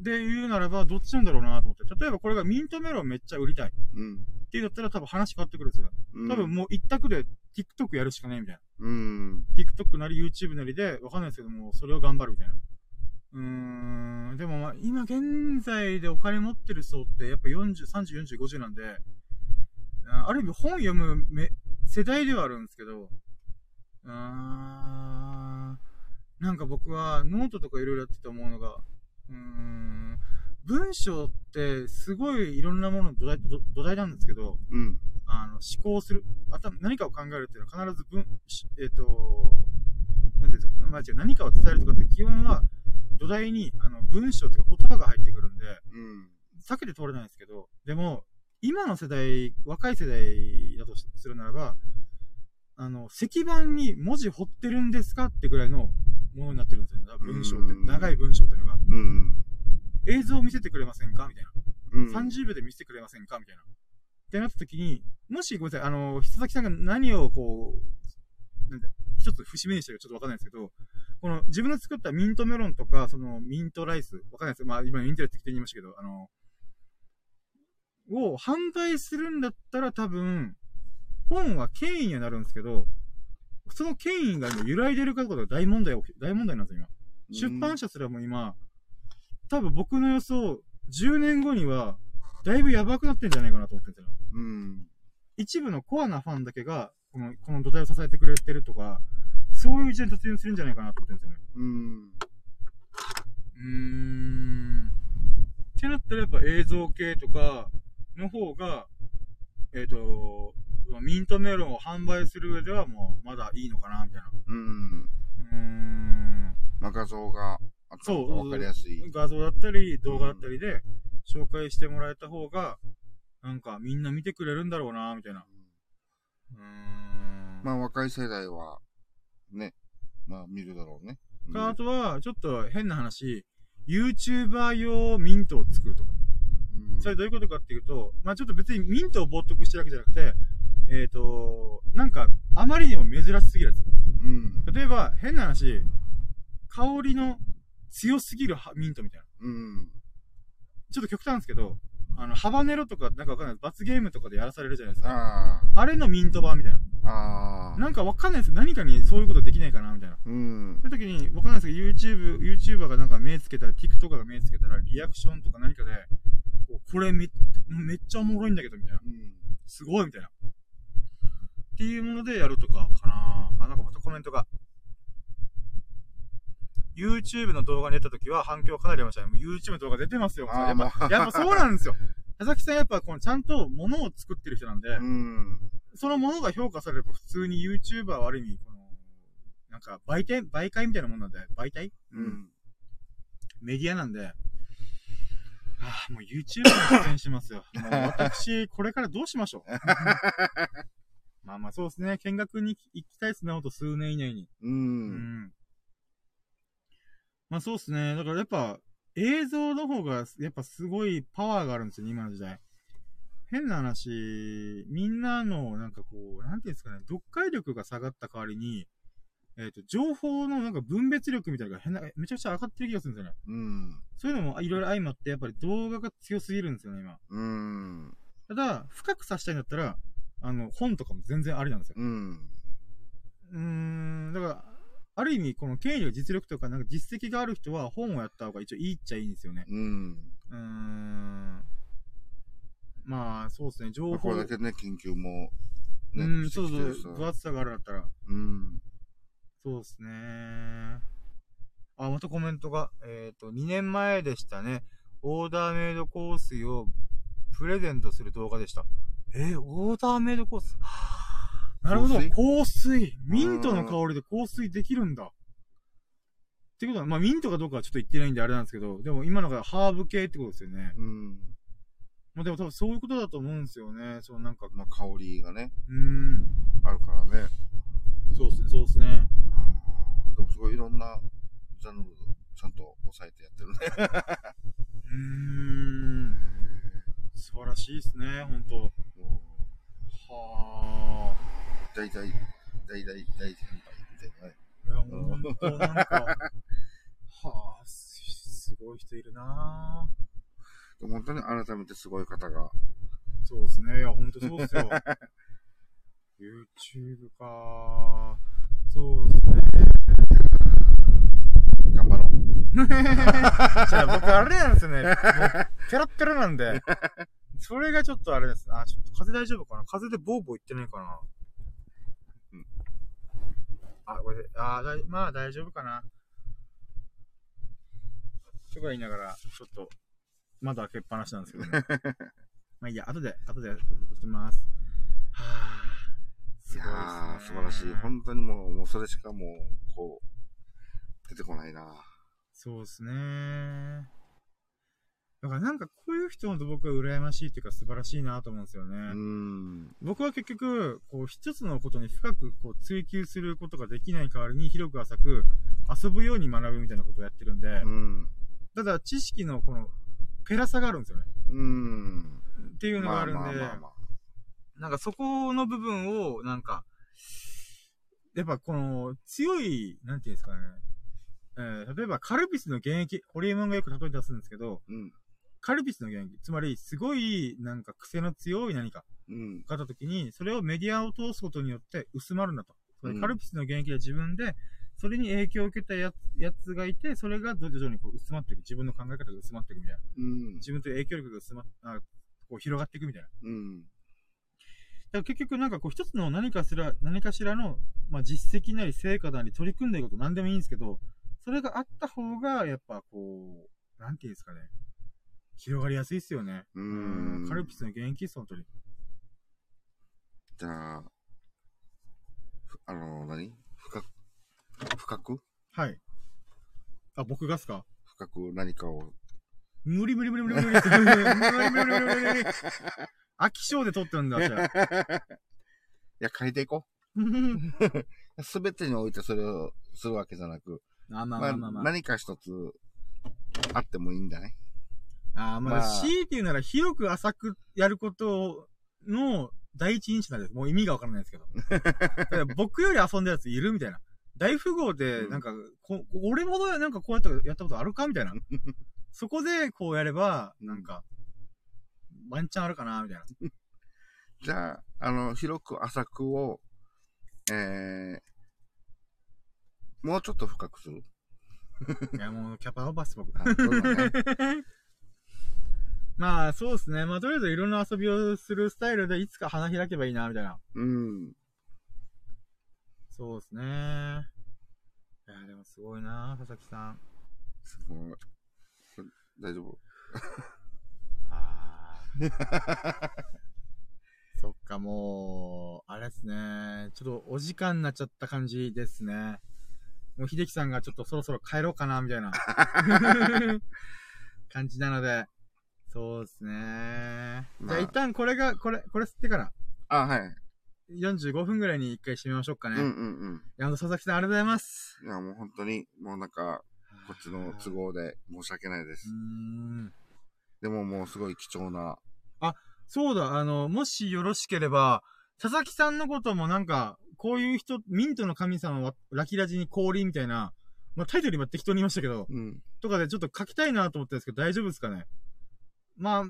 Speaker 1: で、言うならば、どっちなんだろうなと思って。例えばこれがミントメロンめっちゃ売りたいっ
Speaker 2: うん。
Speaker 1: ていうんだったら多分話変わってくるんですよ。
Speaker 2: うん
Speaker 1: 多分もう一択で TikTok やるしかないみたい
Speaker 2: うん。
Speaker 1: な。TikTok なり YouTube なりで、わかんないですけども、それを頑張るみたいな。うーん、でもまあ、今現在でお金持ってる層って、やっぱ40、30、40、50なんで、あある意味本読むめ世代ではあるんですけど、うーん、なんか僕はノートとかいろいろやってて思うのが、うーん、文章ってすごいいろんなものの土台土土台なんですけど、
Speaker 2: うん。
Speaker 1: あの、思考する、頭、何かを考えるっていうのは必ず分、しえっ、と、なんていうんですか、まあ、違う、何かを伝えるとかって基本は、土台に、あの、文章とか言葉が入ってくるんで、
Speaker 2: うん。
Speaker 1: 避けて通れないんですけど、でも、今の世代、若い世代だとしするならば、あの、石板に文字彫ってるんですかってぐらいのものになってるんですよね。だから文章って
Speaker 2: う、ん
Speaker 1: 長い文章っていうのが、
Speaker 2: うん。
Speaker 1: 映像を見せてくれませんかみたいな。
Speaker 2: うん。
Speaker 1: 30秒で見せてくれませんかみたいな。ってなった時に、もしごめんなさい、あの、久崎さんが何をこう、なんだ一つ節目にしてるかちょっとわかんないですけど、この自分の作ったミントメロンとか、そのミントライス、わかんないですまあ今ミントライスって言いましたけど、あの、を販売するんだったら多分、本は権威にはなるんですけど、その権威が今揺らいでるかどうかが大問題起き、大問題なんですよ、今。出版社すらも今、多分僕の予想、10年後には、だいぶやばくなってんじゃないかなと思ってる。
Speaker 2: うん。
Speaker 1: 一部のコアなファンだけが、この、この土台を支えてくれてるとか、そういう時代に突入するんじゃないかなと思ってるんですよね。
Speaker 2: うん。
Speaker 1: うーん。ってなったらやっぱ映像系とかの方が、えっ、と、ミントメロンを販売する上ではもうまだいいのかな、みたいな。
Speaker 2: うん。
Speaker 1: うーん。
Speaker 2: まあ、画像が、あった方がわかりやすい。
Speaker 1: 画像だったり動画だったりで紹介してもらえた方が、なんかみんな見てくれるんだろうな、みたいな。うーん。
Speaker 2: まあ、若い世代は、ね、まあ、見るだろうね。うん
Speaker 1: あ、とは、ちょっと変な話、YouTuber 用ミントを作るとか。
Speaker 2: うん
Speaker 1: それどういうことかっていうと、まあちょっと別にミントを冒涜してるわけじゃなくて、えっ、と、なんか、あまりにも珍しすぎるやつ。
Speaker 2: うん。
Speaker 1: 例えば、変な話、香りの強すぎるはミントみたいな。
Speaker 2: うん。
Speaker 1: ちょっと極端ですけど、あの、ハバネロとか、なんかわかんない。罰ゲームとかでやらされるじゃないですか。
Speaker 2: あ
Speaker 1: あれのミント版みたいな。
Speaker 2: あ。ああ。
Speaker 1: なんかわかんないです何かにそういうことできないかなみたいな。
Speaker 2: うん。
Speaker 1: そういう時に、わかんないですけど、YouTube、YouTuber がなんか目つけたら、TikToker が目つけたら、リアクションとか何かで、こうこれめ、めっちゃおもろいんだけど、みたいな。
Speaker 2: うん。
Speaker 1: すごいみたいな。っていうものでやるとかかなあ、なんかまたコメントが。YouTube の動画に出た時は反響かなりありましたね。もう YouTube の動画出てますよ。
Speaker 2: あー
Speaker 1: やっぱ、やっぱそうなんですよ。佐々木さんやっぱこのちゃんと物を作ってる人なんで、
Speaker 2: うん。
Speaker 1: そのものが評価されれば普通に YouTuber はある意味、この、なんか媒体、媒介みたいなもんなんで、媒体
Speaker 2: うん。
Speaker 1: メディアなんで、はあ、もう YouTuber に出演します よ。もう私、これからどうしましょう まあまあそうですね。見学に行きたいですね。ほんと数年以内に。
Speaker 2: う。
Speaker 1: うんん。まあそうですね。だからやっぱ映像の方がやっぱすごいパワーがあるんですよね、今の時代。変な話、みんなのなんかこう、なんていうんですかね、読解力が下がった代わりに、えっ、と、情報のなんか分別力みたいなのが変な、めちゃくちゃ上がってる気がするんですよね。
Speaker 2: うん。
Speaker 1: そういうのもいろいろ相まって、やっぱり動画が強すぎるんですよね、今。
Speaker 2: うん。
Speaker 1: ただ、深く刺したいんだったら、あの、本とかも全然ありなんですよ。
Speaker 2: うん。
Speaker 1: うーん、だから、ある意味、この権威や実力とか、なんか実績がある人は本をやった方が一応いいっちゃいいんですよね。
Speaker 2: うん。
Speaker 1: うーん。まあ、そうですね、情
Speaker 2: まあ、こ
Speaker 1: 報。
Speaker 2: れだけね、研究も、ね、
Speaker 1: うん、
Speaker 2: して
Speaker 1: そう
Speaker 2: きてるし
Speaker 1: そ
Speaker 2: さ
Speaker 1: う、分厚さがあるんだったら。
Speaker 2: うん。
Speaker 1: そうですね。あ、またコメントが。えっ、と、2年前でしたね。オーダーメイド香水をプレゼントする動画でした。えーオーダーメイド香水はあなるほど。
Speaker 2: 香
Speaker 1: 香水ミントの香りで香水できるんだ。ってことは、まあ、ミントかどうかはちょっと言ってないんであれなんですけど、でも今のがハーブ系ってことですよね。
Speaker 2: うん。
Speaker 1: まあ、でも多分そういうことだと思うんですよね。そう、なんか、
Speaker 2: まあ、香りがね、
Speaker 1: うーん。
Speaker 2: あるからね。
Speaker 1: そうですね、そうですね。
Speaker 2: でもすごいいろんなジャンルちゃんと抑えてやってるね。
Speaker 1: うーん。素晴らしいですね、本当。
Speaker 2: も
Speaker 1: はあ。
Speaker 2: う大大、大大、大先輩みたいなね。
Speaker 1: いや、もう本当なんか、はあ、すすごい人いるなぁ
Speaker 2: でも本当に改めてすごい方が。
Speaker 1: そうですね。いや、本当そうですよ。YouTube かそうですね。
Speaker 2: 頑張ろ う。
Speaker 1: じゃあ僕、あれなんですよ ね。もう、ペラッペラなんで。それがちょっとあれです。あ、ちょっと風大丈夫かな風でボーボー言ってないかな
Speaker 2: うん
Speaker 1: あ、ごめんなさい。あ、だいまあ大丈夫かなとか言いながら、ちょっと、窓開けっぱなしなんですけど ね。まあいいや、後で、後でやってます。はぁ、
Speaker 2: い
Speaker 1: す
Speaker 2: や
Speaker 1: ごいで
Speaker 2: ー、
Speaker 1: す
Speaker 2: 素
Speaker 1: ね。
Speaker 2: 晴らしい。本当にもう、もうそれしかもう、こう、出てこないな。
Speaker 1: そうですね。だからなんかこういう人ほど僕は羨ましいっていうか素晴らしいなと思うんですよね。
Speaker 2: うーん。
Speaker 1: 僕は結局、こう一つのことに深くこう追求することができない代わりに広く浅く遊ぶように学ぶみたいなことをやってるんで
Speaker 2: う、ん。
Speaker 1: ただ知識のこのペラさがあるんですよね。
Speaker 2: うーん。
Speaker 1: っていうのがあるんで、
Speaker 2: まあまあまあまあ
Speaker 1: なんかそこの部分を、なんか、やっぱこの強い、なんていうんですかね。えー例えばカルピスの原液、ホリエモンがよく例えに出すんですけど、
Speaker 2: うん。
Speaker 1: カルピスの原液、つまりすごいなんか癖の強い何か
Speaker 2: うん。
Speaker 1: があった時に、それをメディアを通すことによって薄まるんだと。つま
Speaker 2: う
Speaker 1: り
Speaker 2: ん
Speaker 1: カルピスの原液は自分で、それに影響を受けたやつやつがいて、それが徐々にこう薄まっていく。自分の考え方が薄まっていくみたいな。
Speaker 2: うん。
Speaker 1: 自分という影響力が薄まっあこう広がっていくみたいな。だか
Speaker 2: うん。
Speaker 1: ら結局なんかこう一つの何かしら、何かしらの、まあ、実績なり成果なり取り組んでいること何でもいいんですけど、それがあった方が、やっぱこう、なんていうんですかね。広がりやすいですよね。
Speaker 2: う
Speaker 1: うん
Speaker 2: ん。
Speaker 1: カルピスの原液そのとり。
Speaker 2: じゃあ、ふあの、何深く、深く
Speaker 1: はい。あ、僕がっすか
Speaker 2: 深く何かを。
Speaker 1: 無理無理無理無理無理無理無理無理無理無理無理飽き性で撮ってるんだ、じゃあ。
Speaker 2: いや、変えていこう。すべてにおいてそれをするわけじゃなく、
Speaker 1: あ、まあ
Speaker 2: ま
Speaker 1: ま
Speaker 2: あ
Speaker 1: あまあまあ。
Speaker 2: 何か一つあってもいいんだね。
Speaker 1: あーまあ、
Speaker 2: まあ
Speaker 1: C っていうなら広く浅くやることの第一印象なんです。もう意味がわからないですけど。だから僕より遊んだやついるみたいな。大富豪で、なんか、こ俺ほどなんかこうやってやったことあるかみたいな。そこでこうやれば、なんか、ワンチャンあるかなみたいな。
Speaker 2: じゃあ、あの、広く浅くを、えー、もうちょっと深くする。
Speaker 1: いや、もうキャパオーバーっす、僕。
Speaker 2: あそうだね
Speaker 1: まあ、そうですね。まあ、とりあえずいろんな遊びをするスタイルで、いつか花開けばいいな、みたいな。
Speaker 2: うん。
Speaker 1: そうですね。いや、でもすごいな、佐々木さん。
Speaker 2: すごい大丈夫
Speaker 1: あ ーそっか、もう、あれですね。ちょっとお時間になっちゃった感じですね。もう秀樹さんがちょっとそろそろ帰ろうかな、みたい な感じなので。そうですね。じ
Speaker 2: ま
Speaker 1: ゃ
Speaker 2: あ
Speaker 1: あ一旦これが、これ、これ吸ってから、
Speaker 2: あ、はい。
Speaker 1: 45分ぐらいに一回締めましょうか
Speaker 2: う
Speaker 1: ね。
Speaker 2: んうん
Speaker 1: いや、本当佐々木さんありがとうございます。
Speaker 2: うん。いや、もう本当に、もうなんか、こっちの都。合で申し訳ないで
Speaker 1: う
Speaker 2: す
Speaker 1: ー。ん。
Speaker 2: でももうすごい貴重な、
Speaker 1: そうだ、あの、もしよろしければ、佐々木さんのこともなんか、こういう人、ミントの神様はラキラジに降臨みたいな、まあ、タイトル今適当に言いましたけど、
Speaker 2: うん。
Speaker 1: とかでちょっと書きたいなと思ったんですけど、大丈夫ですかねまあ、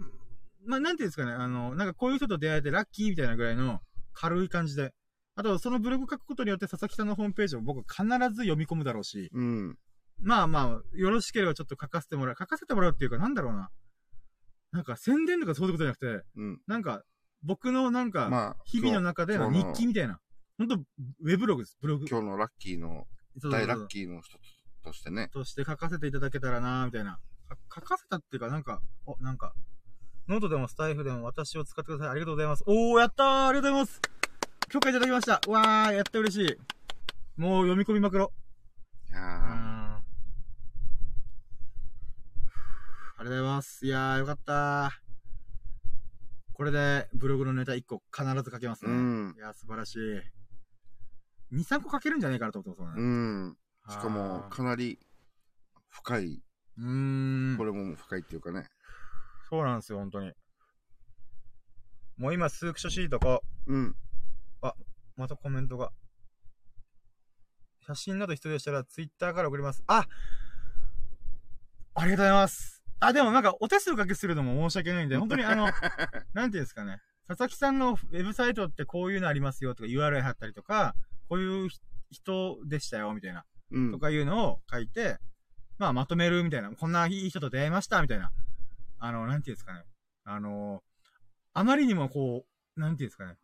Speaker 1: まあ、なんていうんですかね、あの、なんかこういう人と出会えてラッキーみたいなぐらいの軽い感じで、あと、そのブログ書くことによって佐々木さんのホームページを僕必ず読み込むだろうし、
Speaker 2: うん。
Speaker 1: まあまあ、よろしければちょっと書かせてもらう。書かせてもらうっていうか、なんだろうな。なんか宣伝とかそういうことじゃなくて、
Speaker 2: うん。
Speaker 1: なんか、僕のなんか、
Speaker 2: まあ、
Speaker 1: 日々の中での
Speaker 2: 今日
Speaker 1: 日
Speaker 2: の
Speaker 1: 記みたいな。ほんと、ウェブログです、ブログ。
Speaker 2: 今日のラッキーの、
Speaker 1: そうそうそう
Speaker 2: 大ラッキーの一つとしてね。
Speaker 1: として書かせていただけたらなみたいな。か書かせたっていうか、なんか、お、なんか、ノートでもスタイフでも私を使ってください。ありがとうございます。おー、やったーありがとうございます許可いただきましたわー、やった嬉しい。もう読み込みまくろ。
Speaker 2: いや
Speaker 1: うーん。
Speaker 2: ー
Speaker 1: ありがとうございます。いやー、よかったー。これでブログのネタ1個必ず書けます
Speaker 2: う
Speaker 1: ね。
Speaker 2: ん
Speaker 1: い。やー、素晴らしい。2、3個書けるんじゃないかなと思ってます
Speaker 2: う
Speaker 1: ね。
Speaker 2: ん。しかも
Speaker 1: あ、ー
Speaker 2: かなり、深い。
Speaker 1: うーん。
Speaker 2: これも深いっていうかね。
Speaker 1: そうなんですよ、本当に。もう今、スークショシートか、
Speaker 2: うん。
Speaker 1: またコメントが。写真など必要でしたら、ツイッターから送ります。あありがとうございます。あ、でもなんか、お手数おかけするのも申し訳ないんで、本当にあの、なんていうんですかね。佐々木さんのウェブサイトってこういうのありますよとか URL 貼ったりとか、こういうひ人でしたよ、みたいな。
Speaker 2: うん
Speaker 1: と。かいうのを書いて、まあまとめるみたいな、こんないい人と出会いましたみたいな、あの、なんていうんですかね。あの、あまりにもこう、なんていうんですかね。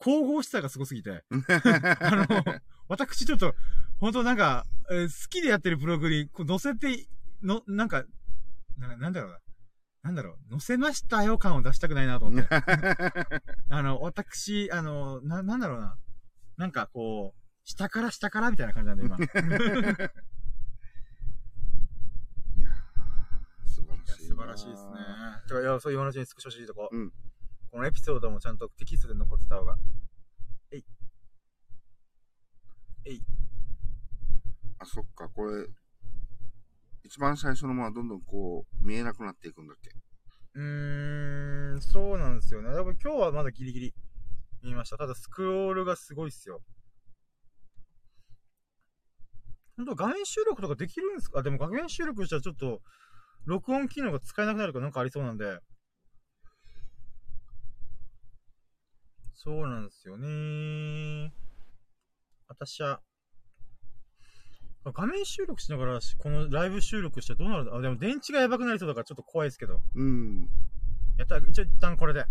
Speaker 1: 神々しさがすごすぎて、 あの、私ちょっと、本当なんか、えー好きでやってるブログにこう載せて、の、なんか、ななんだろうな。なんだろう、載せましたよ感を出したくないなと思って。 あの、私、あの、な、なんだろうな。なんかこう、下から下からみたいな感じなん で、今。
Speaker 2: いやー素晴
Speaker 1: いや
Speaker 2: らしい。
Speaker 1: 素晴らしいですね。てか、いや、そう今のうちにスクショしいとこ。
Speaker 2: うん
Speaker 1: このエピソードもちゃんとテキストで残ってた方が。
Speaker 2: あ、そっか、これ、一番最初のものはどんどんこう、見えなくなっていくんだっけ。
Speaker 1: うーん、そうなんですよね。でも今日はまだギリギリ見ました。ただスクロールがすごいっすよ。ほんと、画面収録とかできるんですかあ、でも画面収録したらちょっと、録音機能が使えなくなるかなんかありそうなんで。そうなんですよね。私は、画面収録しながらし、このライブ収録してどうなるんだあ、でも電池がやばくなりそうだからちょっと怖いですけど。
Speaker 2: うん。
Speaker 1: やった、一応一旦これで。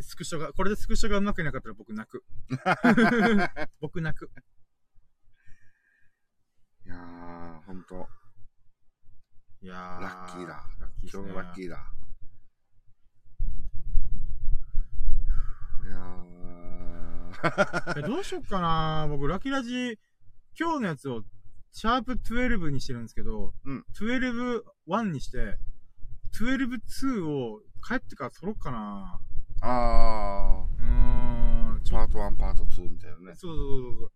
Speaker 1: スクショが、これでスクショがうまくいなかったら僕泣 く。僕泣く。
Speaker 2: いやー、ほんと、
Speaker 1: いや
Speaker 2: ラッキーだ。
Speaker 1: ラッキーです
Speaker 2: 今
Speaker 1: ね
Speaker 2: 日のラッキーだ。いや
Speaker 1: えどうしよっかな僕、ラキラジ、今日のやつを、シャープ12にしてるんですけど、
Speaker 2: うん
Speaker 1: 12、1にして、12、2を帰ってから撮ろっかな
Speaker 2: ー、あ
Speaker 1: うーん、
Speaker 2: ー、
Speaker 1: ちょ
Speaker 2: パート1、パート2みたいなね。
Speaker 1: そうそうそうそう。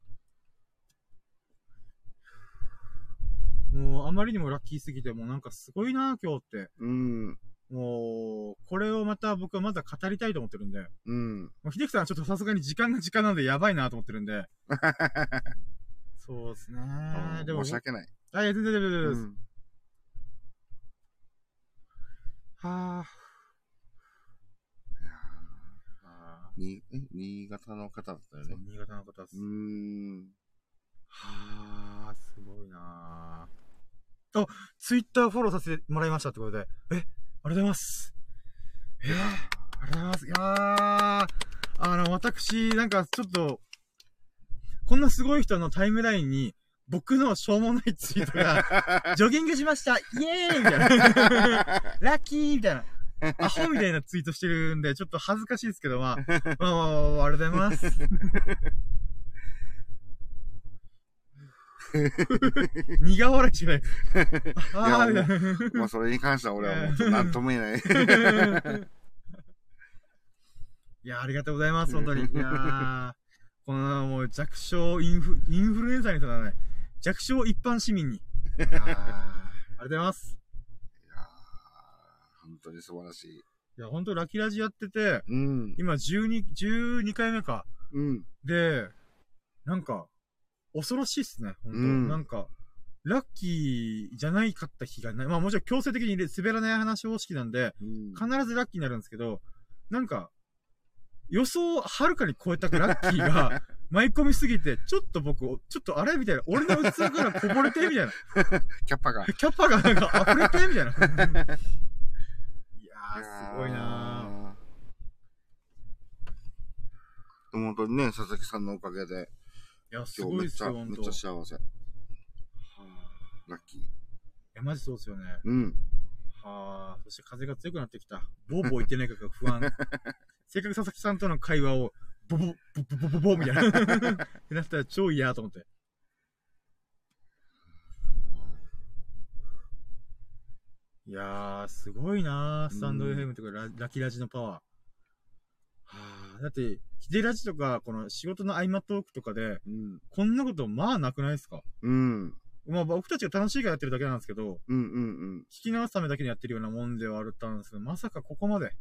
Speaker 1: もう、あまりにもラッキーすぎて、もうなんかすごいな今日って。
Speaker 2: うん、
Speaker 1: もう、これをまた僕はまだ語りたいと思ってるんで、も
Speaker 2: うん。
Speaker 1: う秀樹さんはちょっとさすがに時間が時間なんでやばいなと思ってるん で。そうですね
Speaker 2: あ。ー
Speaker 1: でも、
Speaker 2: 申し訳ない。
Speaker 1: あ、いや、全然全然全然
Speaker 2: う
Speaker 1: です。
Speaker 2: ん
Speaker 1: は
Speaker 2: いや
Speaker 1: あ。
Speaker 2: ーにえ新潟の方だったよ
Speaker 1: そ
Speaker 2: ね
Speaker 1: う。新潟の方です
Speaker 2: うー。 ん。
Speaker 1: はあ、すごいなあ。あ、ツイッターフォローさせてもらいましたってことで。え、ありがとうございます。えー、ありがとうございます。いやー、あの、私、なんかちょっと、こんなすごい人のタイムラインに、僕のしょうもないツイートが、ジョギングしましたイエーイみたいな。ラッキーみたいな。アホみたいなツイートしてるんで、ちょっと恥ずかしいですけど、まあ、まあまあまあまあ、ありがとうございます。苦笑いしかない。あーみたいな。
Speaker 2: まあ、それに関しては俺はもうちょっと なんとも言えない。
Speaker 1: いや、ありがとうございます、本当に。いやーこのもう弱小インフ、インフルエンサーにとらない。弱小一般市民に。あーありがとうございます。
Speaker 2: いやー本当に素晴らしい。
Speaker 1: いや、本当ラキラジやってて、
Speaker 2: うん。
Speaker 1: 今12、12回目か。
Speaker 2: うん。
Speaker 1: で、なんか、恐ろしいっすね、本当、
Speaker 2: うん
Speaker 1: なんか、ラッキーじゃないかった日がない。まあもちろん強制的に入れ滑らない話方式なんで、
Speaker 2: うん
Speaker 1: 必ずラッキーになるんですけど、なんか、予想をはるかに超えたラッキー が、舞い込みすぎて、ちょっと僕、ちょっとあれみたいな、俺の器からこぼれてみたいな、
Speaker 2: キャッパが。
Speaker 1: キャパがなんか溢れてみ たいな。いやー、すごいな
Speaker 2: なでも本当にね、佐々木さんのおかげで、
Speaker 1: ーいや、す
Speaker 2: 今日
Speaker 1: ごい
Speaker 2: め
Speaker 1: で
Speaker 2: っ
Speaker 1: す
Speaker 2: ちゃ、
Speaker 1: よ、ほん
Speaker 2: めっ
Speaker 1: と。い
Speaker 2: ちゃ幸せ。ラッキー。
Speaker 1: や、マジそうですよね。
Speaker 2: うん。
Speaker 1: はあ、そして風が強くなってきた。ボーボー言ってないかが 不安。せっかく佐々木さんとの会話を、ボボ、ボボボボボみたいな。ってなったら超嫌と思って。いやー、すごいなー、スタンド
Speaker 2: うん
Speaker 1: FM とかラ,、ラキラジのパワー。はあ、だって、ヒデラジとか、この仕事の合間トークとかで、
Speaker 2: うん。
Speaker 1: こんなことまあなくないですか
Speaker 2: うん。
Speaker 1: まあ僕たちが楽しいからやってるだけなんですけど、
Speaker 2: うんうんうん。
Speaker 1: 聞き直すためだけにやってるようなもんではあったんですけど、まさかここまで。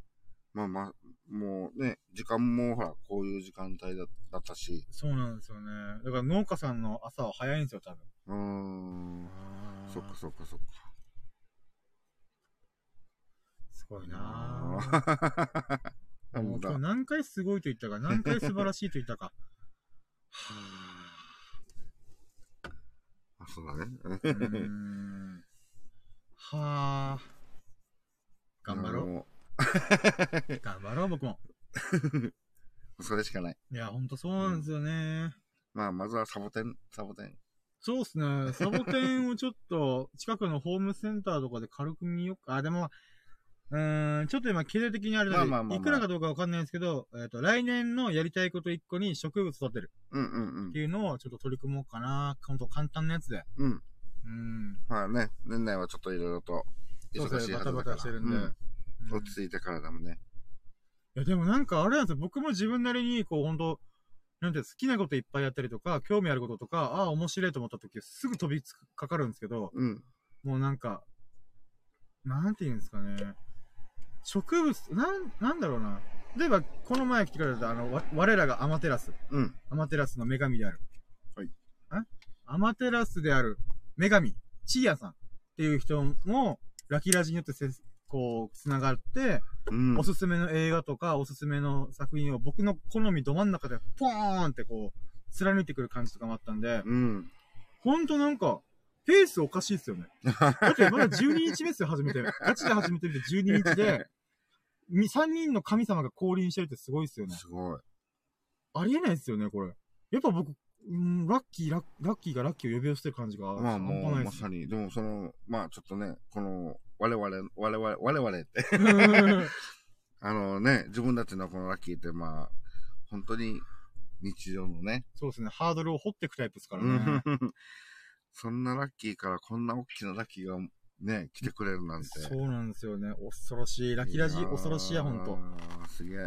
Speaker 2: まあまあ、もうね、時間もほら、こういう時間帯だだったし。
Speaker 1: そうなんですよね。だから農家さんの朝は早いんですよ、多分。
Speaker 2: うーん。そっかそっかそっ
Speaker 1: すごいなぁ。
Speaker 2: か。あ
Speaker 1: もう
Speaker 2: 本当
Speaker 1: 今
Speaker 2: だ
Speaker 1: 日何回すごいと言ったか、何回素晴らしいと言った か。
Speaker 2: あ、そうだね。
Speaker 1: うーんはぁ。頑張ろう。
Speaker 2: う。
Speaker 1: 頑張ろう、僕も。
Speaker 2: それしかない。
Speaker 1: いや、ほんとそうなんですよね。
Speaker 2: まあ、まずはサボテン、サボテン。
Speaker 1: そうっすね。サボテンをちょっと、近くのホームセンターとかで軽く見よっか。あ、でも、うーん、ちょっと今、経済的にあれだ
Speaker 2: まあまあまあまあ
Speaker 1: いくらかどうかわかんないんですけど、えっ、と、来年のやりたいこと一個に植物育てる
Speaker 2: うんうん
Speaker 1: っていうのをちょっと取り組もうかな。ほんと簡単なやつで。
Speaker 2: うん。うん。
Speaker 1: うん。
Speaker 2: まあね、年内はちょっといろいろと
Speaker 1: そう
Speaker 2: 忙
Speaker 1: で
Speaker 2: し
Speaker 1: す
Speaker 2: い
Speaker 1: ね。バ
Speaker 2: は
Speaker 1: タ
Speaker 2: ずだ
Speaker 1: バ
Speaker 2: から。
Speaker 1: タしてるんで。
Speaker 2: うん
Speaker 1: うん
Speaker 2: 落ち着いてからだもんね。
Speaker 1: いや、でもなんかあれなんですよ。僕も自分なりに、こう、ほんと、なんていうの好きなこといっぱいやったりとか、興味あることとか、ああ、面白いと思った時、すぐ飛びつくかかるんですけど、
Speaker 2: うん。
Speaker 1: もうなんか、なんて言うんですかね。植物、なん、なんだろうな。例えば、この前来てくれた、あの、わ我らがアマテラス。
Speaker 2: うん。
Speaker 1: アマテラスの女神である。
Speaker 2: はい。
Speaker 1: あアマテラスである女神、チーヤさんっていう人も、ラキラジによってせ、こう、繋がって、
Speaker 2: うん。
Speaker 1: おすすめの映画とか、おすすめの作品を僕の好みど真ん中で、ポーンってこう、貫いてくる感じとかもあったんで、
Speaker 2: うん。
Speaker 1: ほんとなんか、ペースおかしいっすよね。だってまだ12日目っすよ、初めて。ガチで初めて見て12日で、3人の神様が降臨してるってすごいっすよね。
Speaker 2: すごい。
Speaker 1: ありえないっすよね、これ。やっぱ僕、うん、ラッキーラッ、ラッキーがラッキーを呼び寄せてる感じが。
Speaker 2: まあもう、
Speaker 1: 半
Speaker 2: ま
Speaker 1: 端
Speaker 2: さに、でもその、まあちょっとね、この、我々、我々、我々って、
Speaker 1: ないっす
Speaker 2: あのね、自分たちのこのラッキーって、まあ、本当に日常のね、
Speaker 1: そうですね、ハードルを掘っていくタイプですから
Speaker 2: う
Speaker 1: ね
Speaker 2: ん。そんなラッキーからこんな大きなラッキーがね、来てくれるなんて。
Speaker 1: そうなんですよね。恐ろしい。ラキラジ、
Speaker 2: いやー
Speaker 1: 恐ろしいや、ほんと。。
Speaker 2: すげえ。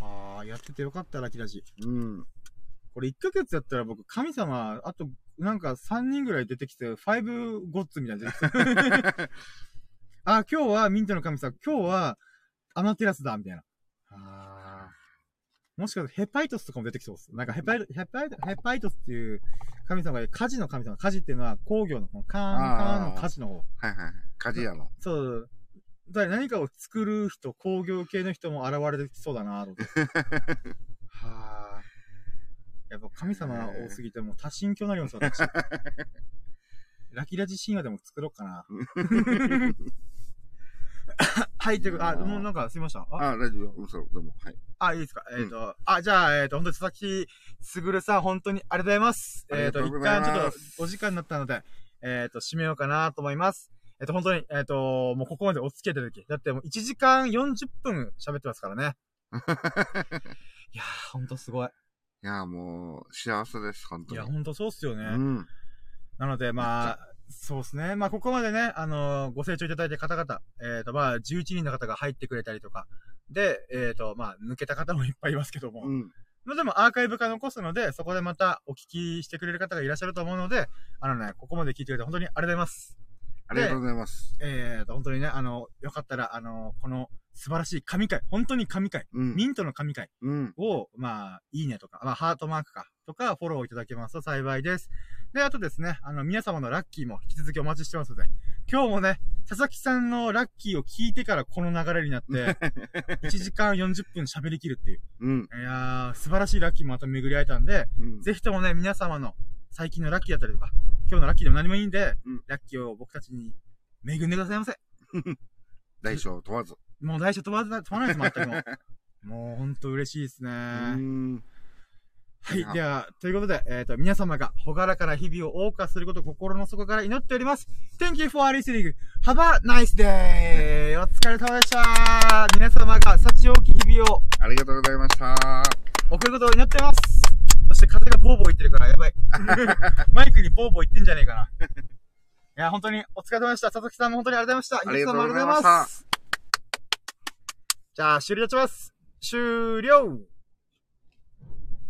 Speaker 1: はあ、やっててよかった、ラキラジ。
Speaker 2: うん。
Speaker 1: これ1ヶ月やったら僕、神様、あと、なんか3人ぐらい出てきて、5ゴッツみたいなの出てきて。あ、今日はミントの神様、今日はアマテラスだ、みたいな。あもしかしたらヘパイトスとかも出てきそうです。なんかヘパイト、ヘパイト、ヘパイトスっていう神様が、火事の神様、火事っていうのは工業の、このカーン、
Speaker 2: あー
Speaker 1: カーンの火事の方。
Speaker 2: はいはいはい。鍛冶屋の。
Speaker 1: そう。だから何かを作る人、工業系の人も現れてきそうだなと思って。はあ。やっぱ神様多すぎてもう多神教になります、 私。ラキラジ神話でも作ろうかな。はい、ということあ、もうなんかすいました。あ、
Speaker 2: あ、大丈夫。うん、そう、でも、はい。
Speaker 1: あいいですか。えっ、と、あ、じゃあ、えっ、と、本当に佐々木すぐるさん、本当にありがとうございます。
Speaker 2: あり
Speaker 1: えっ、
Speaker 2: が
Speaker 1: と、
Speaker 2: とう
Speaker 1: 一
Speaker 2: ござ
Speaker 1: 旦
Speaker 2: いま
Speaker 1: ち
Speaker 2: す
Speaker 1: ょっとお時間になったので、えっ、と、締めようかなと思います。えっ、と、本当に、えっ、と、もうここまでお付き合いいただき、だってもう1時間40分喋ってますから ね。いやー、ほんとすごい。
Speaker 2: いや、もう、幸せです、本当
Speaker 1: い
Speaker 2: に。
Speaker 1: や、ほんとそうっすよね。
Speaker 2: うん。
Speaker 1: なので、まあ、そうですね。まあ、ここまでね、あのーご清聴いただいた方々、えっ、と、まあ、11人の方が入ってくれたりとか、で、えっ、と、まあ、抜けた方もいっぱいいますけども、
Speaker 2: うん。
Speaker 1: まあでもアーカイブ化残すので、そこでまたお聞きしてくれる方がいらっしゃると思うので、あのね、ここまで聞いてくれて本当にありがとうございます。
Speaker 2: ありがとうございます。
Speaker 1: えーと、本当にね、あの、よかったら、あの、この素晴らしい神回、本当に神回、
Speaker 2: うん
Speaker 1: ミ。ントの神回
Speaker 2: うん。
Speaker 1: を、まあ、いいねとか、まあ、ハートマークか、とかフォローをいただけますと幸いです。で、あとですね、あの、皆様のラッキーも引き続きお待ちしてますので、今日もね、佐々木さんのラッキーを聞いてからこの流れにな って、1時間40分喋りきるっていう。
Speaker 2: うん。
Speaker 1: いやー、素晴らしいラッキーもまた巡り会えたんで、
Speaker 2: うん。
Speaker 1: ぜひともね、皆様の最近のラッキーだったりとか、今日のラッキーでも何もいいんで、
Speaker 2: うん
Speaker 1: ラッキーを僕たちに恵んでくださいませ。
Speaker 2: 大小問わず。
Speaker 1: もう来週飛ばない、飛ばないです、全くも う。もうほんと嬉しいですね。
Speaker 2: うーん。
Speaker 1: はい
Speaker 2: いや。
Speaker 1: では、ということで、えっ、と、皆様がほがらかな日々を謳歌することを心の底から祈っております。Thank you for listening. Have a nice day! お疲れ様でした皆様が幸多き日々を
Speaker 2: ありがとうございました。
Speaker 1: 送ることを祈ってますそして風がボーボー言ってるからや ばい。マイクにボーボー言ってんじゃねえかな。いや、本当にお疲れ様でした。佐々木さんも本当にありがとうございました。
Speaker 2: ありがとうございま
Speaker 1: 皆様ありがとうご
Speaker 2: した
Speaker 1: ざいますじゃあ、終了します終了